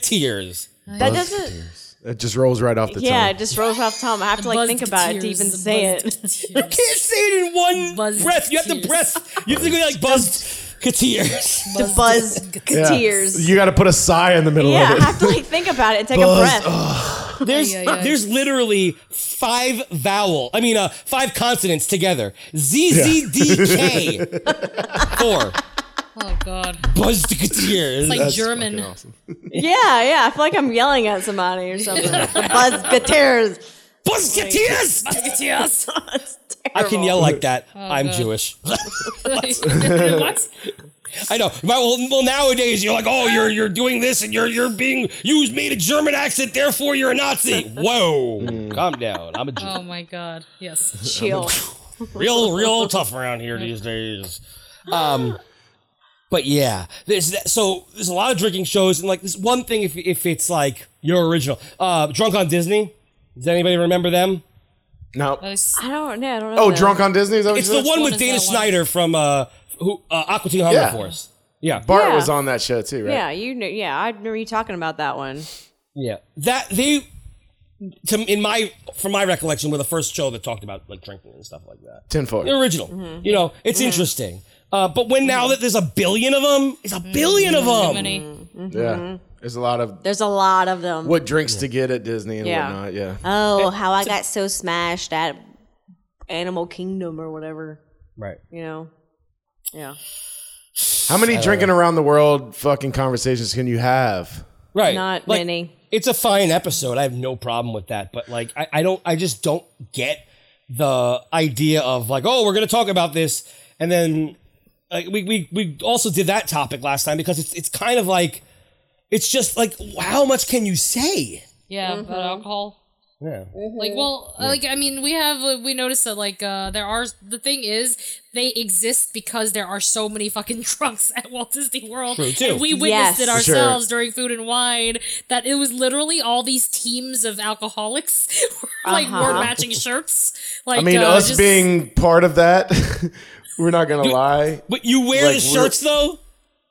Speaker 1: kateers
Speaker 5: That doesn't.
Speaker 10: It just rolls right off the
Speaker 5: yeah,
Speaker 10: tongue.
Speaker 5: it just rolls off the tongue. I have to like think about it to
Speaker 3: Buzzketeers,
Speaker 5: even
Speaker 3: the
Speaker 5: say it.
Speaker 1: you can't say it in one breath you have to breath you have to go like buzzed kateers
Speaker 5: The buzz
Speaker 10: Yeah.
Speaker 5: tears.
Speaker 10: You got to put a sigh in the middle
Speaker 5: Yeah,
Speaker 10: of
Speaker 5: I
Speaker 10: it.
Speaker 5: have to like think about it and take
Speaker 10: Buzz- Oh.
Speaker 5: a breath.
Speaker 1: There's
Speaker 3: Ay, ay, ay.
Speaker 1: there's literally five vowel. I mean, uh, five consonants together. Z Z D K. Four.
Speaker 3: Oh God.
Speaker 1: Buzzketeer.
Speaker 3: It's like That's German. fucking
Speaker 5: Yeah, yeah. I feel like I'm yelling at somebody or something. Buzzketeers.
Speaker 1: Buzzketeers!
Speaker 3: Musketeers.
Speaker 1: I can yell like that.
Speaker 3: Oh,
Speaker 1: I'm
Speaker 3: God.
Speaker 1: Jewish.
Speaker 3: what?
Speaker 1: I know. But, well, well, nowadays you're like, oh, you're you're doing this, and you're you're being you made a German accent, therefore you're a Nazi. Whoa, Mm. calm down. I'm a Jew.
Speaker 3: Oh my God. Yes.
Speaker 1: Chill. real real tough around here these days. Um, but yeah, there's that, so there's a lot of drinking shows, and like this one thing if if it's like your original, uh, Drunk on Disney. Does anybody remember them?
Speaker 10: No.
Speaker 5: I don't know. I don't know.
Speaker 10: Oh,
Speaker 5: that.
Speaker 10: drunk on Disney. Is that what
Speaker 1: It's
Speaker 10: you
Speaker 1: the
Speaker 10: said?
Speaker 1: one with Dana Snyder from uh, who uh, Aqua Teen Hunger
Speaker 10: Yeah.
Speaker 1: Force. Yeah,
Speaker 10: Bart
Speaker 5: Yeah.
Speaker 10: was on that show too, right?
Speaker 5: Yeah, you know. Yeah, I remember you talking about that one.
Speaker 1: Yeah, that they, to in my from my recollection, were the first show that talked about like drinking and stuff like that.
Speaker 10: Tinfoil.
Speaker 5: Mm-hmm.
Speaker 1: The original, you know, it's interesting. Uh, but when now that there's a billion of them, it's a billion
Speaker 5: Mm-hmm.
Speaker 1: of them.
Speaker 10: Yeah. There's a lot of
Speaker 5: There's a lot of them.
Speaker 10: what drinks to get at Disney and
Speaker 5: Yeah.
Speaker 10: whatnot. Yeah.
Speaker 5: Oh, how I got so smashed at Animal Kingdom or whatever.
Speaker 1: Right.
Speaker 5: You know. Yeah.
Speaker 10: How many
Speaker 1: Uh,
Speaker 10: drinking around the world fucking conversations can you have?
Speaker 1: Right,
Speaker 5: Not many.
Speaker 1: It's a fine episode. I have no problem with that. But like, I, I don't. I just don't get the idea of like, oh, we're gonna talk about this, and then like we we we also did that topic last time because it's it's kind of like. It's just like, how much can you say?
Speaker 3: Yeah, but alcohol.
Speaker 1: Yeah.
Speaker 3: Like, well,
Speaker 1: Yeah.
Speaker 3: like I mean, we have uh, we noticed that like uh there are the thing is they exist because there are so many fucking drunks at Walt Disney World,
Speaker 1: True, too.
Speaker 3: and we
Speaker 1: Yes.
Speaker 3: witnessed it
Speaker 1: For sure.
Speaker 3: ourselves during Food and Wine that it was literally all these teams of alcoholics like
Speaker 5: Uh-huh.
Speaker 3: wore matching shirts. Like,
Speaker 10: I mean,
Speaker 3: uh,
Speaker 10: us
Speaker 3: just-
Speaker 10: being part of that, we're not gonna lie.
Speaker 1: But you wear
Speaker 10: Like,
Speaker 1: the shirts though.
Speaker 5: Oh,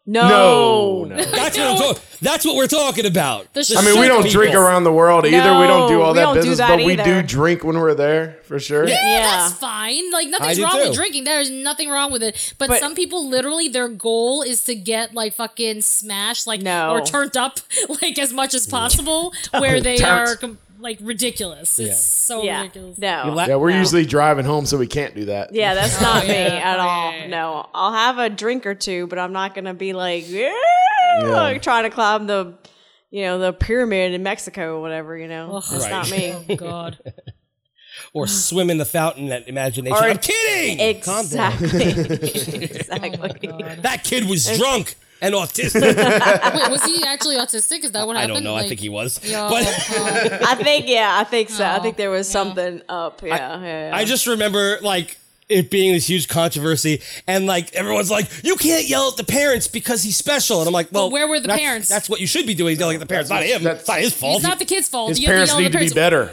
Speaker 10: No. No, no.
Speaker 1: That's what I'm talking. That's what we're talking about.
Speaker 10: I mean, we don't drink around the world either. we don't do
Speaker 1: No,
Speaker 10: all
Speaker 1: we
Speaker 10: that
Speaker 1: don't do
Speaker 10: business,
Speaker 1: that
Speaker 10: but we
Speaker 1: either.
Speaker 10: do drink when we're there for sure.
Speaker 3: Yeah, that's fine. Like
Speaker 10: I
Speaker 3: nothing's
Speaker 10: do
Speaker 3: wrong
Speaker 10: too.
Speaker 3: with drinking. There's nothing wrong with it. But,
Speaker 5: But-
Speaker 3: some people literally their goal is to get like fucking smashed, like
Speaker 5: No.
Speaker 3: or turned up like as much as possible, where they
Speaker 10: Turnt.
Speaker 3: are com- like ridiculous. It's
Speaker 10: Yeah.
Speaker 3: so ridiculous.
Speaker 5: No.
Speaker 10: yeah, we're usually driving home, so we can't do that.
Speaker 5: Yeah, that's not me
Speaker 3: yeah.
Speaker 5: at all. No, I'll have a drink or two, but I'm not gonna be like, "Yeah," like trying to climb the, you know, the pyramid in Mexico or whatever. You know, that's
Speaker 1: Right.
Speaker 5: not me.
Speaker 3: Oh God.
Speaker 1: Or swim in the fountain at imagination.
Speaker 5: Or-
Speaker 1: I'm kidding. Calm down.
Speaker 5: Exactly.
Speaker 3: Oh
Speaker 5: exactly.
Speaker 1: That kid was drunk and autistic.
Speaker 3: Wait, was he actually autistic? Is that what
Speaker 1: I
Speaker 3: happened?
Speaker 1: don't know. I
Speaker 3: Like,
Speaker 1: think he was.
Speaker 3: yeah,
Speaker 1: But
Speaker 5: I think yeah, I think so. I think there was something up. Yeah, yeah, yeah.
Speaker 1: I just remember like it being this huge controversy and like everyone's like, you can't yell at the parents because he's special. And I'm like, well,
Speaker 3: where were the
Speaker 1: that's-
Speaker 3: parents?
Speaker 1: That's what you should be doing, yelling at the parents. Not him. That's not his fault.
Speaker 3: it's not the kid's fault.
Speaker 1: His
Speaker 3: You have
Speaker 1: parents
Speaker 3: yell at
Speaker 1: need to
Speaker 3: the
Speaker 1: be better.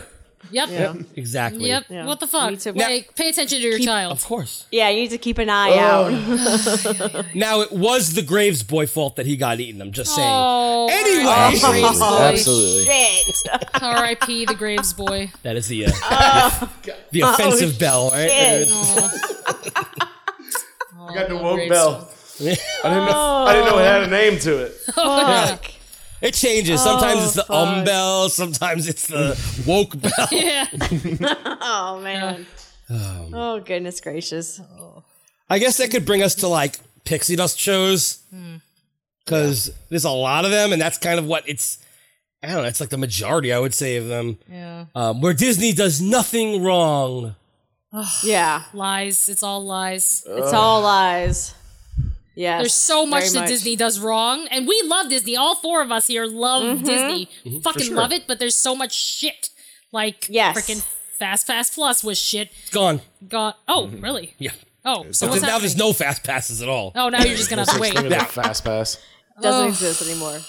Speaker 3: Yep.
Speaker 1: Exactly.
Speaker 3: Yep. What the fuck?
Speaker 5: too.
Speaker 3: Like, pay attention to your child. Of
Speaker 1: course.
Speaker 5: yeah, you need to keep an eye
Speaker 10: Oh.
Speaker 5: out.
Speaker 1: Now it was the Graves boy fault that he got eaten. I'm just saying.
Speaker 3: Oh,
Speaker 1: Anyway.
Speaker 3: R.I.P. Graves boy.
Speaker 1: Absolutely.
Speaker 5: Shit.
Speaker 3: R.I.P. the Graves boy.
Speaker 1: That is the uh, the
Speaker 3: Oh,
Speaker 1: offensive bell, right?
Speaker 3: shit.
Speaker 10: I got the
Speaker 5: Oh,
Speaker 10: woke bell. I didn't know.
Speaker 3: Oh.
Speaker 10: I didn't know it had a name to it.
Speaker 1: Fuck. It changes. Sometimes it's the um bell. Sometimes it's the woke bell.
Speaker 3: Oh, Yeah.
Speaker 5: oh man. Oh goodness gracious.
Speaker 1: I guess that could bring us to like pixie dust shows
Speaker 3: Hmm.
Speaker 1: because there's a lot of them, and that's kind of what it's. I don't know. It's like the majority, I would say, of them.
Speaker 3: Yeah.
Speaker 1: Um, where Disney does nothing wrong.
Speaker 5: yeah.
Speaker 3: Lies. It's all lies.
Speaker 5: It's all lies. Yes.
Speaker 3: There's so much
Speaker 5: Uh, very
Speaker 3: that Disney does wrong, and we love Disney. All four of us here love
Speaker 5: Mhm.
Speaker 3: Disney.
Speaker 5: Mhm, for
Speaker 3: Fucking
Speaker 5: sure.
Speaker 3: love it, but there's so much shit. Like
Speaker 5: Yes.
Speaker 3: freaking Fast Pass Plus was shit.
Speaker 1: It's gone.
Speaker 3: Got oh really?
Speaker 1: Yeah.
Speaker 3: Oh, so
Speaker 1: But
Speaker 3: what's
Speaker 1: now there's
Speaker 3: happening?
Speaker 1: no fast passes at all.
Speaker 3: Oh, now you're just gonna have to wait.
Speaker 1: Yeah.
Speaker 10: Fast pass.
Speaker 5: Doesn't
Speaker 3: Ugh.
Speaker 5: exist anymore.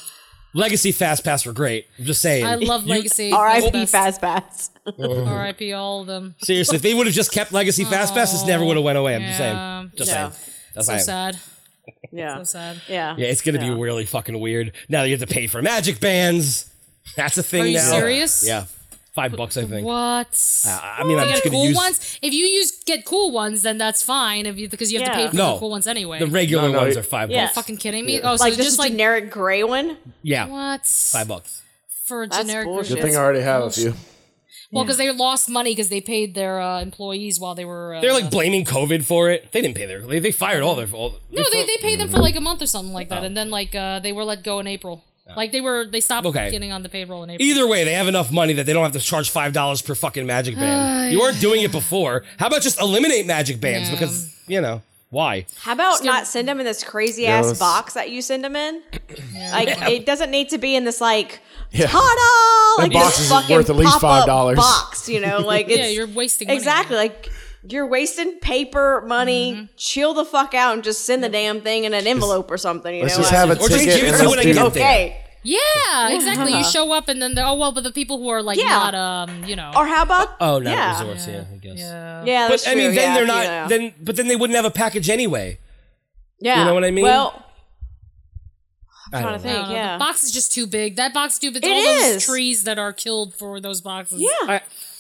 Speaker 1: Legacy fast pass were great. I'm just saying.
Speaker 3: I love
Speaker 1: You-
Speaker 3: Legacy.
Speaker 5: R.I.P. Fast Pass.
Speaker 3: R.I.P. All of them.
Speaker 1: Seriously, if they would have just kept Legacy Fast Pass, this never would have went away. I'm just
Speaker 3: Yeah.
Speaker 1: saying. Just
Speaker 3: Yeah.
Speaker 1: saying. That's
Speaker 3: so
Speaker 1: fine.
Speaker 3: sad.
Speaker 5: Yeah.
Speaker 3: So sad.
Speaker 5: Yeah.
Speaker 1: Yeah, it's gonna be really fucking weird. Now you have to pay for magic bands. That's a thing
Speaker 3: Are you
Speaker 1: now.
Speaker 3: serious?
Speaker 1: Yeah. Five bucks, I think.
Speaker 3: What?
Speaker 1: Uh, I mean, I'm
Speaker 3: You
Speaker 1: just
Speaker 3: get
Speaker 1: gonna
Speaker 3: cool
Speaker 1: use-
Speaker 3: ones. If you use get cool ones, then that's fine. If you because you have to
Speaker 5: Yeah.
Speaker 3: pay for
Speaker 1: No.
Speaker 3: the cool ones anyway.
Speaker 1: The regular
Speaker 10: No, no,
Speaker 1: ones
Speaker 10: it-
Speaker 1: are five
Speaker 3: Are you
Speaker 1: bucks.
Speaker 3: fucking kidding me?
Speaker 5: Yeah.
Speaker 3: Oh, so
Speaker 5: Like,
Speaker 3: just
Speaker 5: just a
Speaker 3: like
Speaker 5: generic gray one.
Speaker 1: Yeah.
Speaker 3: what?
Speaker 1: Five bucks.
Speaker 3: for
Speaker 5: That's
Speaker 3: generic
Speaker 5: bullshit.
Speaker 3: versions.
Speaker 10: Good thing I already have a few.
Speaker 3: Well, because they lost money because they paid their uh, employees while they were. Uh,
Speaker 1: They're like blaming COVID for it. They didn't pay their. They, they fired all their. All,
Speaker 3: No, they, they paid them for like a month or something like
Speaker 1: Oh.
Speaker 3: that, and then like uh, they were let go in April. Like they were they stopped
Speaker 1: Okay. E-
Speaker 3: getting on the payroll in April.
Speaker 1: Either way, they have enough money that they don't have to charge five dollars per fucking Magic Band. you weren't doing it before. How about just eliminate Magic Bands because you know why?
Speaker 5: How about not send them in this crazy
Speaker 1: Yeah,
Speaker 5: ass
Speaker 1: let's-
Speaker 5: box that you send them in? Like it doesn't need to be in this like
Speaker 10: Yeah.
Speaker 5: ta-da!
Speaker 10: That
Speaker 5: Like
Speaker 10: box
Speaker 5: this
Speaker 10: is
Speaker 5: fucking
Speaker 10: worth at least
Speaker 5: pop-up
Speaker 10: $5.
Speaker 5: Box, you know, like
Speaker 3: Yeah,
Speaker 5: it's,
Speaker 3: you're wasting money on
Speaker 5: exactly like you're wasting paper money.
Speaker 1: Mm-hmm.
Speaker 5: Chill the fuck out and just send the damn thing in an envelope or something. You
Speaker 10: let's
Speaker 5: know,
Speaker 10: just
Speaker 5: like-
Speaker 10: have a Or just ticket give it and to let's when I do it. get there.
Speaker 5: Okay,
Speaker 3: Yeah, exactly. You
Speaker 5: Yeah.
Speaker 3: show up and then they're, oh well, but the people who are like
Speaker 5: Uh-huh. Yeah.
Speaker 3: not um you know
Speaker 5: or how about
Speaker 1: Oh, not
Speaker 5: Yeah.
Speaker 1: resorts. Yeah, I guess.
Speaker 5: yeah?
Speaker 1: but
Speaker 5: That's
Speaker 1: I mean, then
Speaker 5: true, yeah,
Speaker 1: they're
Speaker 5: you
Speaker 1: not.
Speaker 5: know.
Speaker 1: Then, but then they wouldn't have a package anyway.
Speaker 5: yeah.
Speaker 1: know what I mean?
Speaker 5: Well,
Speaker 1: I
Speaker 5: trying
Speaker 1: don't
Speaker 5: to
Speaker 1: know.
Speaker 5: think.
Speaker 3: No,
Speaker 5: yeah.
Speaker 3: Uh, the box is just too big. That box too big.
Speaker 5: It
Speaker 3: all
Speaker 5: is.
Speaker 3: those trees that are killed for those boxes.
Speaker 5: Yeah.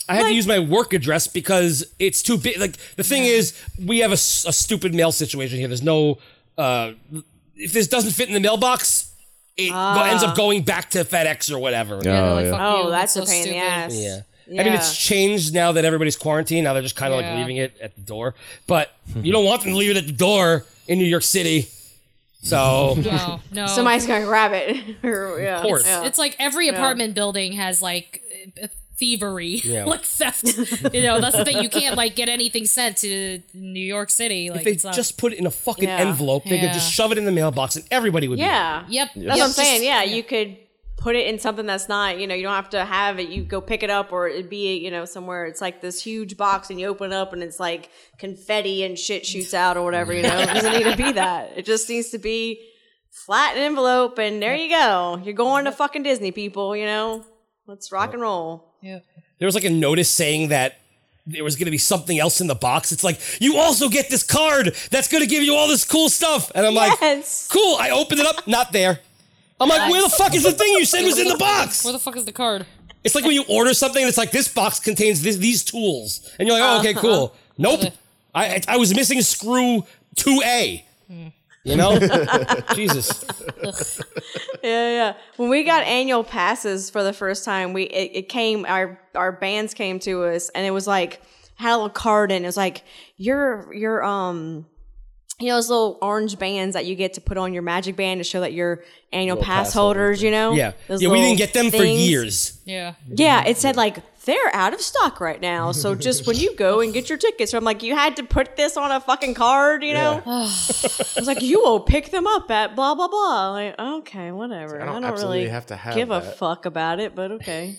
Speaker 1: I had to use my work address because it's too big. Like the thing is, we have a, s- a stupid mail situation here. There's no. Uh, if this doesn't fit in the mailbox, it go-
Speaker 5: Ah.
Speaker 1: ends up going back to FedEx or whatever.
Speaker 10: Yeah, they're like, Yeah.
Speaker 5: Oh,
Speaker 3: you,
Speaker 5: that's
Speaker 3: so
Speaker 5: a pain in the
Speaker 3: stupid.
Speaker 5: ass.
Speaker 1: Yeah. I mean, it's changed now that everybody's quarantined. Now they're just kind of
Speaker 3: Yeah.
Speaker 1: like leaving it at the door. But you don't want them to leave it at the door in New York City. So
Speaker 3: No, no.
Speaker 5: Somebody's gonna grab it. Or- yeah,
Speaker 1: Of course.
Speaker 5: yeah.
Speaker 3: It's like every
Speaker 5: Yeah.
Speaker 3: apartment building has like uh, thievery,
Speaker 1: Yeah.
Speaker 3: like theft. you know, that's the thing. You can't like get anything sent to New York City. Like
Speaker 1: if they
Speaker 3: it's not-
Speaker 1: just put it in a fucking
Speaker 3: Yeah.
Speaker 1: envelope, they could just
Speaker 3: Yeah.
Speaker 1: shove it in the mailbox and everybody would be.
Speaker 5: Yeah.
Speaker 3: Yep.
Speaker 5: That's
Speaker 1: Yep.
Speaker 5: what I'm
Speaker 1: Just-
Speaker 5: saying. Yeah, you could put it in something that's not, you know, you don't have to have it. You go pick it up or it'd be, you know, somewhere it's like this huge box and you open it up and it's like confetti and shit shoots out or whatever, you know. It doesn't need to be that. It just needs to be flat an envelope and there you go. You're going to fucking Disney people, you know. Let's rock and roll.
Speaker 3: Yeah.
Speaker 1: There was like a notice saying that there was going to be something else in the box. It's like, you also get this card that's going to give you all this cool stuff. And I'm
Speaker 5: Yes.
Speaker 1: like, cool. I opened it up, not there. I'm like, where the fuck is the thing you said was in the box?
Speaker 3: Where the fuck is the card?
Speaker 1: It's like when you order something and it's like, this box contains this, these tools. And you're like, oh,
Speaker 5: Uh-huh.
Speaker 1: okay, cool. Nope. I, I, I was missing screw 2A. You know? Jesus.
Speaker 5: yeah, yeah. When we got annual passes for the first time, we it, it came our our bands came to us and it was like had a little card in. It was like your your um you know those little orange bands that you get to put on your magic band to show that you're annual pass, holders. You know,
Speaker 1: Yeah.
Speaker 5: Those
Speaker 1: yeah, we
Speaker 5: little
Speaker 1: didn't get them for
Speaker 5: things.
Speaker 1: years.
Speaker 3: Yeah.
Speaker 5: Yeah, it said like they're out of stock right now. So just when you go and get your tickets, so I'm like, you had to put this on a fucking card, you know? I was like, you will pick them up at blah blah blah. I'm like, okay, whatever.
Speaker 10: I
Speaker 5: I
Speaker 10: don't
Speaker 5: don't,
Speaker 10: absolutely
Speaker 5: really
Speaker 10: have to have
Speaker 5: give a
Speaker 10: that.
Speaker 5: fuck about it, but okay.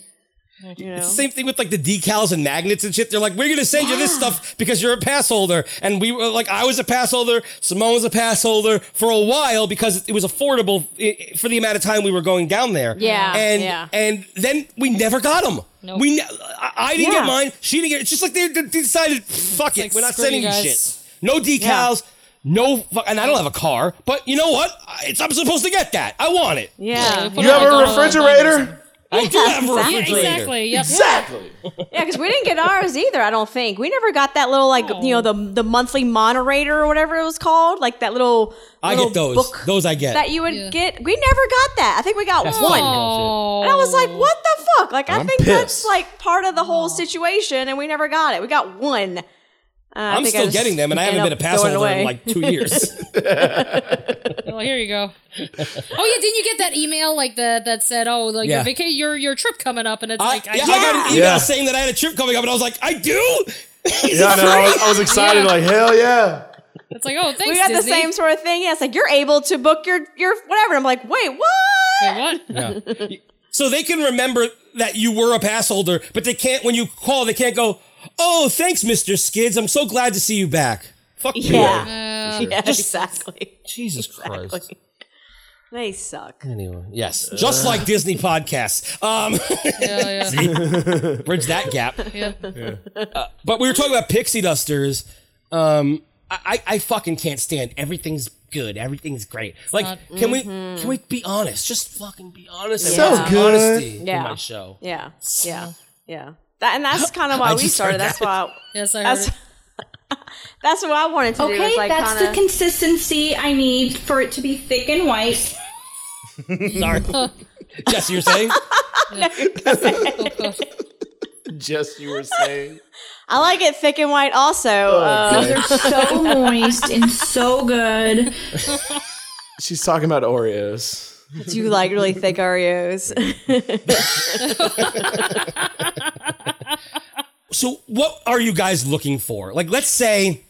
Speaker 5: You know?
Speaker 1: It's the same thing with like the decals and magnets and shit. They're like, we're gonna send you this stuff because you're a pass holder, and we were like, I was a pass holder, Simone was a pass holder for a while because it was affordable i- i- for the amount of time we were going down there.
Speaker 5: Yeah,
Speaker 1: and
Speaker 5: yeah.
Speaker 1: and then we never got them.
Speaker 3: Nope.
Speaker 1: We, ne- I, I didn't
Speaker 5: Yeah.
Speaker 1: get mine. She didn't get. It's just like they, they decided, fuck it,
Speaker 3: like,
Speaker 1: we're not
Speaker 3: screw
Speaker 1: sending
Speaker 3: you
Speaker 1: you
Speaker 3: guys.
Speaker 1: shit. No decals. No, fu- and I don't have a car, but you know what? I- It's, I'm supposed to get that. I want it.
Speaker 5: Yeah.
Speaker 3: Put
Speaker 10: You
Speaker 3: it
Speaker 10: have
Speaker 3: on
Speaker 10: a
Speaker 3: the-
Speaker 10: refrigerator?
Speaker 1: I do have a
Speaker 5: exactly.
Speaker 3: Yeah,
Speaker 1: refrigerator.
Speaker 3: exactly. Yep.
Speaker 10: Exactly.
Speaker 5: Yeah, because we didn't get ours either, I don't think. We never got that little like you know, the the monthly moderator or whatever it was called. Like that little
Speaker 1: I
Speaker 5: little
Speaker 1: get those.
Speaker 5: book
Speaker 1: Those I get.
Speaker 5: that you would get. We never got that. I think we got
Speaker 1: That's
Speaker 5: one.
Speaker 1: fucking bullshit.
Speaker 5: And I was
Speaker 1: Oh.
Speaker 5: like, what the fuck? Like, i
Speaker 10: I'm
Speaker 5: think that's
Speaker 10: pissed.
Speaker 5: like part of the whole situation, and we never got it. We got one. Uh, I
Speaker 1: I'm
Speaker 5: think I
Speaker 1: still
Speaker 5: just
Speaker 1: getting them, and I
Speaker 5: end
Speaker 1: haven't been a
Speaker 5: up
Speaker 1: pass
Speaker 5: throwing it
Speaker 1: holder in
Speaker 5: away.
Speaker 1: like two years.
Speaker 3: Well, here you go. Oh yeah, didn't you get that email like that that said, "Oh, like
Speaker 1: Yeah.
Speaker 3: your vaca- your your trip coming up," and it's
Speaker 1: I,
Speaker 3: like,
Speaker 1: yeah, I got an email
Speaker 10: Yeah.
Speaker 1: saying that I had a trip coming up, and I was like, I do.
Speaker 10: Yeah, I know. I was, I was excited.
Speaker 3: Yeah.
Speaker 10: Like hell yeah.
Speaker 3: It's like, oh, thanks.
Speaker 5: we got
Speaker 3: Disney.
Speaker 5: the same sort of thing. Yeah, it's like you're able to book your your whatever. I'm like, wait, what?
Speaker 3: Wait, what?
Speaker 1: Yeah. So they can remember that you were a pass holder, but they can't when you call. They can't go. Oh, thanks, Mister Skids. I'm so glad to see you back. Fuck you.
Speaker 3: Uh,
Speaker 5: Yeah. Yeah, exactly.
Speaker 1: Jesus Christ.
Speaker 5: They suck.
Speaker 1: Anyway, yes, just like Disney podcasts. Um,
Speaker 3: yeah, yeah.
Speaker 1: see? bridge that gap. Uh,
Speaker 3: yeah.
Speaker 1: But we were talking about pixie dusters. Um, I, I I fucking can't stand. Everything's good. Everything's great. Like,
Speaker 3: not- mm-hmm.
Speaker 1: can we can we be honest? Just fucking be honest. I
Speaker 10: So
Speaker 1: want some
Speaker 10: good.
Speaker 1: Honesty in
Speaker 5: Yeah.
Speaker 1: my show.
Speaker 5: Yeah, yeah, yeah. That, and that's kind of why
Speaker 1: I
Speaker 5: we
Speaker 1: just heard
Speaker 5: started. That's
Speaker 1: that.
Speaker 5: why.
Speaker 3: Yes, I heard.
Speaker 5: That's,
Speaker 3: it.
Speaker 5: that's what I wanted to do.
Speaker 4: Okay,
Speaker 5: was, like,
Speaker 4: that's
Speaker 5: kinda,
Speaker 4: the consistency I need for it to be thick and white.
Speaker 1: Sorry, Jesse, you're saying
Speaker 10: Just you were saying.
Speaker 5: I like it thick and white also.
Speaker 1: Oh,
Speaker 5: Uh,
Speaker 4: Those are so moist and so good.
Speaker 10: She's talking about Oreos.
Speaker 5: I do like really thick Oreos.
Speaker 1: So, what are you guys looking for? Like, let's say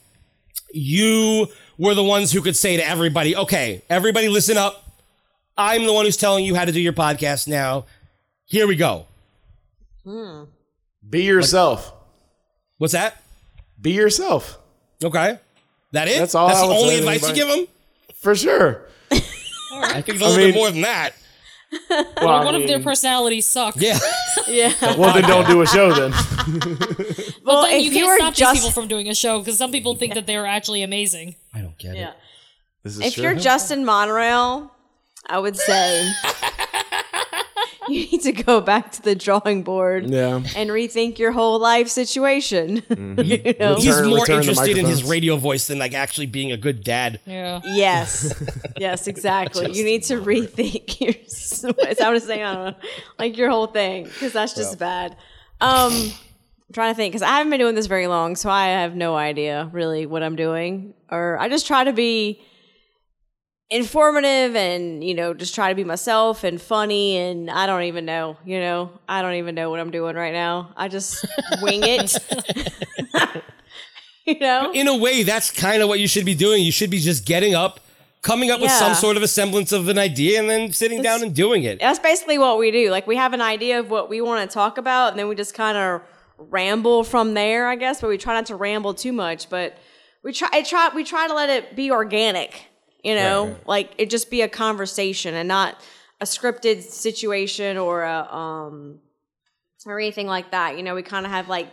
Speaker 1: you were the ones who could say to everybody, okay, everybody listen up. I'm the one who's telling you how to do your podcast now. Here we go.
Speaker 5: Hmm.
Speaker 10: Be yourself.
Speaker 1: What's that?
Speaker 10: Be yourself.
Speaker 1: Okay. That it?
Speaker 10: That's all
Speaker 1: That's
Speaker 10: I
Speaker 1: the
Speaker 10: would
Speaker 1: only
Speaker 10: say to
Speaker 1: advice you give
Speaker 10: anybody.
Speaker 1: them?
Speaker 10: For sure.
Speaker 1: I think it's a little
Speaker 10: mean-
Speaker 1: bit more than that.
Speaker 3: Well,
Speaker 10: I
Speaker 3: what if their
Speaker 10: mean-
Speaker 3: personalities suck?
Speaker 1: Yeah.
Speaker 5: yeah.
Speaker 10: Well, then don't do a show then.
Speaker 3: Well,
Speaker 5: Well,
Speaker 3: then you
Speaker 5: if you
Speaker 3: can't
Speaker 5: were
Speaker 3: stop
Speaker 5: just-
Speaker 3: these people from doing a show because some people think that they're actually amazing.
Speaker 1: I don't get
Speaker 5: Yeah.
Speaker 10: This
Speaker 5: If you're Justin Monrail, I would say you need to go back to the drawing board
Speaker 10: Yeah.
Speaker 5: and rethink your whole life situation. You know?
Speaker 1: He's
Speaker 10: Return-
Speaker 1: more
Speaker 10: return the
Speaker 1: interested in his
Speaker 10: microphones.
Speaker 1: radio voice than like actually being a good dad.
Speaker 3: Yeah.
Speaker 5: Yes. Yes, exactly. you need to rethink your I was saying, I don't know, like your whole thing because that's just bad. Um, I'm trying to think because I haven't been doing this very long, so I have no idea really what I'm doing. Or I just try to be informative and you know just try to be myself and funny and I don't even know. You know, I don't even know what I'm doing right now. I just wing it. you know.
Speaker 1: In a way, that's kind of what you should be doing. You should be just getting up, coming up with some
Speaker 5: Yeah.
Speaker 1: sort of a semblance of an idea, and then sitting down and doing it.
Speaker 5: That's basically what we do. Like we have an idea of what we want to talk about, and then we just kind of ramble from there, I guess. But we try not to ramble too much. But we try, I try, we try to let it be organic. You know, like it just be a conversation and not a scripted situation or a um or anything like that. You know, we kind of have like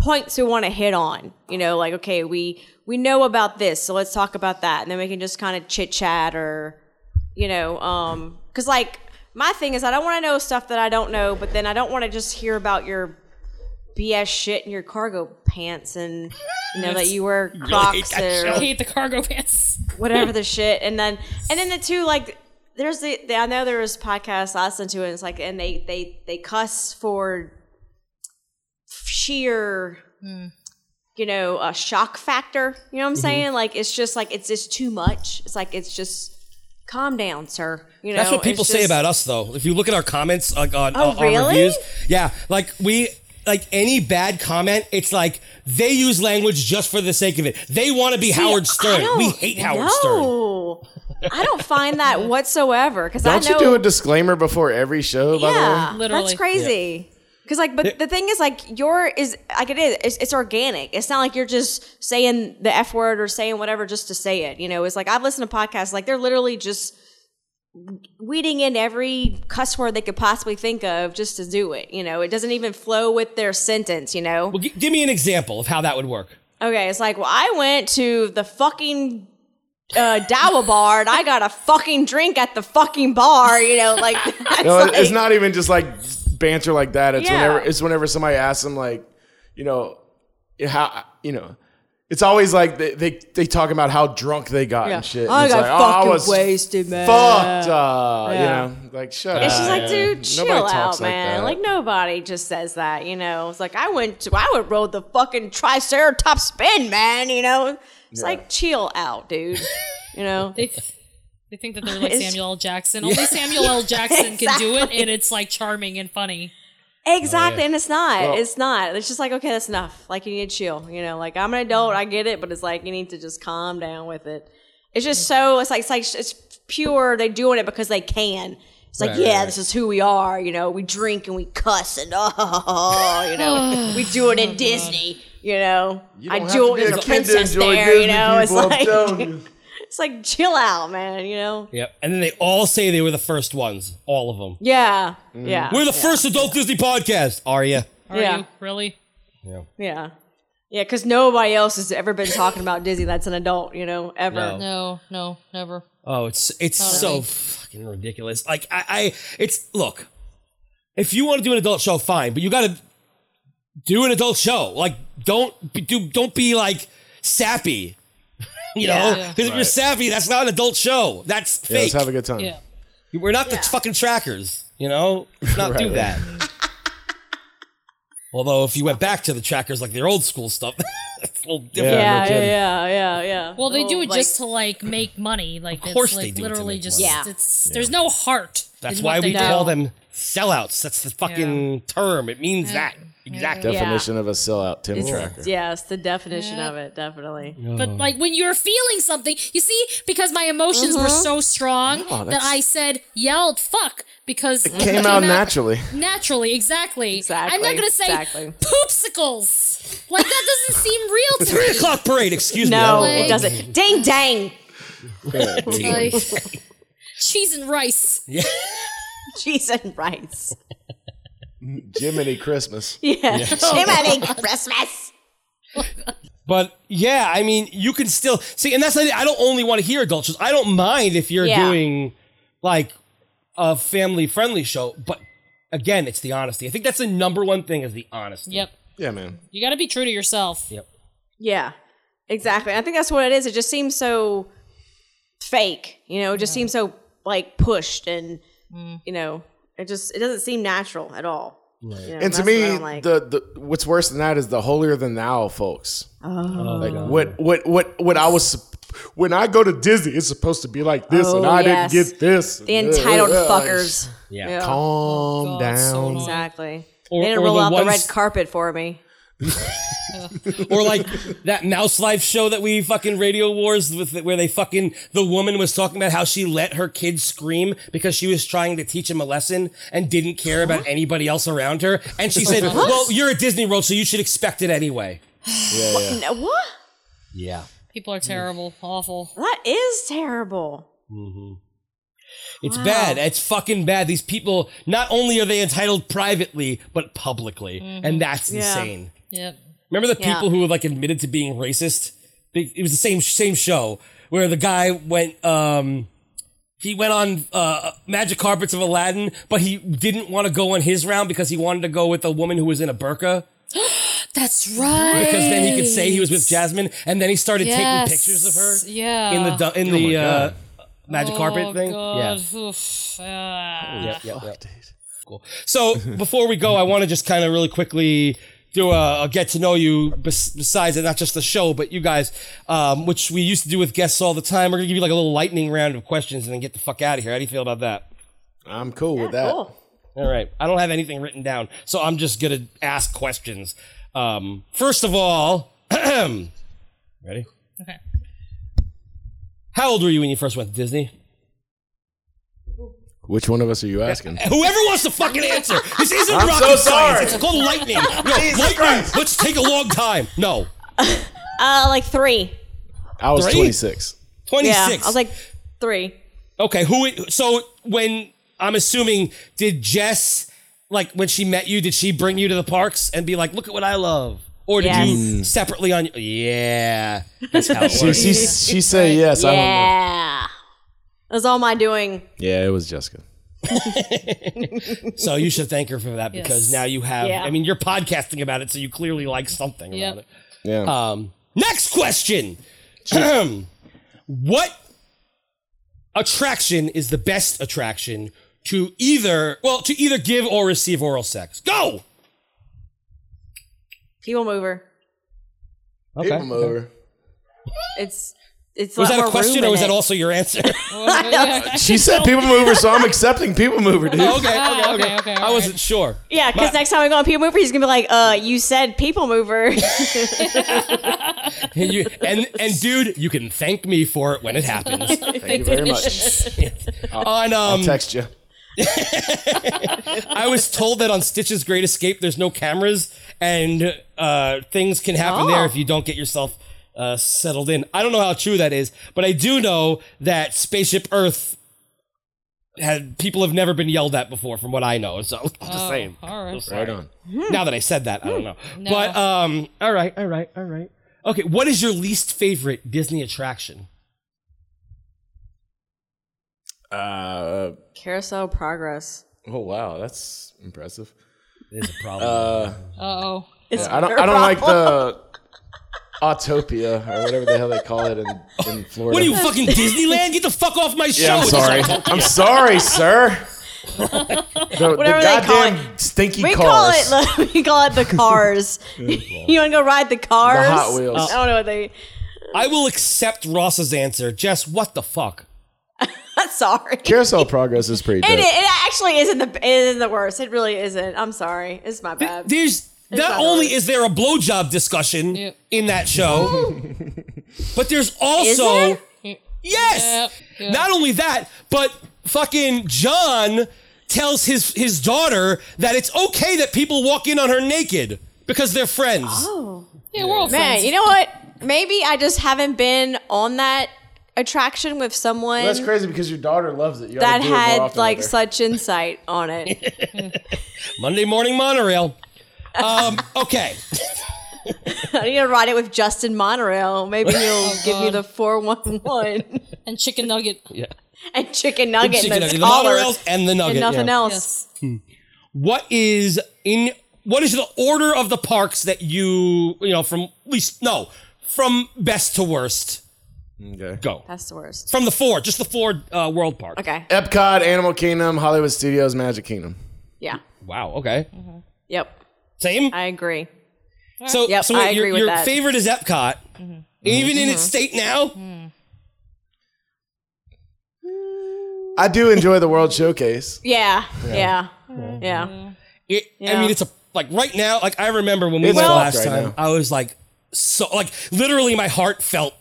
Speaker 5: points we want to hit on. You know, like okay, we we know about this, so let's talk about that, and then we can just kind of chit chat or you know, um, because like my thing is I don't want to know stuff that I don't know, but then I don't want to just hear about your BS shit in your cargo pants and you know that you wear Crocs
Speaker 3: I
Speaker 5: or
Speaker 3: hate the cargo pants.
Speaker 5: whatever the shit. And then and then the two like there's the, the I know there was podcasts I listened to and it's like and they they they cuss for sheer
Speaker 1: Mm.
Speaker 5: you know uh, shock factor. You
Speaker 1: Mm-hmm.
Speaker 5: know what I'm saying? Like it's just like it's just too much. It's like it's just calm down, sir. You know
Speaker 1: That's what people
Speaker 5: it's
Speaker 1: say
Speaker 5: just-
Speaker 1: about us, though. If you look at our comments like, on,
Speaker 5: Oh,
Speaker 1: on- on
Speaker 5: really?
Speaker 1: reviews, yeah, like we like any bad comment, it's like they use language just for the sake of it. They want to be Howard
Speaker 5: I
Speaker 1: Stern.
Speaker 5: don't
Speaker 1: We hate Howard Stern.
Speaker 5: know. I don't find that whatsoever because I know.
Speaker 10: Don't you do a disclaimer before every show, by
Speaker 5: yeah,
Speaker 10: the way?
Speaker 5: that's crazy. Because like, but the thing is, like, your is like it is. It's, it's organic. It's not like you're just saying the f word or saying whatever just to say it. You know, it's like I've listened to podcasts like they're literally just weeding in every cuss word they could possibly think of just to do it. You know, it doesn't even flow with their sentence. You know,
Speaker 1: Well, g- give me an example of how that would work.
Speaker 5: Okay, it's like, well, I went to the fucking uh, Dawa bar and I got a fucking drink at the fucking bar, you know, like that's
Speaker 10: No,
Speaker 5: like,
Speaker 10: it's not even just like banter like that. It's
Speaker 5: Yeah.
Speaker 10: whenever it's whenever somebody asks them like, you know, how you know, it's always like they they, they talk about how drunk they got
Speaker 5: Yeah.
Speaker 10: and shit.
Speaker 5: I
Speaker 10: and it's
Speaker 5: got
Speaker 10: like, oh,
Speaker 5: fucking
Speaker 10: I was
Speaker 5: wasted, man.
Speaker 10: Fucked up.
Speaker 5: Yeah.
Speaker 10: You know, like shut
Speaker 5: It's
Speaker 10: up.
Speaker 5: just like,
Speaker 10: man.
Speaker 5: dude, chill
Speaker 10: Nobody
Speaker 5: out,
Speaker 10: talks
Speaker 5: man.
Speaker 10: Like,
Speaker 5: Like, nobody just says that, you know. It's like I went to I would roll the fucking triceratops spin, man, you know. It's
Speaker 10: Yeah.
Speaker 5: like chill out, dude. You know.
Speaker 3: They, they think that they're like
Speaker 5: It's-
Speaker 3: Samuel L. Jackson. Only Samuel L. Jackson can do it, and it's like charming and funny.
Speaker 5: Exactly, and it's not.
Speaker 3: Well-
Speaker 5: it's not. It's just like okay, that's enough. Like you need to chill. You know, like I'm an adult, I get it, but it's like you need to just calm down with it. It's just so. It's like it's like it's pure. They're doing it because they can. It's like
Speaker 9: Right, right,
Speaker 5: yeah,
Speaker 9: right.
Speaker 5: this is who we are. You know, we drink and we cuss and oh, you know, we do it in Disney. You know, I
Speaker 9: Oh, don't have to be a
Speaker 5: do it as a
Speaker 9: kid to
Speaker 5: princess
Speaker 9: enjoy
Speaker 5: there. you
Speaker 9: Disney
Speaker 5: know, it's
Speaker 9: people, I'm
Speaker 5: like
Speaker 9: telling
Speaker 5: it's like chill out, man. You know,
Speaker 1: Yep. And then they all say they were the first ones. All of them.
Speaker 5: yeah,
Speaker 9: Mm.
Speaker 5: Oh, yeah.
Speaker 1: We're the
Speaker 5: yeah.
Speaker 1: first adult Disney podcast. Are you?
Speaker 3: Are
Speaker 5: Yeah.
Speaker 3: you really?
Speaker 5: Yeah. Yeah, because nobody else has ever been talking about Disney that's an adult, you know, ever.
Speaker 1: No.
Speaker 3: No, no, never.
Speaker 1: Oh, it's it's so
Speaker 3: Totally.
Speaker 1: fucking ridiculous. Like I, I, it's look. If you want to do an adult show, fine, but you got to do an adult show. Like don't be, do don't be like sappy. You know,
Speaker 10: Yeah.
Speaker 1: because if you're
Speaker 10: Right.
Speaker 1: sappy, that's not an adult show. That's
Speaker 10: yeah,
Speaker 1: fake.
Speaker 10: let's have a good time.
Speaker 3: Yeah.
Speaker 1: We're not the fucking trackers. You know, Let's not do
Speaker 14: Right.
Speaker 1: that. Although, if you went back to the trackers like their old school stuff, it's a little different.
Speaker 5: Yeah, yeah, yeah, yeah, yeah.
Speaker 3: Well, they do
Speaker 5: Little,
Speaker 3: it
Speaker 5: like-
Speaker 3: just to like make money. Like, of
Speaker 1: course
Speaker 3: it's, like,
Speaker 1: they do it to
Speaker 3: literally
Speaker 1: make
Speaker 3: just
Speaker 1: money. Yeah.
Speaker 3: it's there's no heart.
Speaker 1: That's
Speaker 3: is
Speaker 1: why
Speaker 3: what
Speaker 1: we
Speaker 3: they
Speaker 1: call
Speaker 3: do.
Speaker 1: them sellouts. That's the fucking term. It means that. Exactly.
Speaker 10: Definition of a sellout, Tim
Speaker 5: It's-
Speaker 10: Tracker.
Speaker 5: Yeah, it's the definition of it, definitely.
Speaker 3: But like when you're feeling something, you see, because my emotions were
Speaker 5: Mhm.
Speaker 3: so strong
Speaker 10: Oh,
Speaker 3: that
Speaker 10: that's-
Speaker 3: I said yelled "fuck" because it
Speaker 10: Came out naturally.
Speaker 3: Naturally, exactly. I'm not
Speaker 5: Exactly,
Speaker 3: gonna say
Speaker 5: exactly.
Speaker 3: poopsicles. Like that doesn't seem real to
Speaker 1: Three
Speaker 3: me.
Speaker 1: o'clock parade. Excuse me.
Speaker 5: No,
Speaker 1: I don't
Speaker 5: it
Speaker 1: know.
Speaker 5: doesn't. Ding dang.
Speaker 3: Like, cheese and rice.
Speaker 1: Yeah.
Speaker 5: Cheese and rice.
Speaker 10: Jiminy Christmas.
Speaker 5: Yeah.
Speaker 1: Yeah.
Speaker 5: Jiminy Christmas.
Speaker 1: But yeah, I mean, you can still see, and that's the thing, I don't only want to hear adult shows. I don't mind if you're
Speaker 5: Yeah.
Speaker 1: doing like a family friendly show, but again, it's the honesty. I think that's the number one thing is the honesty.
Speaker 3: Yep.
Speaker 10: Yeah, man.
Speaker 3: You got to be true to yourself.
Speaker 1: Yep.
Speaker 5: Yeah, exactly. I think that's what it is. It just seems so fake. You know, it just seems so like pushed, and
Speaker 3: Mm.
Speaker 5: you know, it just it doesn't seem natural at all. You know,
Speaker 10: and to
Speaker 5: that's what I
Speaker 10: me,
Speaker 5: don't like.
Speaker 10: the, the what's worse than that is the holier than thou folks.
Speaker 5: Oh.
Speaker 10: Like what what what what I was when I go to Disney, it's supposed to be like this, and
Speaker 5: Oh,
Speaker 10: I
Speaker 5: yes.
Speaker 10: didn't get this.
Speaker 5: the entitled
Speaker 10: Yeah.
Speaker 5: fuckers.
Speaker 1: Yeah.
Speaker 10: Calm
Speaker 1: Oh,
Speaker 10: down.
Speaker 5: exactly.
Speaker 1: Or-
Speaker 5: they didn't
Speaker 1: or
Speaker 5: roll
Speaker 1: the
Speaker 5: out the
Speaker 1: ones-
Speaker 5: red carpet for me.
Speaker 1: or like that Mouse Life show that we fucking Radio Wars with, where they fucking the woman was talking about how she let her kid scream because she was trying to teach him a lesson and didn't care about anybody else around her, and she said,
Speaker 5: What?
Speaker 1: "Well, you're at Disney World, so you should expect it anyway."
Speaker 10: Yeah, yeah.
Speaker 5: No, what?
Speaker 1: Yeah.
Speaker 3: People are terrible, awful.
Speaker 5: That is terrible.
Speaker 1: hmm It's bad. It's fucking bad. These people, not only are they entitled privately, but publicly. And that's
Speaker 3: Yeah.
Speaker 1: insane.
Speaker 3: Yep.
Speaker 1: Remember the
Speaker 3: Yeah.
Speaker 1: people who like admitted to being racist? They- It was the same same show where the guy went um he went on uh Magic Carpets of Aladdin, but he didn't want to go on his round because he wanted to go with a woman who was in a burqa
Speaker 3: That's right.
Speaker 1: because then he could say he was with Jasmine and then he started
Speaker 3: Yes.
Speaker 1: taking pictures of her
Speaker 3: Yeah.
Speaker 1: in the du- in the uh Magic
Speaker 3: Oh,
Speaker 1: carpet thing,
Speaker 3: God. Oof. Ah.
Speaker 1: Yep, yep, yep. Cool. So before we go, I want to just kind of really quickly do a, a get to know you. Bes- besides, it, not just the show, but you guys, um, which we used to do with guests all the time. We're gonna give you like a little lightning round of questions and then get the fuck out of here. How do you feel about that?
Speaker 10: I'm cool with that.
Speaker 1: All right. I don't have anything written down, so I'm just gonna ask questions. Um, first of all, ready?
Speaker 3: Okay.
Speaker 1: How old were you when you first went to Disney?
Speaker 10: Which one of us are you asking?
Speaker 1: Whoever wants to fucking answer, this isn't
Speaker 10: I'm
Speaker 1: rocket
Speaker 10: so
Speaker 1: science.
Speaker 10: sorry.
Speaker 1: It's called lightning. No,
Speaker 10: Jesus
Speaker 1: lightning.
Speaker 10: Christ.
Speaker 1: Let's take a long time. No,
Speaker 5: Uh, like three.
Speaker 10: I was
Speaker 1: Three?
Speaker 10: 26.
Speaker 1: twenty
Speaker 5: Yeah,
Speaker 1: six.
Speaker 5: I was like three.
Speaker 1: okay, who? So when I'm assuming, did Jess like when she met you? Did she bring you to the parks and be like, "Look at what I love," or did
Speaker 5: Yes.
Speaker 1: you separately on? Yeah, that's how it
Speaker 10: She
Speaker 1: works.
Speaker 10: she she said yes. I don't know.
Speaker 5: yeah. That was all my doing.
Speaker 10: Yeah, it was Jessica.
Speaker 1: so you should thank her for that because
Speaker 5: Yes.
Speaker 1: now you have.
Speaker 5: Yeah.
Speaker 1: I mean, you're podcasting about it, so you clearly like something about it.
Speaker 10: Yeah.
Speaker 1: Um, next question. what attraction is the best attraction to either well to either give or receive oral sex? Go.
Speaker 5: People mover.
Speaker 1: Okay.
Speaker 10: Hit him over.
Speaker 5: It's it's.
Speaker 1: Was
Speaker 5: lot
Speaker 1: that a
Speaker 5: more
Speaker 1: question
Speaker 5: room
Speaker 1: or
Speaker 5: in
Speaker 1: was that
Speaker 5: it.
Speaker 1: also your answer?
Speaker 10: She said people mover, so I'm accepting people mover, dude.
Speaker 1: Oh, okay, okay, okay. I wasn't sure.
Speaker 5: Yeah, because next time we go on People Mover, he's gonna be like, "Uh, you said People Mover."
Speaker 1: And, you, and and dude, you can thank me for it when it happens.
Speaker 10: Thank you very much.
Speaker 1: On um,
Speaker 10: I'll text you.
Speaker 1: I was told that on Stitch's Great Escape, there's no cameras and uh, things can happen
Speaker 5: Oh.
Speaker 1: there if you don't get yourself uh, settled in. I don't know how true that is, but I do know that Spaceship Earth had people have never been yelled at before, from what I know. So I'm just
Speaker 3: Oh,
Speaker 1: saying.
Speaker 3: all right. Hmm.
Speaker 1: So sorry.
Speaker 10: Right on.
Speaker 1: Now that I said that, I don't know.
Speaker 3: No.
Speaker 1: But um, all right, all right, all right. Okay, what is your least favorite Disney attraction?
Speaker 10: Uh,
Speaker 5: Carousel progress.
Speaker 10: oh wow, that's impressive.
Speaker 1: There's a problem.
Speaker 10: Uh,
Speaker 3: Uh oh.
Speaker 5: It's
Speaker 10: I don't.
Speaker 5: your
Speaker 10: I don't like
Speaker 5: problem.
Speaker 10: the Autopia or whatever the hell they call it in, in Florida.
Speaker 1: What are you fucking Disneyland? Get the fuck off my show!
Speaker 10: Yeah, I'm sorry. I'm sorry, sir. The, the
Speaker 5: Whatever they call
Speaker 10: goddamn stinky
Speaker 5: we
Speaker 10: cars.
Speaker 5: call it the, we call it the cars. you want to go ride the cars?
Speaker 1: The Hot Wheels.
Speaker 5: I don't know what they.
Speaker 1: I will accept Ross's answer. Jess, what the fuck?
Speaker 5: sorry.
Speaker 10: Carousel progress is pretty
Speaker 5: It,
Speaker 10: dope.
Speaker 5: it actually isn't the it isn't the worst. It really isn't. I'm sorry. It's my bad.
Speaker 1: There's
Speaker 5: It's
Speaker 1: not
Speaker 5: not
Speaker 1: only
Speaker 5: ours.
Speaker 1: is there a blowjob discussion in that show, but there's also yes. Not only that, but fucking John tells his his daughter that it's okay that people walk in on her naked because they're friends.
Speaker 5: Oh,
Speaker 3: yeah, we're all
Speaker 5: man.
Speaker 3: friends.
Speaker 5: You know what? Maybe I just haven't been on that attraction with someone
Speaker 10: That's crazy because your daughter loves it. You oughta
Speaker 5: that
Speaker 10: do it more
Speaker 5: had
Speaker 10: often
Speaker 5: like
Speaker 10: with her.
Speaker 5: such insight on it.
Speaker 1: Monday morning monorail. Um, okay.
Speaker 5: I need to ride it with Justin Monorail. Maybe he'll
Speaker 3: Oh,
Speaker 5: give me
Speaker 3: God.
Speaker 5: the four one one
Speaker 3: and chicken nugget.
Speaker 1: Yeah.
Speaker 5: and chicken nugget
Speaker 1: Chicken
Speaker 5: and
Speaker 1: nugget,
Speaker 5: a
Speaker 1: the
Speaker 5: collar
Speaker 1: monorails and the nugget,
Speaker 5: and nothing
Speaker 1: yeah.
Speaker 5: else.
Speaker 1: What is in what is the order of the parks that you you know from least no from best to worst?
Speaker 10: Okay.
Speaker 1: Go.
Speaker 5: That's the worst.
Speaker 1: From the four, just the four uh, world parks.
Speaker 5: Okay.
Speaker 10: Epcot, Animal Kingdom, Hollywood Studios, Magic Kingdom.
Speaker 5: Yeah.
Speaker 1: Wow. Okay.
Speaker 5: Yep.
Speaker 1: Same.
Speaker 5: I agree.
Speaker 1: So,
Speaker 5: yep,
Speaker 1: so
Speaker 5: I
Speaker 1: wait, your,
Speaker 5: agree with
Speaker 1: your
Speaker 5: that. Mm-hmm.
Speaker 1: favorite is Epcot, even in its state now.
Speaker 10: I do enjoy the World Showcase.
Speaker 5: Yeah,
Speaker 10: Yeah.
Speaker 5: yeah, yeah.
Speaker 10: Yeah.
Speaker 1: It, I
Speaker 5: Yeah.
Speaker 1: mean, it's a like right now. Like I remember when we
Speaker 10: It's
Speaker 1: went
Speaker 10: fucked
Speaker 1: last
Speaker 10: right
Speaker 1: time,
Speaker 10: now.
Speaker 1: I was like so like literally my heart felt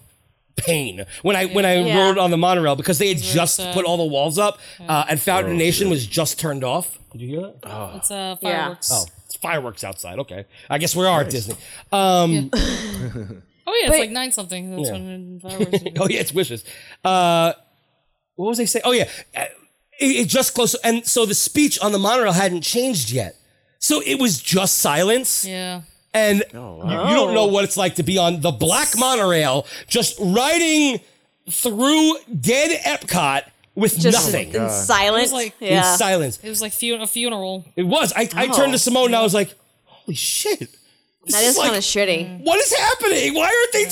Speaker 1: pain when I when I
Speaker 10: Yeah.
Speaker 1: rode on the monorail because they had
Speaker 10: Very
Speaker 1: just
Speaker 10: sad.
Speaker 1: put all the walls up uh, and Fountain Nation was just turned off. Did you hear that? Oh,
Speaker 3: It's uh,
Speaker 5: Yeah.
Speaker 3: fireworks.
Speaker 1: oh, it's fireworks outside. Okay, I guess we are at Disney. Um,
Speaker 3: Oh yeah, it's
Speaker 5: But-
Speaker 3: like nine something. That's
Speaker 1: Yeah.
Speaker 3: when fireworks.
Speaker 1: oh yeah, it's wishes. Uh, what was I saying? Oh yeah, Uh, it, it just closed, and so the speech on the monorail hadn't changed yet, so it was just silence.
Speaker 3: Yeah.
Speaker 1: And you, you don't know what it's like to be on the black monorail, just riding through dead Epcot with
Speaker 5: Just
Speaker 1: nothing.
Speaker 10: Oh
Speaker 5: in silence. yeah.
Speaker 1: in silence.
Speaker 3: It was like fun- a funeral.
Speaker 1: It was. I, I
Speaker 3: Oh.
Speaker 1: turned to Simone and I was like, "Holy shit!
Speaker 5: That is kind of shitty.
Speaker 1: What is happening? Why aren't they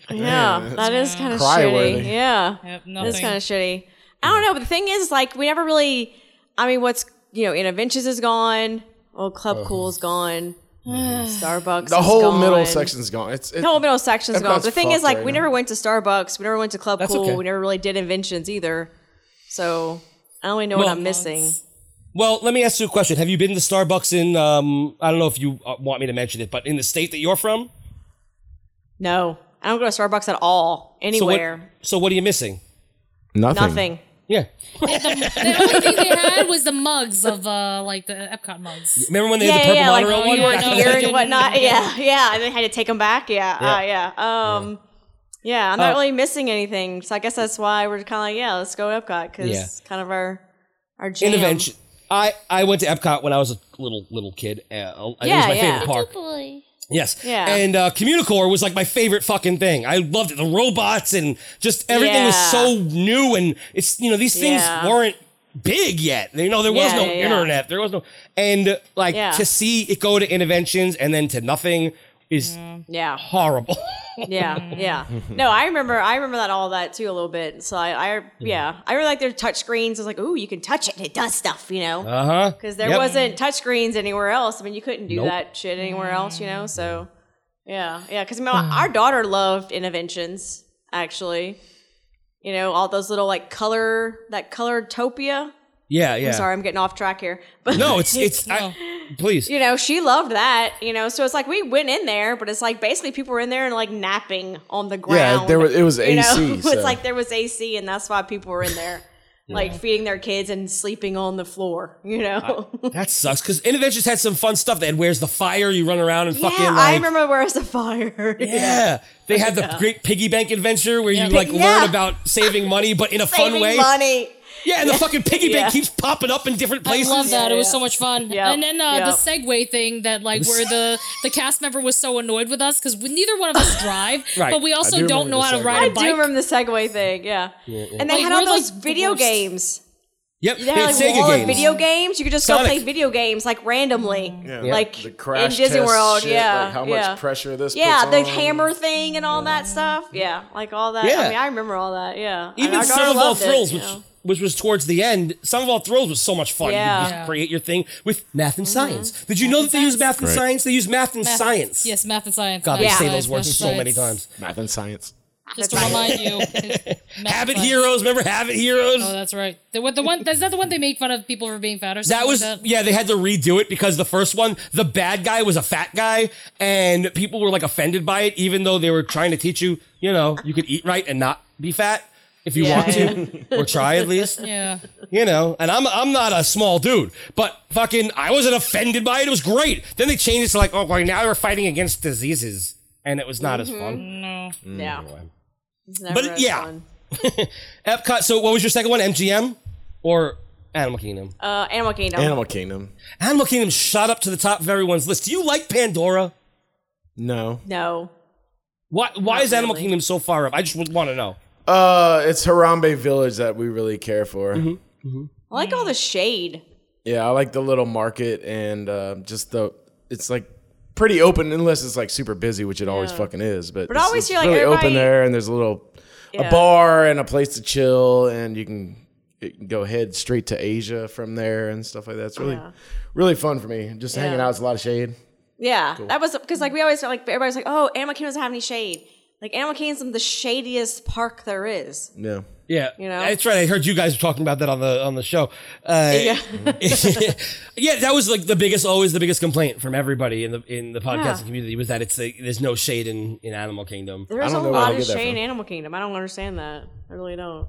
Speaker 1: talking?"
Speaker 5: Yeah, that is kind of
Speaker 1: Cry
Speaker 5: shitty.
Speaker 1: worthy.
Speaker 5: Yeah, that's
Speaker 3: nothing.
Speaker 5: kind of shitty. I don't know, but the thing is, like, we never really. I mean, what's you know, Interventions is gone. Old Club Cool's gone. Starbucks.
Speaker 10: Oh. The
Speaker 5: is
Speaker 10: whole
Speaker 5: gone.
Speaker 10: middle section's gone. It's it,
Speaker 5: The whole middle section's
Speaker 10: Epcot's
Speaker 5: gone. But the thing is,
Speaker 10: fucked
Speaker 5: like,
Speaker 10: right
Speaker 5: we
Speaker 10: now.
Speaker 5: never went to Starbucks. We never went to Club
Speaker 1: That's
Speaker 5: Cool.
Speaker 1: okay.
Speaker 5: We never really did Inventions either. So I don't really know
Speaker 1: Well,
Speaker 5: what I'm missing.
Speaker 1: Well, let me ask you a question. Have you been to Starbucks in? Um, I don't know if you uh, want me to mention it, but in the state that you're from,
Speaker 5: No, I don't go to Starbucks at all anywhere.
Speaker 1: So what, so what are you missing?
Speaker 5: Nothing.
Speaker 1: Yeah.
Speaker 3: the only thing they had was the mugs of uh, like the Epcot mugs.
Speaker 1: Remember when they
Speaker 5: yeah,
Speaker 1: had the purple
Speaker 5: yeah, like
Speaker 1: monorail one?
Speaker 5: you were
Speaker 1: Back in the
Speaker 5: here
Speaker 1: day?
Speaker 5: and whatnot. Yeah, yeah. And they had to take them back. Yeah, yeah. Uh, yeah. Um, yeah, I'm not
Speaker 1: Uh,
Speaker 5: really missing anything. So I guess that's why we're kind of like, yeah, let's go to Epcot because
Speaker 1: Yeah.
Speaker 5: it's kind of our our jam.
Speaker 1: Intervention. I, I went to Epcot when I was a little little kid. Uh, it was
Speaker 5: Yeah,
Speaker 1: my
Speaker 5: yeah.
Speaker 1: favorite park. Yes.
Speaker 5: Yeah.
Speaker 1: And uh, Communicore was like my favorite fucking thing. I loved it. The robots and just everything was
Speaker 5: Yeah.
Speaker 1: so new. And it's, you know, these things
Speaker 5: Yeah.
Speaker 1: weren't big yet. You know, there was
Speaker 5: Yeah,
Speaker 1: no
Speaker 5: yeah, yeah.
Speaker 1: internet. There was no. And uh, like
Speaker 5: Yeah.
Speaker 1: to see it go to interventions and then to nothing is
Speaker 5: Yeah,
Speaker 1: horrible.
Speaker 5: yeah, yeah. No, I remember, I remember that all that too a little bit. So I, I yeah, I really like their touch screens. I was like, ooh, you can touch it; it does stuff, you know.
Speaker 1: Uh huh.
Speaker 5: Because there wasn't touch screens anywhere else. I mean, you couldn't do
Speaker 1: Nope.
Speaker 5: that shit anywhere else, you know. So, yeah, yeah. Because our daughter loved interventions, actually. You know, all those little like color that color topia.
Speaker 1: Yeah, yeah.
Speaker 5: I'm sorry, I'm getting off track here. But
Speaker 1: No, it's, it's, I, please.
Speaker 5: you know, she loved that. You know, so it's like we went in there, but it's like basically people were in there and like napping on the ground.
Speaker 10: there was- it was
Speaker 5: you know?
Speaker 10: AC, so-
Speaker 5: it's like there was AC, and that's why people were in there. Like feeding their kids and sleeping on the floor, you know.
Speaker 1: That sucks because Interventions had some fun stuff. They had Where's the Fire? You run around and fucking
Speaker 5: yeah,
Speaker 1: like.
Speaker 5: I remember where's the fire.
Speaker 1: Yeah. They had the great piggy bank adventure where
Speaker 5: Yeah.
Speaker 1: you like
Speaker 5: Yeah.
Speaker 1: learn about saving money, but in a fun
Speaker 5: saving
Speaker 1: way.
Speaker 5: money.
Speaker 1: Yeah, and the
Speaker 5: Yeah.
Speaker 1: fucking piggy
Speaker 5: Yeah.
Speaker 1: bank keeps popping up in different
Speaker 3: I
Speaker 1: places.
Speaker 3: love that. It was so much fun. And then uh, the
Speaker 5: Yep.
Speaker 3: Segway thing that like where the the cast member was so annoyed with us because neither one of us drive,
Speaker 5: Right.
Speaker 3: but we
Speaker 5: I
Speaker 3: also
Speaker 5: do
Speaker 3: don't
Speaker 5: remember
Speaker 3: know
Speaker 5: the
Speaker 3: how to
Speaker 5: Segway.
Speaker 3: ride a
Speaker 5: I do
Speaker 3: bike.
Speaker 5: remember the Segway thing, yeah. And they
Speaker 3: Like,
Speaker 5: had
Speaker 3: we're
Speaker 5: all those
Speaker 3: like the
Speaker 5: video
Speaker 3: worst.
Speaker 5: games.
Speaker 1: Yep,
Speaker 5: They
Speaker 1: they
Speaker 5: had
Speaker 1: had
Speaker 5: like
Speaker 1: Sega
Speaker 5: all the
Speaker 1: games.
Speaker 5: video games. You could just
Speaker 1: Sonic.
Speaker 5: go play video games like randomly,
Speaker 10: Yeah.
Speaker 5: like
Speaker 10: The crash
Speaker 5: in Disney
Speaker 10: test
Speaker 5: World.
Speaker 10: shit,
Speaker 5: yeah,
Speaker 10: like how much
Speaker 5: yeah.
Speaker 10: pressure this
Speaker 5: Yeah,
Speaker 10: puts
Speaker 5: the
Speaker 10: on.
Speaker 5: hammer thing and all that stuff. Yeah, like all that.
Speaker 1: Yeah.
Speaker 5: I mean, I remember all that. Yeah,
Speaker 1: Even
Speaker 5: and our daughter
Speaker 1: Serve All
Speaker 5: loved it,
Speaker 1: Thrills,
Speaker 5: you
Speaker 1: which
Speaker 5: know.
Speaker 1: which was towards the end, Sum of All Throws was so much fun.
Speaker 3: Yeah.
Speaker 1: You just
Speaker 3: Yeah.
Speaker 1: create your thing with math
Speaker 5: Mm-hmm.
Speaker 1: and science. Did you know that they use math and
Speaker 10: Right.
Speaker 1: science? They use math and
Speaker 3: Math-
Speaker 1: science.
Speaker 3: Yes, math and science.
Speaker 1: God, they
Speaker 3: math
Speaker 1: say
Speaker 3: and
Speaker 1: those
Speaker 3: science,
Speaker 1: words
Speaker 3: math
Speaker 1: so
Speaker 3: and
Speaker 1: many
Speaker 3: science.
Speaker 1: times.
Speaker 10: Math and science.
Speaker 3: Just to remind you,
Speaker 1: Habit
Speaker 5: oh.
Speaker 1: Heroes, remember Habit Heroes?
Speaker 3: Oh, that's right. The, what- the one that's not the one they make fun of people for being fat or something.
Speaker 1: That was
Speaker 3: like that?
Speaker 1: yeah. They had to redo it because the first one, the bad guy was a fat guy, and people were like offended by it, even though they were trying to teach you, you know, you could eat right and not be fat if you
Speaker 3: Yeah,
Speaker 1: want to, or try at least,
Speaker 3: yeah.
Speaker 1: you know. And I'm I'm not a small dude, but fucking, I wasn't offended by it. It was great. Then they changed it to like, oh, well, now we're fighting against diseases, and it was not as fun.
Speaker 3: No.
Speaker 5: Yeah.
Speaker 1: Mm, Anyway.
Speaker 5: It's never
Speaker 1: But,
Speaker 5: as
Speaker 1: yeah.
Speaker 5: fun.
Speaker 1: Epcot. So what was your second one? MGM or Animal Kingdom?
Speaker 5: Uh, Animal Kingdom.
Speaker 10: Animal Kingdom.
Speaker 1: Animal Kingdom shot up to the top of everyone's list. Do you like Pandora?
Speaker 10: No.
Speaker 5: No.
Speaker 1: Why, why is Animal Kingdom so far up? I just would want to know.
Speaker 10: Uh, it's Harambe Village that we really care for.
Speaker 5: I like all the shade.
Speaker 10: Yeah, I like the little market and uh, just the. It's like pretty open unless it's like super busy, which it always
Speaker 5: Yeah.
Speaker 10: fucking is. But,
Speaker 5: But I
Speaker 10: it's,
Speaker 5: always
Speaker 10: it's
Speaker 5: feel like
Speaker 10: really open
Speaker 5: everybody-
Speaker 10: there, and there's a little
Speaker 5: Yeah.
Speaker 10: a bar and a place to chill, and you can, you can go head straight to Asia from there and stuff like that. It's really,
Speaker 5: Yeah.
Speaker 10: really fun for me. Just hanging
Speaker 5: Yeah.
Speaker 10: out. It's a lot of shade.
Speaker 5: Yeah,
Speaker 10: Cool.
Speaker 5: that was because like we always felt like everybody's like, oh, Animal Kingdom doesn't have any shade. Like Animal Kingdom's the shadiest park there is.
Speaker 10: Yeah.
Speaker 1: Yeah,
Speaker 5: You know?
Speaker 1: that's right. I heard you guys were talking about that on the on the show. Uh,
Speaker 5: Yeah.
Speaker 1: yeah, that was like the biggest, always the biggest complaint from everybody in the in the podcasting
Speaker 5: Yeah.
Speaker 1: community was that it's the, there's no shade in in Animal Kingdom.
Speaker 5: There's a lot of shade in Animal Kingdom. I don't understand that. I really don't.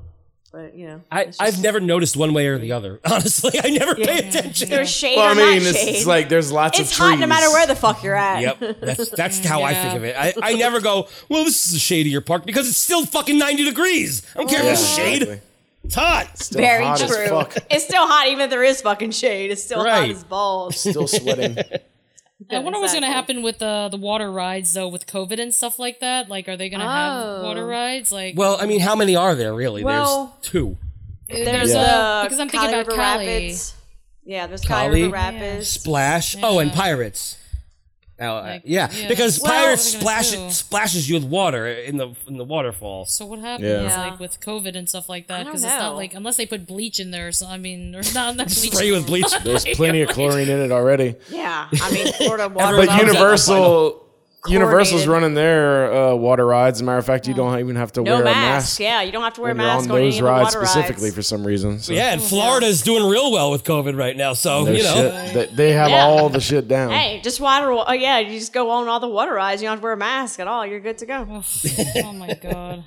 Speaker 5: But you know,
Speaker 1: I, I've never noticed one way or the other. Honestly, I never pay attention.
Speaker 5: there's shade
Speaker 10: Well,
Speaker 5: or
Speaker 10: I mean,
Speaker 5: not
Speaker 10: it's,
Speaker 5: shade.
Speaker 10: it's like there's lots
Speaker 5: It's
Speaker 10: of
Speaker 5: hot
Speaker 10: trees.
Speaker 5: no matter where the fuck you're at.
Speaker 1: Yep, that's that's how I think of it. I, I never go. Well, this is a shadier park because it's still fucking ninety degrees. I don't care if it's
Speaker 10: Yeah,
Speaker 1: shade.
Speaker 10: exactly.
Speaker 1: It's hot.
Speaker 5: It's Very true. It's still hot, even if there is fucking shade. It's still hot
Speaker 1: Right.
Speaker 5: as balls.
Speaker 10: Still sweating.
Speaker 3: I wonder what's going to happen with uh, the the water rides though, with COVID and stuff like that. Like, are they going to have
Speaker 5: Oh.
Speaker 3: water rides? Like,
Speaker 1: Well, I mean, how many are there really?
Speaker 5: Well-
Speaker 1: there's two.
Speaker 3: there's
Speaker 5: the
Speaker 3: a because I'm thinking
Speaker 5: Cali
Speaker 3: about
Speaker 5: River
Speaker 3: Cali.
Speaker 5: Rapids. Yeah, there's Cali River
Speaker 1: Cali?
Speaker 5: Rapids.
Speaker 1: Splash. Oh, and pirates. Oh, uh, yeah.
Speaker 3: yeah.
Speaker 1: because
Speaker 3: Well,
Speaker 1: pirates
Speaker 3: what are they gonna
Speaker 1: splash
Speaker 3: do?
Speaker 1: splashes you with water in the in the waterfall.
Speaker 3: So what happens
Speaker 1: Yeah.
Speaker 3: like with COVID and stuff like
Speaker 5: I
Speaker 3: that?
Speaker 5: don't
Speaker 3: Because it's not
Speaker 5: know.
Speaker 3: like unless they put bleach in there. So I mean, or not, not bleach.
Speaker 1: Spray you with bleach.
Speaker 10: There's plenty of chlorine in it already.
Speaker 5: Yeah, I mean Florida water.
Speaker 10: But
Speaker 5: levels-
Speaker 10: Universal, Universal's
Speaker 5: Chlorinated.
Speaker 10: running their uh, water rides. As a matter of fact, you don't even have to
Speaker 5: no
Speaker 10: wear
Speaker 5: mask.
Speaker 10: a mask.
Speaker 5: Yeah, you don't have to wear a
Speaker 10: when you're
Speaker 5: mask
Speaker 10: on
Speaker 5: on
Speaker 10: those
Speaker 5: any of the
Speaker 10: rides
Speaker 5: water
Speaker 10: specifically
Speaker 5: rides.
Speaker 10: for some reason. So.
Speaker 1: Yeah, and
Speaker 3: Oh,
Speaker 1: Florida's doing real well with COVID right now. So
Speaker 10: No
Speaker 1: you know,
Speaker 3: Oh,
Speaker 10: shit. They, they have
Speaker 5: Yeah.
Speaker 10: all the shit down.
Speaker 5: Hey, just water. Oh yeah, you just go on all the water rides. You don't have to wear a mask at all. You're good to go.
Speaker 3: oh my god.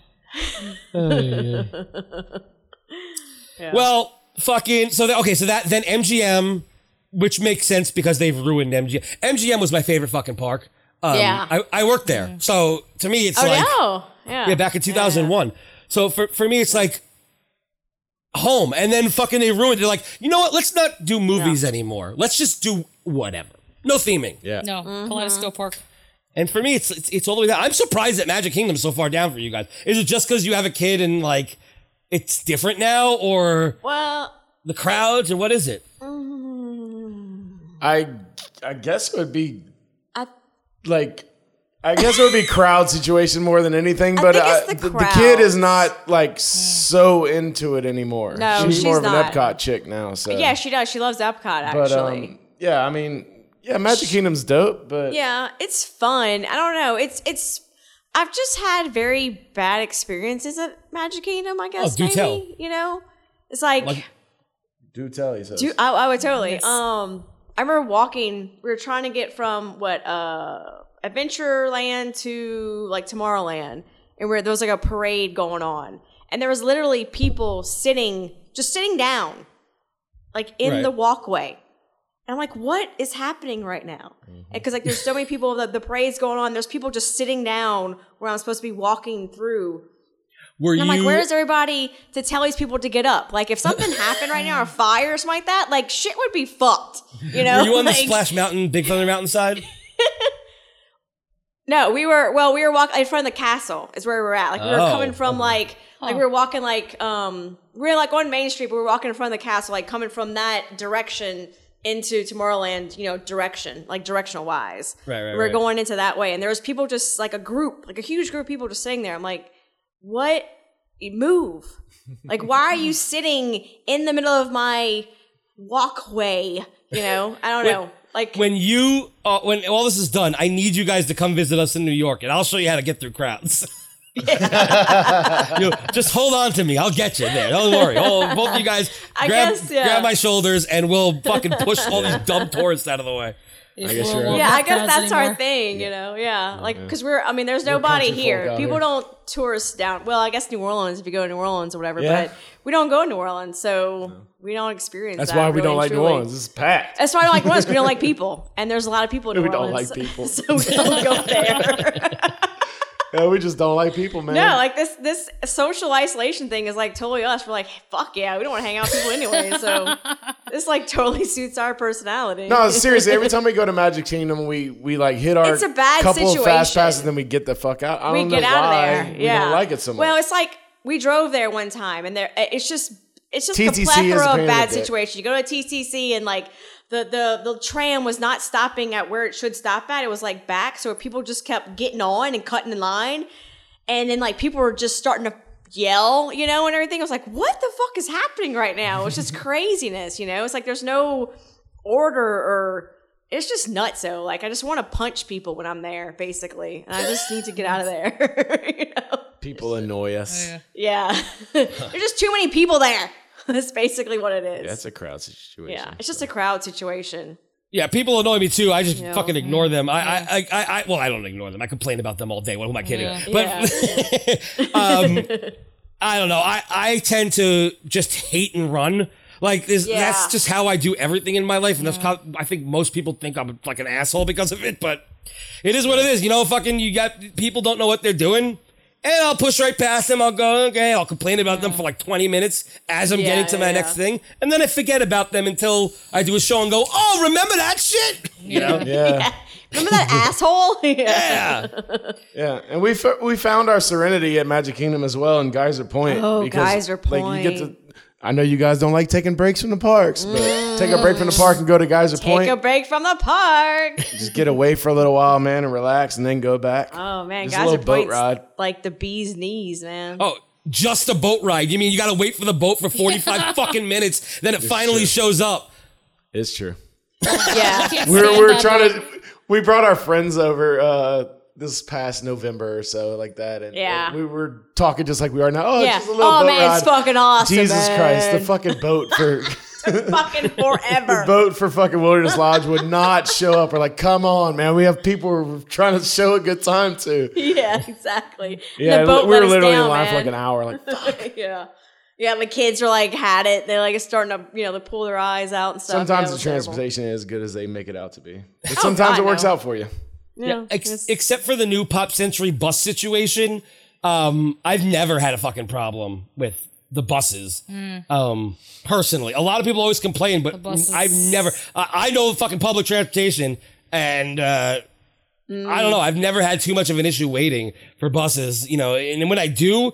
Speaker 1: well, fucking. So that, okay, so that then MGM, which makes sense because they've ruined MGM. MGM was my favorite fucking park. Um,
Speaker 5: Yeah.
Speaker 1: I, I worked there,
Speaker 3: Mm-hmm.
Speaker 1: so to me it's
Speaker 5: oh
Speaker 1: like
Speaker 5: no. Yeah.
Speaker 1: Yeah, back in 2001. So for, for me, it's like home. And then fucking they ruined it. Like, you know what? Let's not do movies anymore. Let's just do whatever. No theming.
Speaker 10: Yeah.
Speaker 3: No,
Speaker 5: Mm-hmm.
Speaker 3: Kaleidoscope Park.
Speaker 1: And for me, it's, it's it's all the way down. I'm surprised that Magic Kingdom's so far down for you guys. Is it just because you have a kid and like it's different now, or
Speaker 5: Well,
Speaker 1: the crowds, or what is it?
Speaker 10: I I guess it would be
Speaker 5: I-
Speaker 10: like I guess it would be crowd situation more than anything, but
Speaker 5: think
Speaker 10: I-
Speaker 5: it's the
Speaker 10: the, the kid is
Speaker 5: crowds.
Speaker 10: not like so into it anymore.
Speaker 5: No,
Speaker 10: she's,
Speaker 5: she's
Speaker 10: more of
Speaker 5: not.
Speaker 10: an Epcot chick now. So
Speaker 5: yeah, she does. She loves Epcot actually.
Speaker 10: but um, yeah, I mean, yeah, Magic Kingdom's dope, but
Speaker 5: Yeah, it's fun. I don't know. It's it's. I've just had very bad experiences at Magic Kingdom. I guess
Speaker 10: Oh, do
Speaker 5: maybe
Speaker 10: tell.
Speaker 5: you know. It's like,
Speaker 10: Like- do tell he says.
Speaker 5: do I, I would totally. Um, I remember walking. We were trying to get from what uh Adventureland to like Tomorrowland, and where there was like a parade going on, and there was literally people sitting, just sitting down, like in
Speaker 9: Right.
Speaker 5: the walkway. And I'm like, what is happening right now? Because like, there's so many people that the parade's going on. There's people just sitting down where I'm supposed to be walking through.
Speaker 1: Were
Speaker 5: And I'm
Speaker 1: you
Speaker 5: like, where is everybody to tell these people to get up? Like, if something happened right now, or fire or something like that, like shit would be fucked. You know?
Speaker 1: were you on the
Speaker 5: Like-
Speaker 1: Splash Mountain, Big Thunder Mountain side?
Speaker 5: No, we were well, we were walking in front of the castle is where we were at. Like we were
Speaker 1: Oh,
Speaker 5: coming from like like we were walking like um we were like on Main Street, but we were walking in front of the castle, like coming from that direction into Tomorrowland, you know, direction, like directional wise.
Speaker 1: Right, right,
Speaker 5: we were
Speaker 1: right.
Speaker 5: going into that way. And there was people just like a group, like a huge group of people just sitting there. I'm like, what You move? Like, why are you sitting in the middle of my walkway? You know, I don't
Speaker 1: Wait.
Speaker 5: know. Like,
Speaker 1: when you uh, when all this is done, I need you guys to come visit us in New York, and I'll show you how to get through crowds. You know, just hold on to me. I'll get you there. Don't worry. Oh, both of you guys
Speaker 5: I
Speaker 1: grab,
Speaker 5: guess, yeah.
Speaker 1: grab my shoulders and we'll fucking push all these dumb tourists out of the way.
Speaker 10: I guess you're right.
Speaker 5: yeah, I guess that's our thing, you know. Yeah, like because we're, I mean, there's nobody
Speaker 10: country folk
Speaker 5: here.
Speaker 10: out
Speaker 5: People
Speaker 10: here.
Speaker 5: don't tourist down. Well, I guess New Orleans if you go to New Orleans or whatever,
Speaker 10: Yeah.
Speaker 5: but we don't go to New Orleans, so we don't experience.
Speaker 10: That's
Speaker 5: that,
Speaker 10: why we
Speaker 5: really
Speaker 10: don't
Speaker 5: and
Speaker 10: like New
Speaker 5: truly.
Speaker 10: Orleans. It's packed.
Speaker 5: That's why I don't like New Orleans. 'cause We don't like people, and there's a lot of people in New
Speaker 10: We don't
Speaker 5: Orleans.
Speaker 10: like people.
Speaker 5: so we don't go there.
Speaker 10: Yeah, we just don't like people, man.
Speaker 5: No, like this this social isolation thing is like totally us. We're like, fuck yeah, we don't want to hang out with people anyway. So this like totally suits our personality.
Speaker 10: No, seriously. Every time we go to Magic Kingdom, we we like hit our
Speaker 5: It's a bad
Speaker 10: couple of fast
Speaker 5: situation.
Speaker 10: passes, then we get the fuck out. I
Speaker 5: we
Speaker 10: don't
Speaker 5: get
Speaker 10: know
Speaker 5: out
Speaker 10: why
Speaker 5: of there.
Speaker 10: we
Speaker 5: yeah,
Speaker 10: don't like it so much.
Speaker 5: Well, it's like we drove there one time, and there it's just it's just
Speaker 10: TTC
Speaker 5: a
Speaker 10: is a
Speaker 5: plethora
Speaker 10: pain in
Speaker 5: of
Speaker 10: the
Speaker 5: bad
Speaker 10: dick.
Speaker 5: situations. You go to TCC and like. The, the the tram was not stopping at where it should stop at. It was like back, so people just kept getting on and cutting in line, and then like people were just starting to yell, you know, and everything. I was like, what the fuck is happening right now? It's just craziness, you know. It's like there's no order or it's just nuts. So like I just want to punch people when I'm there, basically, and I just need to get out of there.
Speaker 10: people annoy us.
Speaker 5: Yeah. There's just too many people there. That's basically what it is.
Speaker 10: Yeah, it's a crowd situation.
Speaker 5: Yeah, it's just a crowd situation.
Speaker 1: Yeah, people annoy me too. I just
Speaker 5: Yeah.
Speaker 1: fucking ignore them. I, I, I, I, well, I don't ignore them. I complain about them all day. What am I kidding?
Speaker 5: Yeah.
Speaker 1: But um, I don't know. I, I tend to just hate and run. Like this,
Speaker 5: Yeah.
Speaker 1: that's just how I do everything in my life, and that's how I think most people think I'm like an asshole because of it. But it is what it is. You know, fucking, you got people don't know what they're doing. And I'll push right past them. I'll go, okay. I'll complain about them for like 20 minutes as I'm
Speaker 5: Yeah,
Speaker 1: getting to
Speaker 5: yeah,
Speaker 1: my
Speaker 5: yeah.
Speaker 1: next thing. And then I forget about them until I do a show and go, oh, remember that shit? You know?
Speaker 10: Yeah.
Speaker 5: Remember that asshole? Yeah.
Speaker 10: Yeah, and we f- we found our serenity at Magic Kingdom as well in Geyser Point.
Speaker 5: Oh,
Speaker 10: because,
Speaker 5: Geyser
Speaker 10: Like you get to,
Speaker 5: Point.
Speaker 10: I know you guys don't like taking breaks from the parks, but take a break from the park and go to Geyser
Speaker 5: Take
Speaker 10: Point.
Speaker 5: a break from the park.
Speaker 10: Just get away for a little while, man, and relax, and then go back.
Speaker 5: Oh man,
Speaker 10: Just
Speaker 5: guys
Speaker 10: a
Speaker 5: are
Speaker 10: little boat
Speaker 5: boat
Speaker 10: ride.
Speaker 5: like the bee's knees, man.
Speaker 1: Oh, just a boat ride. You mean you got to wait for the boat for 45 fucking minutes, then it
Speaker 10: It's
Speaker 1: finally
Speaker 10: true.
Speaker 1: shows up.
Speaker 10: It's true.
Speaker 5: yeah.
Speaker 10: We're we're trying to. We brought our friends over uh, this past November or so, like that, and,
Speaker 5: Yeah.
Speaker 10: and we were talking just like we are now. Oh, it's
Speaker 5: Yeah.
Speaker 10: just a little
Speaker 5: Oh,
Speaker 10: boat
Speaker 5: man, it's
Speaker 10: ride.
Speaker 5: fucking awesome,
Speaker 10: Jesus Christ, the
Speaker 5: man.
Speaker 10: fucking boat for.
Speaker 5: fucking forever.
Speaker 10: the boat for fucking Wilderness Lodge would not show up. We're like, come on, man. We have people we're trying to show a good time to.
Speaker 5: yeah, exactly.
Speaker 10: Yeah,
Speaker 5: the boat
Speaker 10: we
Speaker 5: let
Speaker 10: were
Speaker 5: us
Speaker 10: literally
Speaker 5: down,
Speaker 10: in line for
Speaker 5: man.
Speaker 10: like an hour. Like,
Speaker 5: yeah. Yeah, the kids were like had it. They like starting to, you know, they pull their eyes out and stuff. Yeah, it
Speaker 10: sometimes the
Speaker 5: was terrible.
Speaker 10: transportation is as good as they make it out to be. But sometimes
Speaker 5: Oh, God,
Speaker 10: it works
Speaker 5: no.
Speaker 10: out for you.
Speaker 5: Yeah,
Speaker 1: Ex- except for the new Pop Century bus situation, um, I've never had a fucking problem with the buses. Um, personally, a lot of people always complain, but
Speaker 14: buses.
Speaker 1: I've never. I, I know fucking public transportation, and uh, I don't know. I've never had too much of an issue waiting for buses. You know, and when I do.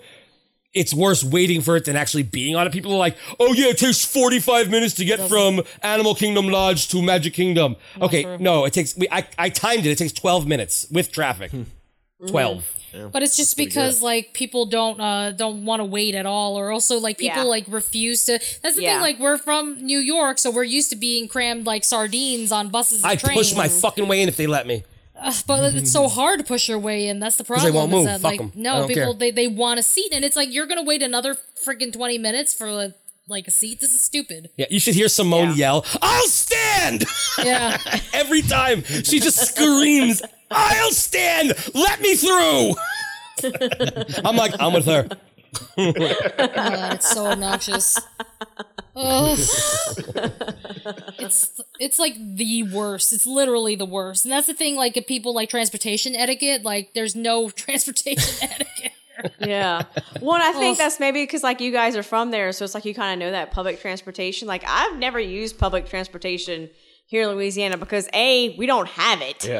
Speaker 1: It's worse waiting for it than actually being on it. People are like, "Oh yeah, it takes forty five minutes to get from Animal Kingdom Lodge to Magic Kingdom." okay, no, it takes. We, I I timed it. It takes twelve minutes with traffic. 12
Speaker 3: But it's just because like people don't uh don't want to wait at all, or also like people
Speaker 5: Yeah.
Speaker 3: like refuse to. That's the
Speaker 5: Yeah.
Speaker 3: thing. Like we're from New York, so we're used to being crammed like sardines on buses. And
Speaker 1: I
Speaker 3: trains.
Speaker 1: push my fucking way in if they let me.
Speaker 3: Ugh, but it's so hard to push your way in. That's the
Speaker 1: 'Cause
Speaker 3: problem.
Speaker 1: they won't
Speaker 3: is
Speaker 1: move.
Speaker 3: that,
Speaker 1: Fuck
Speaker 3: like,
Speaker 1: 'em. I
Speaker 3: No,
Speaker 1: don't
Speaker 3: people
Speaker 1: care.
Speaker 3: they they want a seat, and it's like you're gonna wait another freaking twenty minutes for like, like a seat. This is stupid.
Speaker 1: Yeah, you should hear Simone yell, "I'll stand!"
Speaker 3: Yeah.
Speaker 1: every time she just screams, "I'll stand! Let me through!" I'm like, I'm with her.
Speaker 3: God, it's so obnoxious. Ugh. it's it's like the worst. It's literally the worst, and that's the thing. Like if people like transportation etiquette, like there's no transportation etiquette.
Speaker 5: yeah. Well, and I think that's maybe because like you guys are from there, so it's like you kind of know that public transportation. Like I've never used public transportation here in Louisiana because a we don't have it.
Speaker 10: Yeah,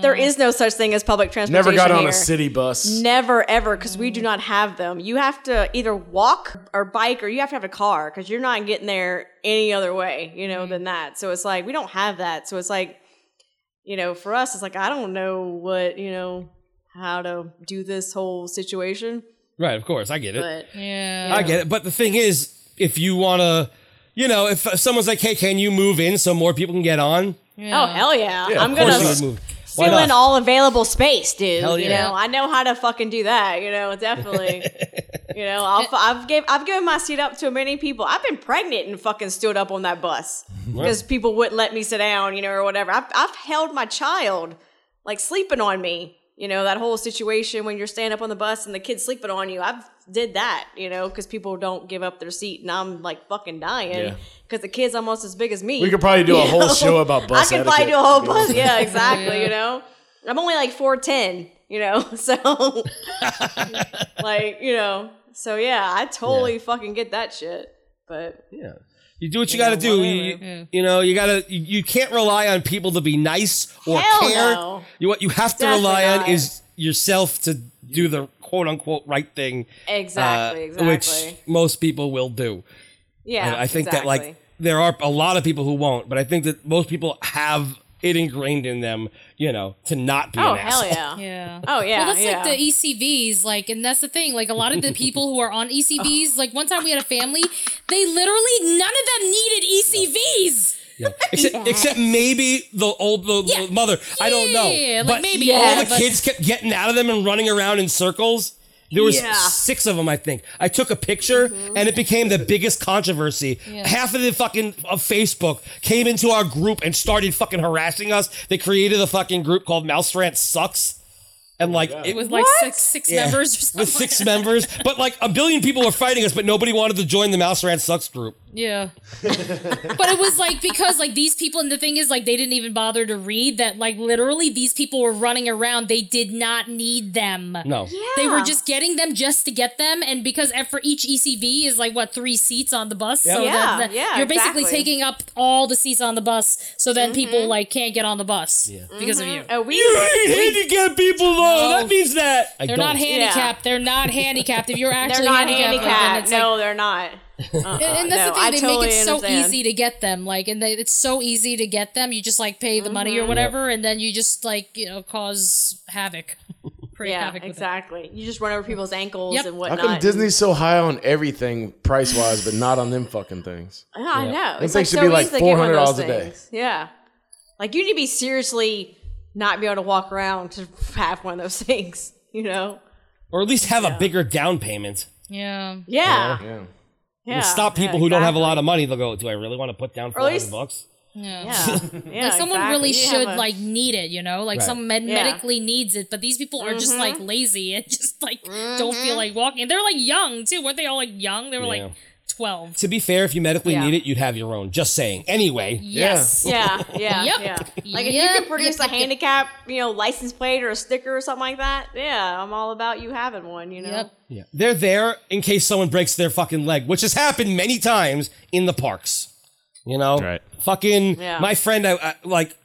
Speaker 5: there is no such thing as public transportation.
Speaker 10: Never got on
Speaker 5: here.
Speaker 10: a city bus.
Speaker 5: Never ever because we do not have them. You have to either walk or bike or you have to have a car because you're not getting there any other way, you know, than that. So it's like we don't have that. So it's like, you know, for us, it's like I don't know what you know how to do this whole situation.
Speaker 1: Right, of course, I get it.
Speaker 3: But yeah,
Speaker 1: I get it. But the thing is, if you want to, you know, if someone's like, "Hey, can you move in so more people can get on?"
Speaker 5: Oh hell yeah!
Speaker 1: Yeah,
Speaker 5: I'm
Speaker 1: of course
Speaker 5: gonna
Speaker 1: you
Speaker 5: s-
Speaker 1: would move. Why
Speaker 5: fill in
Speaker 1: not?
Speaker 5: all available space, dude.
Speaker 1: Hell
Speaker 5: You
Speaker 1: yeah.
Speaker 5: know, I know how to fucking do that. You know, definitely. you know, I'll, f- I've gave I've given my seat up to many people. I've been pregnant and fucking stood up on that bus
Speaker 1: Wow.
Speaker 5: because people wouldn't let me sit down. You know, or whatever. I've I've held my child like sleeping on me. You know that whole situation when you're standing up on the bus and the kid's sleeping on you. I've did that. You know, because people don't give up their seat, and I'm like fucking
Speaker 10: Yeah.
Speaker 5: dying because the kid's almost as big as me.
Speaker 10: We could probably do a
Speaker 5: You
Speaker 10: whole
Speaker 5: know?
Speaker 10: show about bus
Speaker 5: I could probably do a whole
Speaker 10: etiquette.
Speaker 5: bus. Yeah,
Speaker 10: Yeah.
Speaker 5: exactly. You know, I'm only like four ten. You know, so like you know, so yeah, I totally fucking get that shit. But
Speaker 1: yeah, You do what you, got to do. You,
Speaker 5: whatever. Yeah.
Speaker 1: you know, you got to. You, you can't rely on people to be nice or
Speaker 5: Hell
Speaker 1: care.
Speaker 5: no.
Speaker 1: You what you have to
Speaker 5: Definitely
Speaker 1: rely on
Speaker 5: not.
Speaker 1: is yourself to do the quote unquote right thing. uh,
Speaker 5: Exactly,
Speaker 1: Which
Speaker 5: exactly.
Speaker 1: most people will do.
Speaker 5: yeah,
Speaker 1: And I think that like
Speaker 5: exactly.
Speaker 1: there are a lot of people who won't, but I think that most people have it ingrained in them, you know, to not be.
Speaker 3: Oh,
Speaker 1: an
Speaker 3: hell
Speaker 1: asshole.
Speaker 3: yeah. Yeah.
Speaker 5: Oh, yeah,
Speaker 3: Well, that's
Speaker 5: yeah.
Speaker 3: like the ECVs, like, and that's the thing. Like a lot of the people who are on ECVs, like one time we had a family, they literally none of them needed E ECVs.
Speaker 1: Yeah. Except, except maybe the old the, the mother. I don't know.
Speaker 3: Yeah, like
Speaker 1: but
Speaker 3: maybe,
Speaker 1: all
Speaker 3: yeah,
Speaker 1: the
Speaker 3: but-
Speaker 1: kids kept getting out of them and running around in circles. There was
Speaker 3: Yeah. Mm-hmm.
Speaker 1: six of them, I think. I took a picture and it became the biggest controversy.
Speaker 3: Yeah.
Speaker 1: Half of the fucking of Facebook came into our group and started fucking harassing us. They created a fucking group called Mouse Rant Sucks. And like it
Speaker 3: With like six six
Speaker 1: Yeah.
Speaker 3: members or something.
Speaker 1: with six members, but like a billion people were fighting us, but nobody wanted to join the Mouse Rant Sucks group.
Speaker 3: Yeah. but it was like because like these people and the thing is like they didn't even bother to read that like literally these people were running around. They did not need them.
Speaker 1: No.
Speaker 3: They were
Speaker 5: Yeah.
Speaker 3: just getting them just to get them, and because ev- for each ECV is like what three seats on the bus,
Speaker 5: Yep.
Speaker 3: so
Speaker 5: Yeah,
Speaker 3: that the-
Speaker 5: yeah,
Speaker 3: you're basically
Speaker 5: exactly. Mm-hmm.
Speaker 3: taking up all the seats on the bus. So then people like can't get on the bus because of you.
Speaker 5: Oh, we
Speaker 1: handicapped people though. That means that
Speaker 3: they're not handicapped. They're not handicapped. If you're
Speaker 5: they're
Speaker 3: actually
Speaker 5: not
Speaker 3: handicapped, then
Speaker 5: handicapped.
Speaker 3: it's like-
Speaker 5: No, they're not. Uh-uh.
Speaker 3: and, and that's
Speaker 5: No,
Speaker 3: the thing
Speaker 5: I
Speaker 3: they
Speaker 5: totally
Speaker 3: make it so
Speaker 5: understand.
Speaker 3: easy to get them like and they, it's so easy to get them you just like pay the money or
Speaker 5: Mhm.
Speaker 3: whatever and then you just like you know cause havoc create
Speaker 5: Yeah,
Speaker 3: havoc with it.
Speaker 5: exactly. You just run over people's ankles
Speaker 3: Yep.
Speaker 5: and
Speaker 10: How
Speaker 5: whatnot.
Speaker 10: come Disney's so high on everything price wise, but not on them fucking things?
Speaker 5: Yeah, I know.
Speaker 10: Them
Speaker 5: It's like
Speaker 10: things should
Speaker 5: so
Speaker 10: be like
Speaker 5: easy to get one of
Speaker 10: $400
Speaker 5: those
Speaker 10: a day.
Speaker 5: things. Yeah. Like you need to be seriously not be able to walk around to have one of those things, you know?
Speaker 1: Or at least have a bigger down payment.
Speaker 3: yeah
Speaker 5: Yeah.
Speaker 1: You know? It'll
Speaker 5: Yeah.
Speaker 1: stop people who don't have a lot of money. They'll go, do I really want to put down
Speaker 5: Or
Speaker 1: four
Speaker 5: at
Speaker 1: hundred
Speaker 5: least-
Speaker 1: bucks?
Speaker 3: yeah,
Speaker 5: Yeah. yeah
Speaker 3: like someone
Speaker 5: exactly.
Speaker 3: really
Speaker 5: You have
Speaker 3: should
Speaker 5: a-
Speaker 3: like need it you know like
Speaker 1: Right.
Speaker 3: someone med-
Speaker 5: Yeah. Mm-hmm.
Speaker 3: medically needs it but these people are just like lazy and just like don't feel like walking and they're like young too weren't they all like young they were
Speaker 1: Yeah.
Speaker 3: like 12
Speaker 1: To be fair, if you medically
Speaker 3: Yeah.
Speaker 1: need it, you'd have your own. Just saying. Anyway.
Speaker 3: Yes.
Speaker 5: Yeah, yeah,
Speaker 3: Yep.
Speaker 5: yeah. Like if you
Speaker 3: Yep,
Speaker 5: can
Speaker 3: yep,
Speaker 5: produce a
Speaker 3: yep, yep.
Speaker 5: handicap, you know, license plate or a sticker or something like that, yeah, I'm all about you having one, you know.
Speaker 3: Yep.
Speaker 1: Yeah. They're there in case someone breaks their fucking leg, which has happened many times in the parks. You know? Right. Fucking
Speaker 5: Yeah.
Speaker 1: my friend I, I, like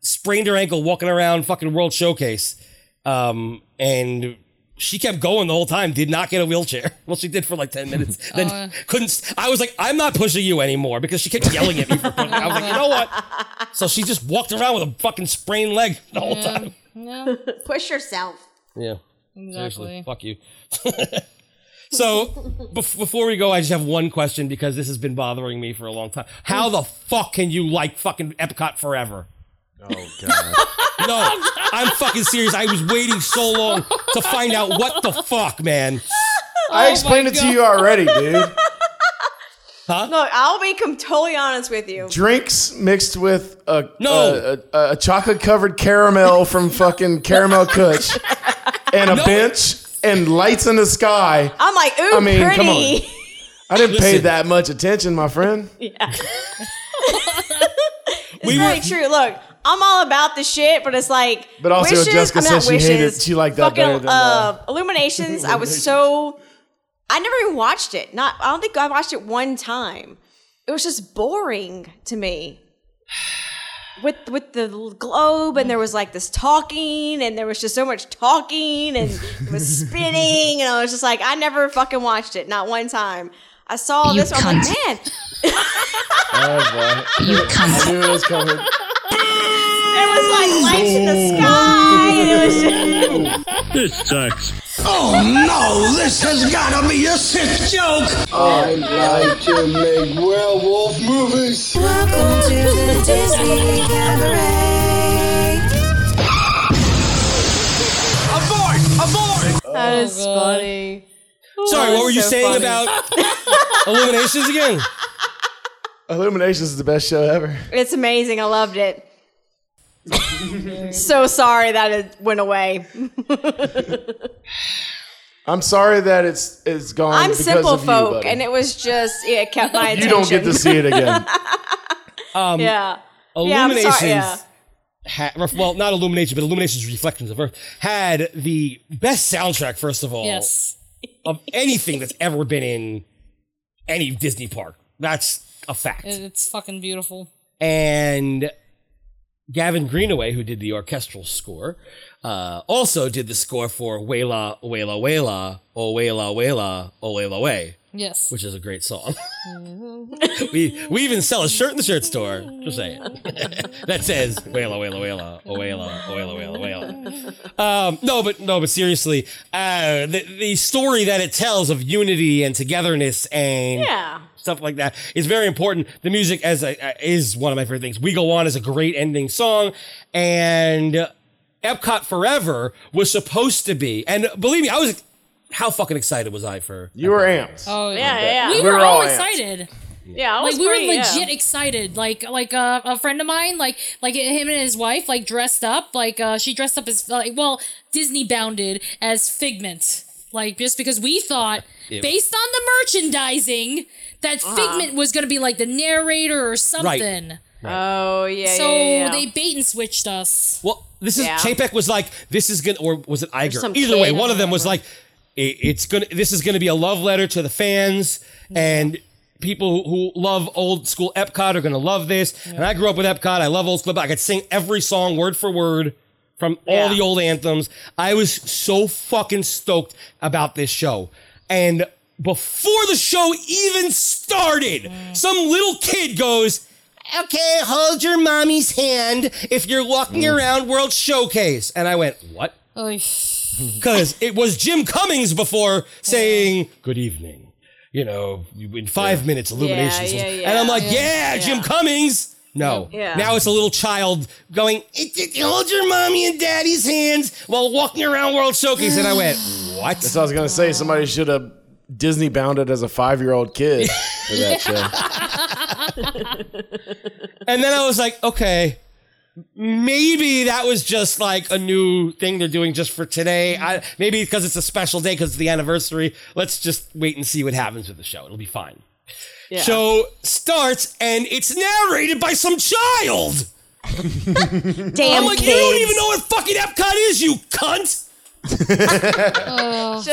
Speaker 1: sprained her ankle walking around fucking World Showcase. Um and she kept going the whole time, did not get a wheelchair. Well, she did for like 10 minutes. Then
Speaker 3: Oh, yeah.
Speaker 1: couldn't. s- I was like, I'm not pushing you anymore because she kept yelling at me for putting I was like, you know what? So she just walked around with a fucking sprained leg the whole time.
Speaker 5: Push yourself.
Speaker 1: Yeah. Seriously,
Speaker 3: Exactly.
Speaker 1: fuck you. so bef- before we go, I just have one question because this has been bothering me for a long time. How the fuck can you like fucking Epcot forever?
Speaker 10: Oh god.
Speaker 1: No, I'm fucking serious. I was waiting so long to find out what the fuck, man.
Speaker 10: I explained it to you already, dude.
Speaker 5: Look, I'll be com- totally honest with you.
Speaker 10: Drinks mixed with a
Speaker 1: No.
Speaker 10: a, a, chocolate covered caramel from fucking Caramel Kush and a bench and lights in the sky.
Speaker 5: I'm like, ooh,
Speaker 10: I mean,
Speaker 5: pretty.
Speaker 10: come on. I didn't pay
Speaker 1: Listen.
Speaker 10: that much attention, my friend.
Speaker 5: It's very true. Look, I'm all about the shit, but it's like
Speaker 10: But also,
Speaker 5: wishes.
Speaker 10: Jessica
Speaker 5: I'm not
Speaker 10: said she
Speaker 5: wishes.
Speaker 10: hated- she liked that
Speaker 5: fucking,
Speaker 10: better than,
Speaker 5: uh, Illuminations. I was
Speaker 10: Illuminations.
Speaker 5: so I never even watched it. Not I don't think I watched it one time. It was just boring to me. With with the l- globe and there was like this talking and there was just so much talking and it was spinning and I was just like I never fucking watched it not one time. I saw
Speaker 19: You
Speaker 5: this one. I'm like,
Speaker 19: cunt.
Speaker 5: man,
Speaker 10: Oh, boy. I knew it was coming.
Speaker 5: it was like lights in the sky. And it was just
Speaker 14: This sucks. Oh no, this has gotta be a sick joke! I like to make werewolf movies! Welcome to the Disney Cabaret!
Speaker 1: Abort! Abort!
Speaker 5: That is funny.
Speaker 1: Sorry,
Speaker 5: That
Speaker 1: what
Speaker 5: is
Speaker 1: were you
Speaker 5: so
Speaker 1: saying
Speaker 5: funny.
Speaker 1: about Illuminations again?
Speaker 10: Illuminations is the best show ever.
Speaker 5: It's amazing. I loved it. so sorry that it went away.
Speaker 10: Um, I'm sorry that it's it's gone.
Speaker 5: I'm
Speaker 10: because
Speaker 5: simple
Speaker 10: of you,
Speaker 5: folk,
Speaker 10: buddy.
Speaker 5: and it was just yeah, it kept my
Speaker 10: you
Speaker 5: attention.
Speaker 10: don't get to see it again.
Speaker 1: Um,
Speaker 5: yeah. Yeah, I'm sorry,
Speaker 1: Illuminations.
Speaker 5: yeah.
Speaker 1: ha- ref- well, not Illumination, but Illumination's Reflections of Earth had the best soundtrack, first of all,
Speaker 3: Yes.
Speaker 1: of anything that's ever been in any Disney park. That's a fact.
Speaker 3: It- It's fucking beautiful.
Speaker 1: and Gavin Greenaway, who did the orchestral score, uh, also did the score for Wayla, Wayla, Wayla, Oh Wayla, Wayla, Oh Wayla Way,
Speaker 3: Yes.
Speaker 1: which is a great song. we we even sell a shirt in the shirt store. Just saying. that says Wayla, Wayla, Wayla, Oh Wayla, Oh Wayla, Wayla, Wayla. Um, no, but no, but seriously, uh, the the story that it tells of unity and togetherness and
Speaker 5: Yeah.
Speaker 1: stuff like that is very important. The music as a, uh, is one of my favorite things. We Go On is a great ending song, and Epcot Forever was supposed to be. And believe me, I was how fucking excited was I for you
Speaker 10: were amped.
Speaker 3: Oh
Speaker 5: yeah, yeah.
Speaker 3: We
Speaker 1: We
Speaker 3: were,
Speaker 1: were all
Speaker 3: all
Speaker 1: amped.
Speaker 3: excited.
Speaker 5: Yeah, I was
Speaker 3: like we
Speaker 5: pretty,
Speaker 3: were
Speaker 5: yeah.
Speaker 3: legit excited. Like like uh, a friend of mine, like like him and his wife, like dressed up. Like uh, she dressed up as like well Disney bounded as Figment. Like just because we thought,
Speaker 1: Ew.
Speaker 3: based on the merchandising, that
Speaker 5: Uh-huh.
Speaker 3: Figment was going to be like the narrator or something.
Speaker 5: Oh yeah.
Speaker 3: so
Speaker 5: yeah, yeah, yeah.
Speaker 3: they bait and switched us.
Speaker 1: Well, this is
Speaker 3: Yeah.
Speaker 1: Chapek was like, this is gonna, or was it
Speaker 3: some
Speaker 1: Iger? Either way,
Speaker 3: kid,
Speaker 1: one
Speaker 3: I
Speaker 1: of them was like, "I- it's gonna, this is gonna be a love letter to the fans and. People who love old school Epcot are gonna love this, and I grew up with Epcot. I love old school. Epcot. I could sing every song word for word from all the old anthems. I was so fucking stoked about this show, and before the show even started,
Speaker 3: Mm.
Speaker 1: some little kid goes, okay, hold your mommy's hand if you're walking around World Showcase. And I went, what? Because it was Jim Cummings before saying, good evening. You know, in five minutes, illuminations.
Speaker 25: yeah, yeah.
Speaker 1: And I'm like,
Speaker 25: Yeah,
Speaker 1: yeah,
Speaker 25: yeah.
Speaker 1: Jim Cummings. No.
Speaker 25: Yeah.
Speaker 1: Now it's a little child going, "It- it- hold your mommy and daddy's hands while walking around World Showcase. And I went, what?
Speaker 10: That's what I was gonna say. Somebody should have Disney bound it as a five year old kid for that show.
Speaker 1: And then I was like, okay, maybe that was just like a new thing they're doing just for today. I, maybe because it's a special day because it's the anniversary. Let's just wait and see what happens with the show. It'll be fine. Show starts and it's narrated by some child.
Speaker 5: Damn
Speaker 1: I'm like, you don't
Speaker 5: kids.
Speaker 1: even know what fucking Epcot is, you cunt.
Speaker 5: she doesn't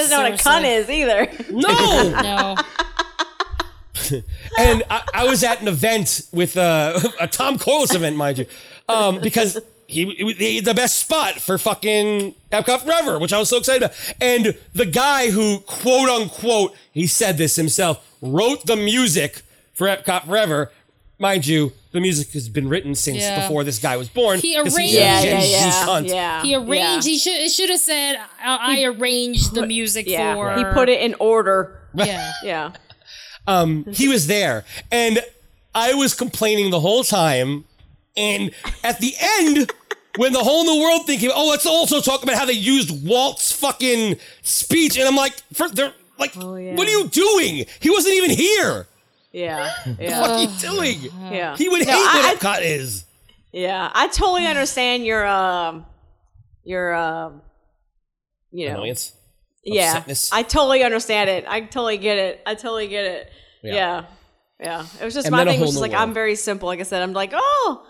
Speaker 5: know what a cunt is either.
Speaker 1: No.
Speaker 3: no.
Speaker 1: and I, I was at an event with uh, a Tom Corliss event, mind you, um, because he, it was- he had the best spot for fucking Epcot Forever, which I was so excited about. And the guy who quote unquote he said this himself wrote the music for Epcot Forever, mind you. The music has been written since
Speaker 3: Yeah.
Speaker 1: before this guy was born.
Speaker 3: He
Speaker 1: 'cause
Speaker 3: arranged.
Speaker 1: he's a Gen Z cunt.
Speaker 3: He arranged. He should. It should have said, "I, I arranged the music
Speaker 5: Yeah.
Speaker 3: for."
Speaker 5: He put it in order.
Speaker 3: Yeah.
Speaker 5: yeah.
Speaker 1: um, he was there, and I was complaining the whole time. And at the end, when the whole new world thing came, oh, let's also talk about how they used Walt's fucking speech, and I'm like, for, they're like,
Speaker 5: Oh,
Speaker 1: what are you doing? He wasn't even here.
Speaker 5: Yeah. yeah.
Speaker 1: What are you doing?
Speaker 5: Yeah.
Speaker 1: He would
Speaker 5: No,
Speaker 1: hate
Speaker 5: I- I-
Speaker 1: what Epcot is.
Speaker 5: Yeah, I totally understand your um your um you know
Speaker 1: Annoyance.
Speaker 5: yeah.
Speaker 1: Upsetness.
Speaker 5: I totally understand it. I totally get it. I totally get it.
Speaker 1: Yeah.
Speaker 5: Yeah. Yeah. It was just
Speaker 1: And
Speaker 5: my
Speaker 1: then a
Speaker 5: thing
Speaker 1: whole
Speaker 5: was just
Speaker 1: new
Speaker 5: like
Speaker 1: world.
Speaker 5: I'm very simple. Like I said, I'm like, "Oh,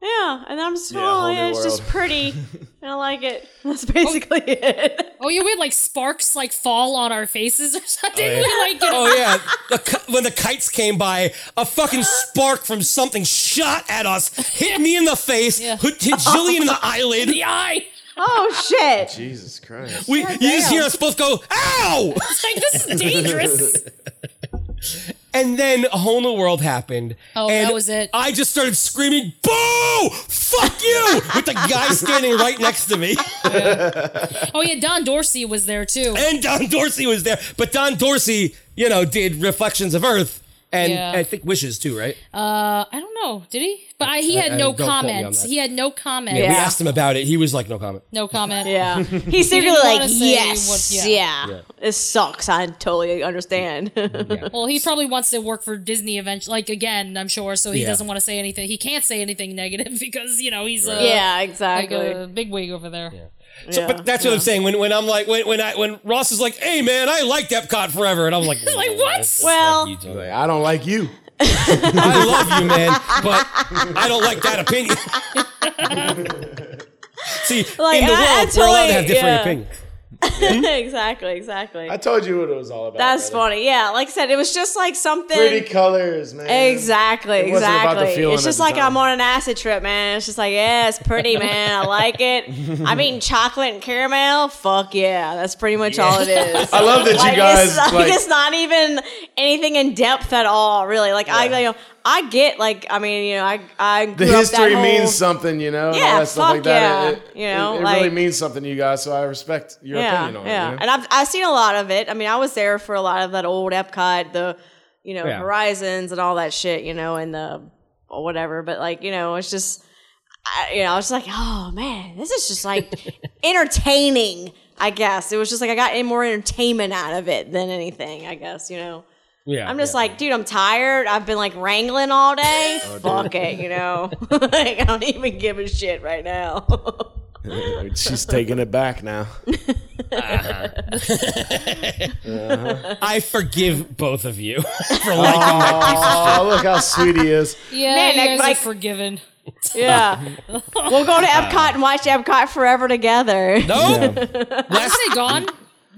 Speaker 5: yeah." And I'm just,
Speaker 1: Yeah,
Speaker 5: "Oh,
Speaker 1: whole
Speaker 5: yeah,
Speaker 1: new
Speaker 5: it's just
Speaker 1: world."
Speaker 5: pretty." and I like it. That's basically it.
Speaker 3: Oh, yeah, we had like sparks like fall on our faces or something. We like get
Speaker 1: oh yeah, The ki- when the kites came by, a fucking spark from something shot at us, hit me in the face, hit hit Jillian in the eyelid,
Speaker 3: the eye.
Speaker 5: Oh shit.
Speaker 10: Jesus Christ.
Speaker 1: We you just hear us both go, ow!
Speaker 3: It's like this is dangerous.
Speaker 1: And then a whole new world happened.
Speaker 3: Oh,
Speaker 1: and
Speaker 3: that was it.
Speaker 1: I just started screaming, "Boo! Fuck you!" with the guy standing right next to me.
Speaker 3: Oh yeah, Don Dorsey was there too.
Speaker 1: and Don Dorsey was there, but Don Dorsey, you know, did Reflections of Earth and
Speaker 3: Yeah.
Speaker 1: I think Wishes too, right?
Speaker 3: Uh, I don't know. Did he? But I, he
Speaker 1: I-
Speaker 3: had
Speaker 1: I-
Speaker 3: no
Speaker 1: don't quote me on
Speaker 3: comments.
Speaker 1: that.
Speaker 3: He had no comments.
Speaker 1: We asked him about it. He was like, "No comment."
Speaker 3: No comment.
Speaker 5: Yeah.
Speaker 3: He
Speaker 5: He's
Speaker 3: didn't
Speaker 5: secretly like,
Speaker 3: wanna say
Speaker 5: yes,
Speaker 3: what-
Speaker 5: yeah.
Speaker 3: yeah.
Speaker 5: It sucks. I totally understand.
Speaker 3: Well, he probably wants to work for Disney eventually, like again, I'm sure. So he
Speaker 5: Yeah.
Speaker 3: doesn't want to say anything. He can't say anything negative because you know he's a,
Speaker 5: Yeah, exactly.
Speaker 3: like uh, a big wig over there.
Speaker 1: So, but that's what I'm saying. When when I'm like when when I when Ross is like, "Hey man, I liked Epcot forever," and I'm like,
Speaker 3: like what?
Speaker 5: Well,
Speaker 10: Like, I don't like you.
Speaker 1: I love you, man, but I don't like that opinion. See,
Speaker 5: Like,
Speaker 1: in the
Speaker 5: I- I
Speaker 1: world, we're allowed to have
Speaker 5: totally-
Speaker 1: different
Speaker 5: yeah.
Speaker 1: opinions.
Speaker 5: exactly, exactly.
Speaker 10: I told you what it was all about.
Speaker 5: That's funny. Yeah, like I said, it was just like something.
Speaker 10: Pretty colors, man.
Speaker 5: Exactly,
Speaker 10: It wasn't about the
Speaker 5: exactly.
Speaker 10: feeling
Speaker 5: It's
Speaker 10: at
Speaker 5: just
Speaker 10: the
Speaker 5: like
Speaker 10: time.
Speaker 5: I'm on an acid trip, man. It's just like, yeah, it's pretty, man. I like it. I'm eating chocolate and caramel. Fuck yeah. That's pretty much all it is.
Speaker 10: I love that you
Speaker 5: Like,
Speaker 10: guys,
Speaker 5: It's, like,
Speaker 10: like-
Speaker 5: it's not even anything in depth at all, really. Like, I, you know, I get, like, I mean, you know, I, I grew
Speaker 10: The
Speaker 5: up that
Speaker 10: history
Speaker 5: whole-
Speaker 10: means something, you know. and all
Speaker 5: Yeah,
Speaker 10: that stuff like
Speaker 5: fuck
Speaker 10: that. It-
Speaker 5: yeah,
Speaker 10: It,
Speaker 5: you know,
Speaker 10: it, it really
Speaker 5: like-
Speaker 10: means something to you guys, so I respect your opinion on
Speaker 5: yeah.
Speaker 10: it. you know?
Speaker 5: And I've I've seen a lot of it. I mean, I was there for a lot of that old Epcot, the you know
Speaker 10: Yeah.
Speaker 5: Horizons and all that shit, you know, and the or whatever. But like you know, it's just I, you know, I was just like, oh man, this is just like entertaining. I guess it was just like I got any more entertainment out of it than anything. I guess you know.
Speaker 1: Yeah,
Speaker 5: I'm just like, dude, I'm tired. I've been like wrangling all day.
Speaker 10: Oh,
Speaker 5: Fuck it, you know. like I don't even give a shit right now.
Speaker 10: Like, She's taking it back now. Uh-huh.
Speaker 1: I forgive both of you for liking that piece of
Speaker 10: Oh,
Speaker 1: shit.
Speaker 10: look how sweet he is.
Speaker 3: Yeah,
Speaker 5: Man,
Speaker 3: you
Speaker 5: that-
Speaker 3: guys
Speaker 5: like-
Speaker 3: are forgiven.
Speaker 5: Yeah. we'll go to Epcot and watch Epcot forever together.
Speaker 1: No.
Speaker 3: Last it gone.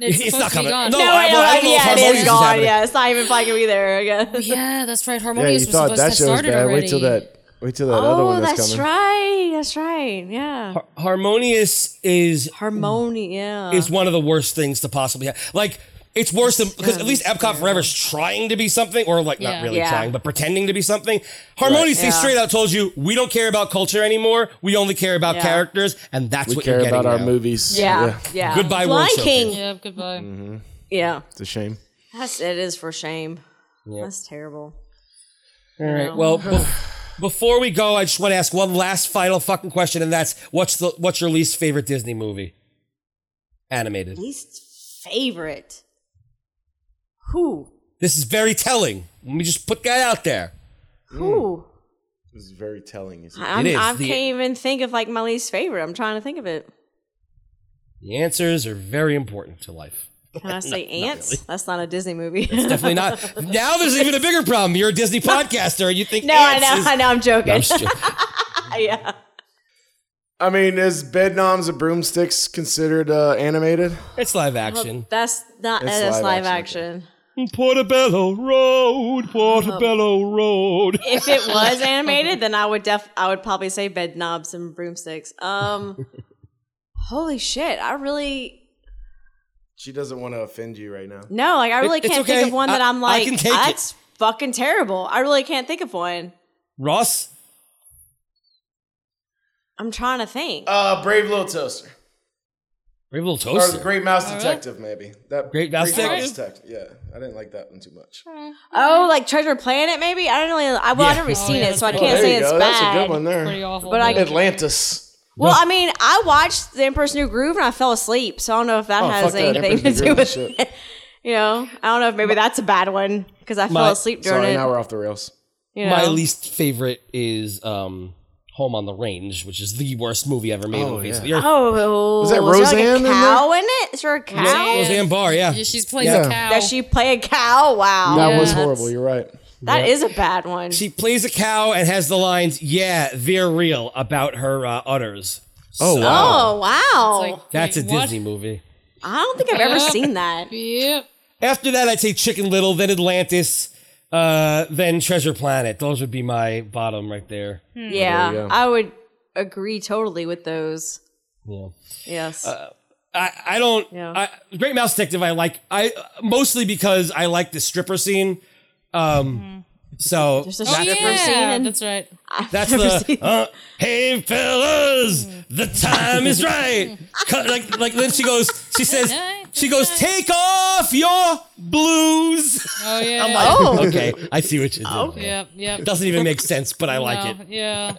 Speaker 3: It's,
Speaker 1: It's
Speaker 3: supposed
Speaker 1: not
Speaker 3: to be
Speaker 1: coming.
Speaker 3: gone.
Speaker 1: No,
Speaker 5: No,
Speaker 1: I-
Speaker 5: it-
Speaker 1: well, I don't know if
Speaker 5: yeah, it
Speaker 1: Harmonious
Speaker 5: is
Speaker 1: is
Speaker 5: gone.
Speaker 1: happening.
Speaker 5: Yeah, it's not even fucking gonna be there. I guess.
Speaker 3: Yeah, that's right.
Speaker 10: Yeah,
Speaker 3: Harmonious
Speaker 10: you
Speaker 3: was
Speaker 10: thought
Speaker 3: supposed
Speaker 10: that
Speaker 3: to
Speaker 10: show
Speaker 3: have
Speaker 10: was
Speaker 3: started
Speaker 10: bad.
Speaker 3: already.
Speaker 10: Wait till that. Wait till that other
Speaker 5: Oh,
Speaker 10: one that's,
Speaker 5: that's
Speaker 10: coming.
Speaker 5: right. That's right. Yeah.
Speaker 1: Harmonious is
Speaker 5: Harmony.
Speaker 10: mm.
Speaker 5: Yeah.
Speaker 1: is one of the worst things to possibly have. Like it's worse than because at least Epcot Forever is trying to be something, or like
Speaker 5: Yeah.
Speaker 1: not really
Speaker 5: Yeah.
Speaker 1: trying, but pretending to be something. Harmonious, they
Speaker 5: Yeah.
Speaker 1: straight out told you we don't care about culture anymore. We only care about
Speaker 5: Yeah.
Speaker 1: characters, and that's
Speaker 10: We
Speaker 1: what
Speaker 10: care
Speaker 1: you're getting
Speaker 10: about our
Speaker 1: now.
Speaker 10: movies.
Speaker 5: yeah. Yeah.
Speaker 1: Goodbye, World
Speaker 5: Lion
Speaker 1: Showcase.
Speaker 5: King.
Speaker 3: Yeah, goodbye.
Speaker 5: Yeah.
Speaker 10: It's a shame.
Speaker 5: That's it. Is for shame.
Speaker 1: Yeah.
Speaker 5: That's terrible.
Speaker 1: All right. Well, bef- before we go, I just want to ask one last final fucking question, and that's what's the what's your least favorite Disney movie? Animated.
Speaker 5: Least favorite. Who?
Speaker 1: This is very telling. Let me just put that out there.
Speaker 5: Who?
Speaker 10: This is very telling. Isn't Mm. it?
Speaker 5: I'm,
Speaker 1: is
Speaker 5: I
Speaker 1: the-
Speaker 5: can't even think of like my least favorite. I'm trying to think of it.
Speaker 1: The answers are very important to life.
Speaker 5: Can I say ants? That's not a Disney movie.
Speaker 1: Definitely not. Now there's even a bigger problem. You're a Disney podcaster. You think
Speaker 5: No, I
Speaker 1: ants
Speaker 5: know,
Speaker 1: is-
Speaker 5: I know, I'm joking.
Speaker 1: No, I'm just joking.
Speaker 5: yeah.
Speaker 10: I mean, is Bedknobs and Broomsticks considered uh, animated?
Speaker 1: it's live action.
Speaker 5: That's not
Speaker 10: It's
Speaker 5: that's live
Speaker 10: live action,
Speaker 5: action.
Speaker 1: Portobello Road, Portobello Road.
Speaker 5: if it was animated, then I would def I would probably say bed knobs and broomsticks. Um holy shit. I really
Speaker 10: She doesn't want to offend you right now.
Speaker 5: no, like I
Speaker 10: It-
Speaker 5: really
Speaker 10: it's
Speaker 5: can't
Speaker 10: okay.
Speaker 5: think of one that
Speaker 10: I-
Speaker 5: I'm
Speaker 10: I
Speaker 5: like
Speaker 10: can take it.
Speaker 5: that's fucking terrible. I really can't think of one.
Speaker 1: Ross?
Speaker 5: I'm trying to think.
Speaker 10: Uh, Brave Little Toaster.
Speaker 1: Brave Little
Speaker 10: Or
Speaker 1: Toaster.
Speaker 10: Great Mouse
Speaker 5: All right.
Speaker 10: Detective, maybe. That
Speaker 1: Great Mouse
Speaker 10: Detective. Yeah, I didn't like that one too much.
Speaker 5: Oh, like Treasure Planet, maybe? I don't really. I, well,
Speaker 10: Yeah.
Speaker 5: I've never
Speaker 10: Oh,
Speaker 5: seen
Speaker 10: yeah,
Speaker 5: it, so I
Speaker 10: Oh,
Speaker 5: can't
Speaker 10: there
Speaker 5: say
Speaker 10: you
Speaker 5: it's
Speaker 10: go.
Speaker 5: bad.
Speaker 10: That's a good one there.
Speaker 5: But I-
Speaker 10: Atlantis.
Speaker 5: Well, I mean, I watched The Emperor's New Groove and I fell asleep, so I don't know if that
Speaker 10: Oh, fuck
Speaker 5: has
Speaker 10: that.
Speaker 5: anything to
Speaker 10: Emperor's New
Speaker 5: do
Speaker 10: Groove
Speaker 5: with
Speaker 10: shit.
Speaker 5: it. You know, I don't know if maybe that's a bad one because I fell
Speaker 1: My-
Speaker 5: asleep during
Speaker 10: Sorry,
Speaker 5: it.
Speaker 10: now we're off the rails.
Speaker 5: you
Speaker 1: My
Speaker 5: know.
Speaker 1: least favorite is um, Home on the Range, which is the worst movie ever made on the face of the earth.
Speaker 5: Oh,
Speaker 10: Was that
Speaker 5: is there
Speaker 10: Roseanne in
Speaker 5: Like a
Speaker 10: there?
Speaker 5: cow in, it? Is there a cow?
Speaker 1: Roseanne- Roseanne Barr, yeah. Yeah,
Speaker 3: she's
Speaker 1: plays a Yeah. cow.
Speaker 5: Does she play a cow? Wow,
Speaker 10: that was horrible. You're right.
Speaker 5: That
Speaker 1: Yeah.
Speaker 5: is a bad one.
Speaker 1: She plays a cow and has the lines, "Yeah, they're real" about her uh, utters.
Speaker 10: Oh,
Speaker 1: So-
Speaker 5: oh wow,
Speaker 1: That's a
Speaker 5: Wait, what?
Speaker 1: Disney movie.
Speaker 5: I don't think I've ever
Speaker 3: Yep.
Speaker 5: seen
Speaker 10: Hmm.
Speaker 5: that.
Speaker 3: Yep.
Speaker 1: After that, I'd say Chicken Little, then Atlantis, uh, then Treasure Planet. Those would be my bottom right there.
Speaker 5: Hmm. Yeah, I would agree totally with those.
Speaker 1: Yeah.
Speaker 5: Yes.
Speaker 1: Uh, I, I don't. I, Great Mouse Detective, I like. I mostly because I like the stripper scene. Um,
Speaker 5: Mm-hmm.
Speaker 1: So
Speaker 5: There's a
Speaker 10: Oh,
Speaker 1: that's-
Speaker 5: stripper scene. And
Speaker 3: Oh, that's right.
Speaker 1: that's the uh, hey fellas, the time is right. Cut, like like then she goes, she says, she goes, take off your blues.
Speaker 3: Oh yeah.
Speaker 1: I'm like, okay, I see what you're doing.
Speaker 3: Yep. Yep.
Speaker 1: It doesn't even make sense, but I like it.
Speaker 3: No, Yeah.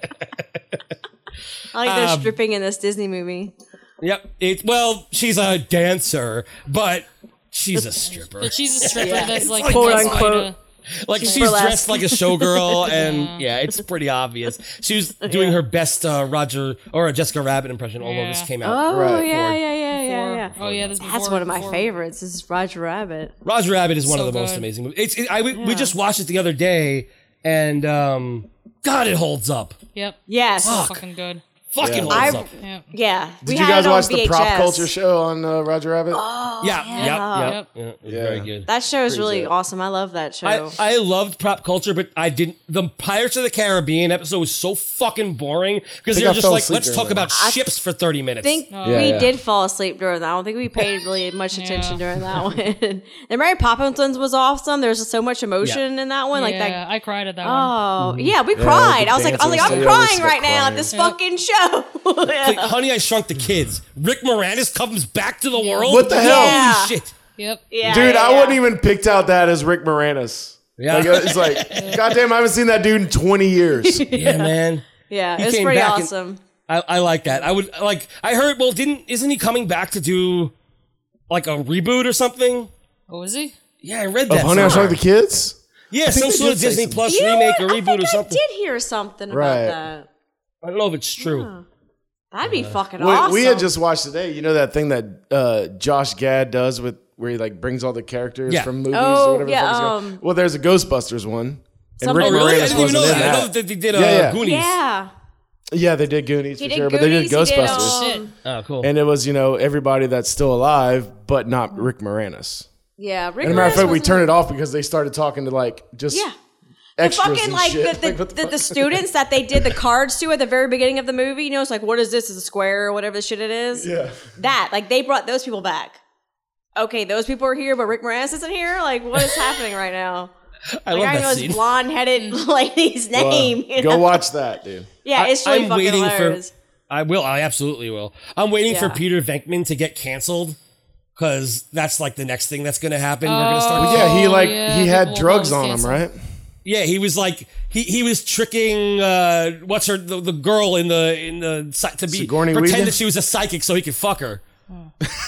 Speaker 5: I like they're
Speaker 1: Um,
Speaker 5: stripping in this Disney movie.
Speaker 1: Yep. It well, she's a dancer, but she's a stripper.
Speaker 3: But she's a stripper
Speaker 5: Yeah,
Speaker 3: that's
Speaker 5: it's
Speaker 3: like
Speaker 5: like quote
Speaker 3: that's
Speaker 5: unquote.
Speaker 3: kinda-
Speaker 1: like
Speaker 3: She's
Speaker 1: she's,
Speaker 3: burlesque.
Speaker 1: dressed like a showgirl, and yeah. it's pretty obvious. She was doing her best uh, Roger or a Jessica Rabbit impression. Although this came out,
Speaker 5: Oh
Speaker 1: before.
Speaker 5: yeah, yeah, yeah, yeah, yeah.
Speaker 3: Oh yeah, this
Speaker 5: That's one of my favorites. This is Roger Rabbit.
Speaker 1: Roger Rabbit is one
Speaker 5: So
Speaker 1: of the most
Speaker 5: good.
Speaker 1: amazing movies. It's it, I we, we just watched it the other day, and um, God, it holds up.
Speaker 3: Yep.
Speaker 5: Yes.
Speaker 3: So
Speaker 5: Fuck.
Speaker 3: fucking good.
Speaker 1: Fucking
Speaker 10: Yeah.
Speaker 1: holds
Speaker 10: I-
Speaker 1: up.
Speaker 3: Yeah.
Speaker 5: Yeah.
Speaker 10: Did you guys watch the prop culture show on uh, Roger Rabbit?
Speaker 5: Oh,
Speaker 1: yeah,
Speaker 5: yeah.
Speaker 1: yep, yep, yeah, Very good.
Speaker 5: That show is
Speaker 1: Pretty
Speaker 5: really
Speaker 1: good.
Speaker 5: awesome. I love that show.
Speaker 1: I, I loved prop culture, but I didn't. The Pirates of the Caribbean episode was so fucking boring because
Speaker 10: think
Speaker 1: they were
Speaker 10: I
Speaker 1: just
Speaker 10: fell
Speaker 1: like,
Speaker 10: asleep
Speaker 1: let's
Speaker 10: during
Speaker 1: talk
Speaker 10: that.
Speaker 1: about ships for thirty minutes.
Speaker 5: think we did fall asleep during that. I don't think we paid really much attention during that one. the Mary Poppins ones was awesome. There's just so much emotion in that one. Like
Speaker 3: Yeah,
Speaker 5: that.
Speaker 3: I cried at that one.
Speaker 5: Oh
Speaker 10: Mm-hmm.
Speaker 5: yeah, we
Speaker 1: Yeah,
Speaker 5: cried.
Speaker 1: the
Speaker 5: I was like, I was like, I'm
Speaker 1: dancing
Speaker 5: crying
Speaker 1: stuff,
Speaker 5: right now at
Speaker 1: crying.
Speaker 5: this fucking show.
Speaker 1: It's like, Honey, I Shrunk the Kids. Rick Moranis comes back to the world.
Speaker 10: What the hell? Yeah.
Speaker 1: Holy shit!
Speaker 3: Yep.
Speaker 5: Yeah,
Speaker 10: dude,
Speaker 5: yeah,
Speaker 10: I
Speaker 5: yeah.
Speaker 10: wouldn't even picked out that as Rick Moranis.
Speaker 1: Yeah.
Speaker 10: Like, it's like, goddamn, I haven't seen that dude in 20 years.
Speaker 1: Yeah, man.
Speaker 5: Yeah,
Speaker 1: He
Speaker 5: it's
Speaker 1: came
Speaker 5: pretty
Speaker 1: back and-
Speaker 5: awesome.
Speaker 1: I, I like that. I would like. I heard. Well, didn't isn't he coming back to do like a reboot or something?
Speaker 3: What was he?
Speaker 1: Yeah, I read
Speaker 10: Of
Speaker 1: that.
Speaker 10: Honey,
Speaker 1: somewhere.
Speaker 10: I Shrunk the Kids?
Speaker 1: Yeah,
Speaker 10: I think
Speaker 1: some
Speaker 10: they
Speaker 1: sort
Speaker 10: did
Speaker 1: of
Speaker 10: say
Speaker 1: Disney
Speaker 10: something.
Speaker 1: Plus
Speaker 5: You know
Speaker 1: remake
Speaker 5: what?
Speaker 1: or reboot or
Speaker 5: I
Speaker 1: something.
Speaker 5: did hear something
Speaker 10: Right.
Speaker 5: about that.
Speaker 1: I don't know if it's true.
Speaker 5: That'd be fucking
Speaker 10: We,
Speaker 5: awesome.
Speaker 10: we had just watched today, you know, that thing that uh, Josh Gad does with where he like brings all the characters
Speaker 1: Yeah.
Speaker 10: from movies
Speaker 5: Oh,
Speaker 10: or whatever. the
Speaker 5: yeah,
Speaker 10: fuck it's called.
Speaker 5: um,
Speaker 10: well, there's a Ghostbusters one. And
Speaker 5: Something-
Speaker 10: Rick
Speaker 5: Oh, really?
Speaker 10: Moranis
Speaker 5: I didn't even
Speaker 10: wasn't
Speaker 5: know
Speaker 10: in
Speaker 5: that. I
Speaker 10: that.
Speaker 1: thought that they did, uh,
Speaker 10: yeah, yeah.
Speaker 1: Goonies.
Speaker 5: yeah.
Speaker 10: Yeah, they did Goonies
Speaker 5: He
Speaker 10: for
Speaker 5: did
Speaker 10: sure, but they did
Speaker 5: Goonies, he did,
Speaker 10: Ghostbusters.
Speaker 5: um, Shit.
Speaker 1: Oh, cool.
Speaker 10: and it was, you know, everybody that's still alive, but not Rick Moranis.
Speaker 5: Yeah, Mm-hmm. Rick
Speaker 10: and a matter of
Speaker 5: Moranis
Speaker 10: fact, we
Speaker 5: wasn't-
Speaker 10: turned it off because they started talking to like just
Speaker 5: Yeah. The
Speaker 10: extras
Speaker 5: fucking
Speaker 10: and
Speaker 5: like
Speaker 10: shit.
Speaker 5: the, the, the, the students that they did the cards to at the very beginning of the movie. You know, it's like, what is this? Is a square or whatever the shit it is?
Speaker 10: Yeah.
Speaker 5: That like they brought those people back. Okay, those people are here, but Rick Moranis isn't here. Like, what is happening right now?
Speaker 1: I
Speaker 5: like
Speaker 1: love
Speaker 5: I
Speaker 1: that
Speaker 5: know
Speaker 1: scene.
Speaker 5: this blonde headed lady's
Speaker 10: Wow.
Speaker 5: name. you
Speaker 10: Go
Speaker 5: know?
Speaker 10: watch that, dude.
Speaker 5: Yeah, it's really fucking hilarious.
Speaker 1: for. I will. I absolutely will. I'm waiting for
Speaker 5: Yeah.
Speaker 1: Peter Venkman to get canceled because that's like the next thing that's going to happen. We're going to
Speaker 5: Oh,
Speaker 1: start.
Speaker 10: yeah, he like
Speaker 3: yeah,
Speaker 10: he had
Speaker 3: people
Speaker 10: drugs
Speaker 3: always
Speaker 10: on him,
Speaker 3: cancel.
Speaker 10: right?
Speaker 1: Yeah, he was like he, he was tricking uh what's her the, the girl in the in the psy- to be
Speaker 10: Sigourney
Speaker 1: pretend
Speaker 10: Weaver?
Speaker 1: that she was a psychic so he could fuck her.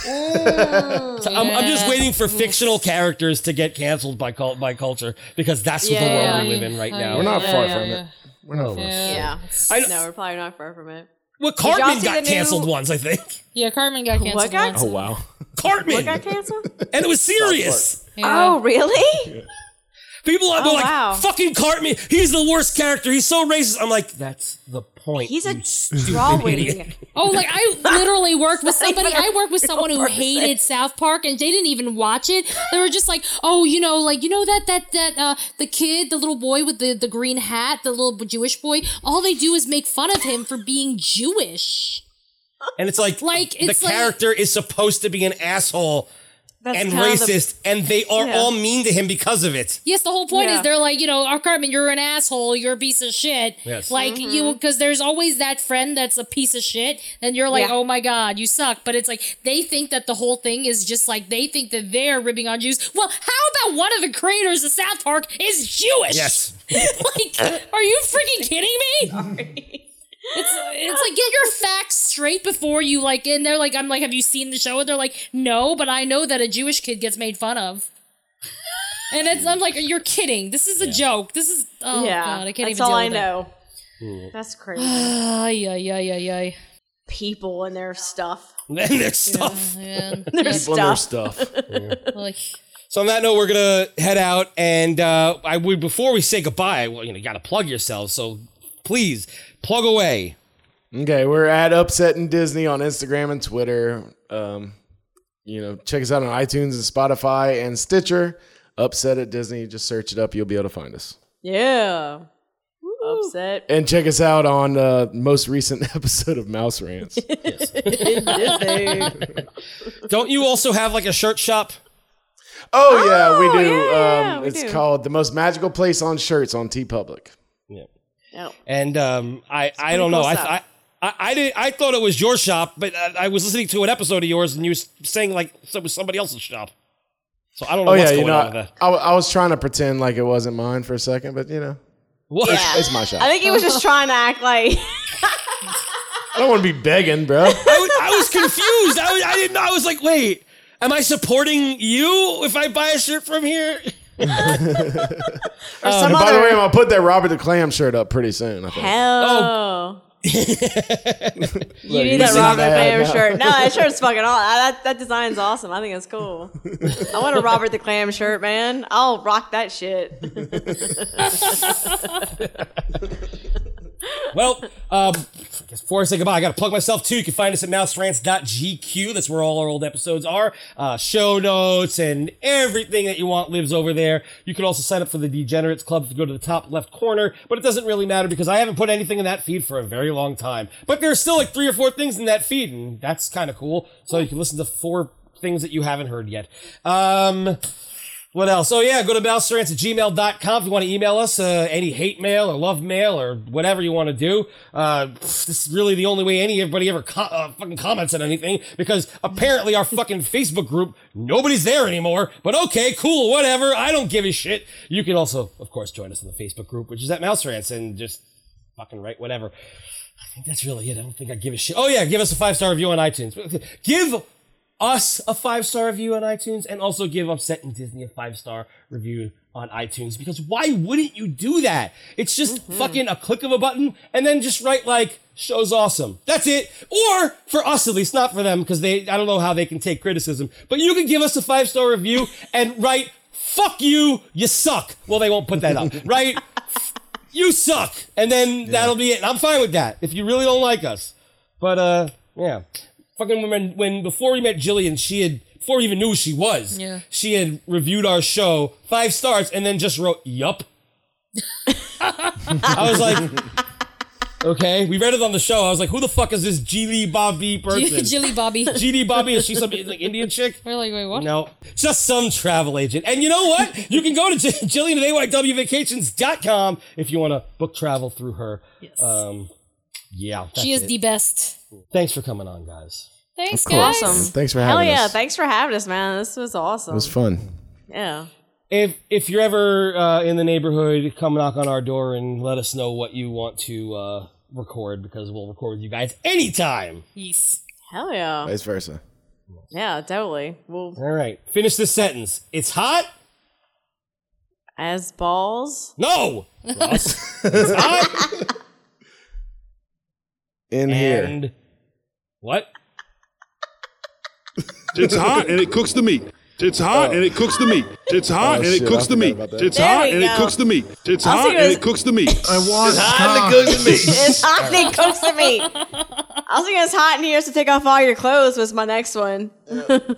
Speaker 1: So I'm, I'm just waiting for fictional characters to get canceled by cult by culture because that's what the
Speaker 5: Yeah.
Speaker 1: world we live in right now.
Speaker 10: We're not far
Speaker 3: yeah,
Speaker 10: from
Speaker 3: yeah.
Speaker 10: it. We're not far.
Speaker 5: Yeah.
Speaker 1: I-
Speaker 5: no, we're probably not far from it.
Speaker 1: Well,
Speaker 5: y'all
Speaker 1: Cartman
Speaker 5: see the
Speaker 1: got
Speaker 5: new-
Speaker 1: canceled once, I think.
Speaker 3: Yeah, Cartman got canceled.
Speaker 5: What got-
Speaker 3: once.
Speaker 10: Oh, wow.
Speaker 5: What got
Speaker 1: Cartman,
Speaker 5: canceled?
Speaker 1: and it was serious.
Speaker 3: Yeah.
Speaker 5: Oh, really?
Speaker 1: People are
Speaker 5: Oh,
Speaker 1: like,
Speaker 5: wow.
Speaker 1: "Fucking Cartman, he's the worst character. He's so racist." I'm like, "That's the point."
Speaker 5: He's a
Speaker 1: you stupid idiot."
Speaker 5: drawing.
Speaker 3: Oh, like I literally worked with
Speaker 5: not
Speaker 3: somebody.
Speaker 5: even
Speaker 3: I worked with
Speaker 5: a
Speaker 3: someone who
Speaker 5: person.
Speaker 3: hated South Park, and they didn't even watch it. They were just like, "Oh, you know, like you know that that that uh, the kid, the little boy with the the green hat, the little Jewish boy. All they do is make fun of him for being Jewish.
Speaker 1: And it's like,
Speaker 3: Like, it's
Speaker 1: the
Speaker 3: like-
Speaker 1: character is supposed to be an asshole and racist, and they are
Speaker 5: Yeah.
Speaker 1: all mean to him because of it.
Speaker 3: Yes, the whole point is
Speaker 5: Yeah.
Speaker 3: they're like, you know, oh, Cartman, you're an asshole, you're a piece of shit.
Speaker 1: Yes.
Speaker 3: Like
Speaker 5: Mm-hmm.
Speaker 3: you, because there's always that friend that's a piece of shit, and you're like,
Speaker 5: Yeah.
Speaker 3: oh my god, you suck. But it's like they think that the whole thing is just like they think that they're ripping on Jews. Well, how about one of the creators of South Park is Jewish?
Speaker 1: Yes.
Speaker 3: like, are you freaking kidding me? It's, it's like get your facts straight before you like in there. Like I'm like, have you seen the show? And they're like, no, but I know that a Jewish kid gets made fun of. And it's, I'm like, you're kidding. This is a joke. This is oh
Speaker 5: yeah,
Speaker 3: god, I can't
Speaker 5: that's
Speaker 3: even.
Speaker 5: all
Speaker 3: deal
Speaker 5: I
Speaker 3: with it.
Speaker 5: know. That's crazy.
Speaker 3: Ay ay ay ay ay.
Speaker 5: People and their stuff.
Speaker 1: And their stuff.
Speaker 3: Man.
Speaker 5: Their
Speaker 10: People and their stuff.
Speaker 3: like,
Speaker 1: So on that note, we're gonna head out, and uh, I would before we say goodbye. Well, you know, you gotta plug yourselves. So please plug away.
Speaker 10: Okay, we're at Upset and Disney on Instagram and Twitter. Um, you know, check us out on iTunes and Spotify and Stitcher. Upset at Disney, just search it up, you'll be able to find us.
Speaker 5: Yeah. Upset.
Speaker 10: And check us out on uh, most recent episode of Mouse Rants.
Speaker 5: Disney.
Speaker 1: Don't you also have like a shirt shop?
Speaker 10: Oh, yeah, we do.
Speaker 1: yeah, yeah,
Speaker 10: um,
Speaker 1: we
Speaker 10: it's
Speaker 1: do.
Speaker 10: called the most magical place on shirts on T Public.
Speaker 1: Yeah. And um, I, I don't know.
Speaker 10: pretty cool
Speaker 1: I, I,
Speaker 10: stuff.
Speaker 1: I, I did. I thought it was your shop, but uh, I, I was listening to an episode of yours, and you were saying like it was somebody else's shop. So I don't know
Speaker 10: Oh
Speaker 1: what's
Speaker 10: yeah, you
Speaker 1: going
Speaker 10: know,
Speaker 1: on with that.
Speaker 10: I, I was trying to pretend like it wasn't mine for a second, but you know,
Speaker 1: what?
Speaker 10: It's, it's my shop.
Speaker 5: I think he was just trying to act like
Speaker 10: I don't want to be begging, bro.
Speaker 1: I was, I was confused. I, was, I didn't know. I was like, wait, am I supporting you if I buy a shirt from here?
Speaker 10: Oh, And
Speaker 1: some
Speaker 10: by the
Speaker 1: other-
Speaker 10: way, I'm gonna put that Robert the Clam shirt up pretty soon. I think. oh.
Speaker 5: hell. you need that
Speaker 10: see
Speaker 5: Robert
Speaker 10: that
Speaker 5: Clam
Speaker 10: now.
Speaker 5: shirt. No, that shirt's fucking all. That that design's awesome. I think it's cool. I want a Robert the Clam shirt, man. I'll rock that shit.
Speaker 1: well, um, I guess before I say goodbye, I got to plug myself too. You can find us at mouserants.gq. That's where all our old episodes are. Uh, show notes and everything that you want lives over there. You can also sign up for the Degenerates Club if you go to the top left corner, but it doesn't really matter because I haven't put anything in that feed for a very long time. But there's still like three or four things in that feed, and that's kind of cool. So you can listen to four things that you haven't heard yet. Um, what else? Oh, yeah, go to mouserants at gmail.com if you want to email us uh, any hate mail or love mail or whatever you want to do. Uh, this is really the only way anybody ever co- uh, fucking comments on anything because apparently our fucking Facebook group, nobody's there anymore. But okay, cool, whatever. I don't give a shit. You can also, of course, join us in the Facebook group, which is at mouserants, and just fucking write whatever. I think that's really it. I don't think I give a shit. Oh, yeah, give us a five star review on iTunes. Give us a five star review on iTunes and also give Upset and Disney a five star review on iTunes because why wouldn't you do that? It's just fucking a click of a button and then just write like show's awesome. That's it. Or for us at least, not for them because they I don't know how they can take criticism, but you can give us a five star review and write fuck you, you suck. Well, they won't put that up, right? you suck. And then that'll be it. And I'm fine with that if you really don't like us. But uh, yeah, fucking when when before we met Jillian, she had before we even knew who she was,
Speaker 3: Yeah.
Speaker 1: she had reviewed our show five stars and then just wrote yup. I was like. Okay, we read it on the show. I was like, "Who the fuck is this Geely Bobby person?"
Speaker 3: Jilly Bobby.
Speaker 1: Geely Bobby is she some like Indian chick?
Speaker 3: We're like, wait, what?
Speaker 1: No, just some travel agent. And you know what? you can go to J- Jillian at aywvacations.com if you want to book travel through her. Yes. Um, yeah.
Speaker 3: She
Speaker 1: that's
Speaker 3: is
Speaker 1: it.
Speaker 3: the best.
Speaker 1: Thanks for coming on, guys.
Speaker 3: Thanks,
Speaker 10: Of course.
Speaker 3: guys.
Speaker 10: Awesome. Thanks for
Speaker 5: Hell
Speaker 10: having
Speaker 5: yeah!
Speaker 10: us.
Speaker 5: Thanks for having us, man. This was awesome.
Speaker 10: It was fun.
Speaker 5: Yeah.
Speaker 1: If if you're ever uh, in the neighborhood, come knock on our door and let us know what you want to uh, record because we'll record with you guys anytime.
Speaker 3: Yes.
Speaker 5: Hell yeah.
Speaker 10: Vice versa.
Speaker 5: Yeah, totally. Well,
Speaker 1: All right, finish this sentence. It's hot.
Speaker 5: as balls.
Speaker 1: No. Ross. it's hot.
Speaker 10: In
Speaker 1: And what?
Speaker 15: It's hot and it cooks the meat. It's
Speaker 10: Oh.
Speaker 15: hot and it cooks the meat. It's hot
Speaker 24: Oh,
Speaker 15: and it
Speaker 24: shit,
Speaker 15: cooks the
Speaker 24: I forgot
Speaker 15: meat.
Speaker 24: about that.
Speaker 15: It's
Speaker 24: There
Speaker 15: hot
Speaker 24: we
Speaker 15: and it
Speaker 24: go.
Speaker 15: cooks the meat. It's
Speaker 24: I'll
Speaker 15: hot
Speaker 24: see
Speaker 15: and
Speaker 24: what-
Speaker 15: it cooks the meat.
Speaker 24: I want cock.
Speaker 5: it's hot and it cooks to me. I was thinking it's hot in here, so take off all your clothes was my next one.
Speaker 3: So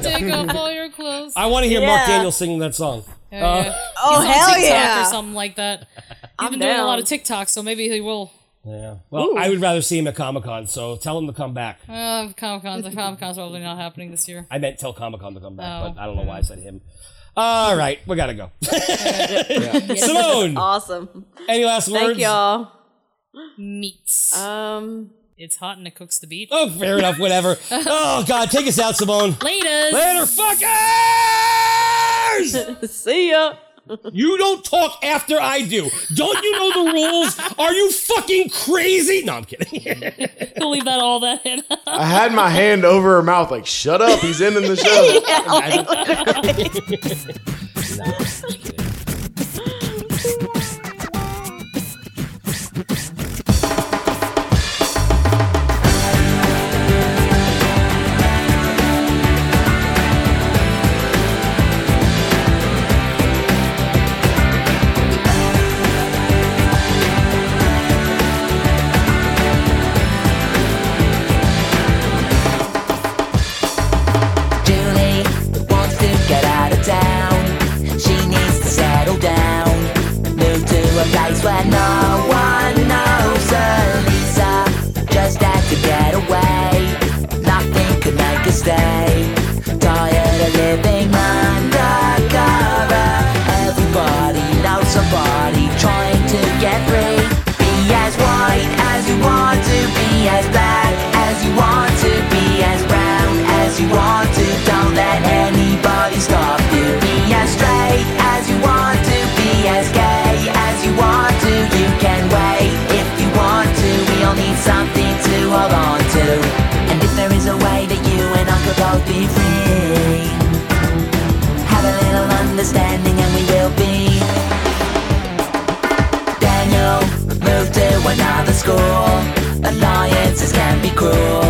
Speaker 3: take off all your clothes.
Speaker 1: I want to hear Mark
Speaker 3: Yeah.
Speaker 1: Daniels singing that song.
Speaker 3: Oh,
Speaker 1: Uh,
Speaker 3: yeah.
Speaker 5: Oh,
Speaker 3: He's on
Speaker 5: hell
Speaker 3: TikTok
Speaker 5: yeah.
Speaker 3: Or something like that. He's
Speaker 5: I'm
Speaker 3: been doing a lot
Speaker 5: down.
Speaker 3: of TikTok, so maybe he will.
Speaker 1: Yeah. Well,
Speaker 3: Ooh.
Speaker 1: I would rather see him at Comic Con, so tell him to come back.
Speaker 3: Uh, Comic Con's Comic Con's probably not happening this year.
Speaker 1: I meant tell Comic Con to come back,
Speaker 3: Oh,
Speaker 1: but I don't know why I said him. All right, we gotta go. Simone,
Speaker 5: awesome.
Speaker 1: any last
Speaker 5: Thank
Speaker 1: words?
Speaker 5: y'all.
Speaker 3: Meats.
Speaker 5: Um,
Speaker 3: it's hot and it cooks the beat.
Speaker 1: Oh, fair enough. Whatever. oh God, take us out, Simone.
Speaker 3: Later.
Speaker 1: Later, fuckers.
Speaker 5: See ya.
Speaker 1: You don't talk after I do. Don't you know the rules? Are you fucking crazy? No, I'm kidding.
Speaker 3: We'll leave that all that in.
Speaker 10: I had my hand over her mouth, like, shut up. He's ending the show.
Speaker 14: Julie wants to get out of town. She needs to settle down. Move to a place where no one knows her. Lisa just had to get away. Nothing could make her stay. Tired of living.
Speaker 19: Life can be cruel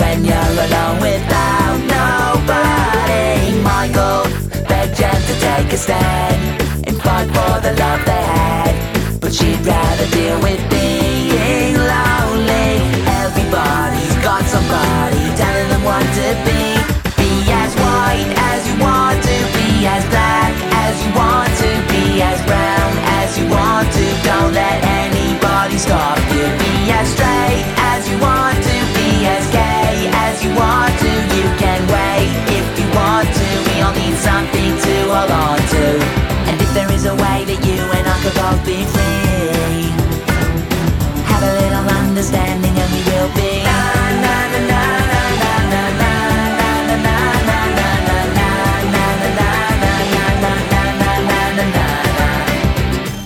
Speaker 19: when you're alone without nobody. Michael begged Jen to take a stand and fight for the love they had, but she'd rather deal with being lonely. Everybody's got somebody telling them what to be. Be as white as you want to, be as black as you want to, be as brown as you want to. Don't let anybody stop you. Be as straight as you want to, be as gay as you want to. You can wait if you want to. We all need something to hold on to. And if there is a way that you and I could both be free, have a little understanding and we will be. na, na, na, na, na, na, na.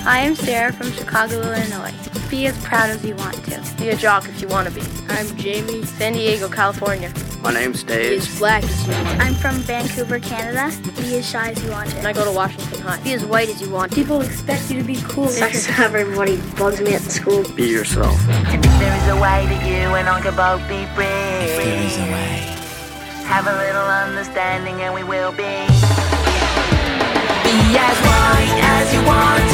Speaker 26: I am Sarah from Chicago, Illinois. Be as proud as you want to. Be a jock if you want to be. I'm Jamie, San Diego, California.
Speaker 2: My name's Dave.
Speaker 26: black I'm from Vancouver, Canada. Be as shy as you want to. And I go to Washington High. Be as white as you want. People expect you to be cool. Sucks to have everybody bugs me at school.
Speaker 2: Be yourself.
Speaker 19: And if there is a way that you and I could both be free, there is a way. have a little understanding and we will be. Be as white as you want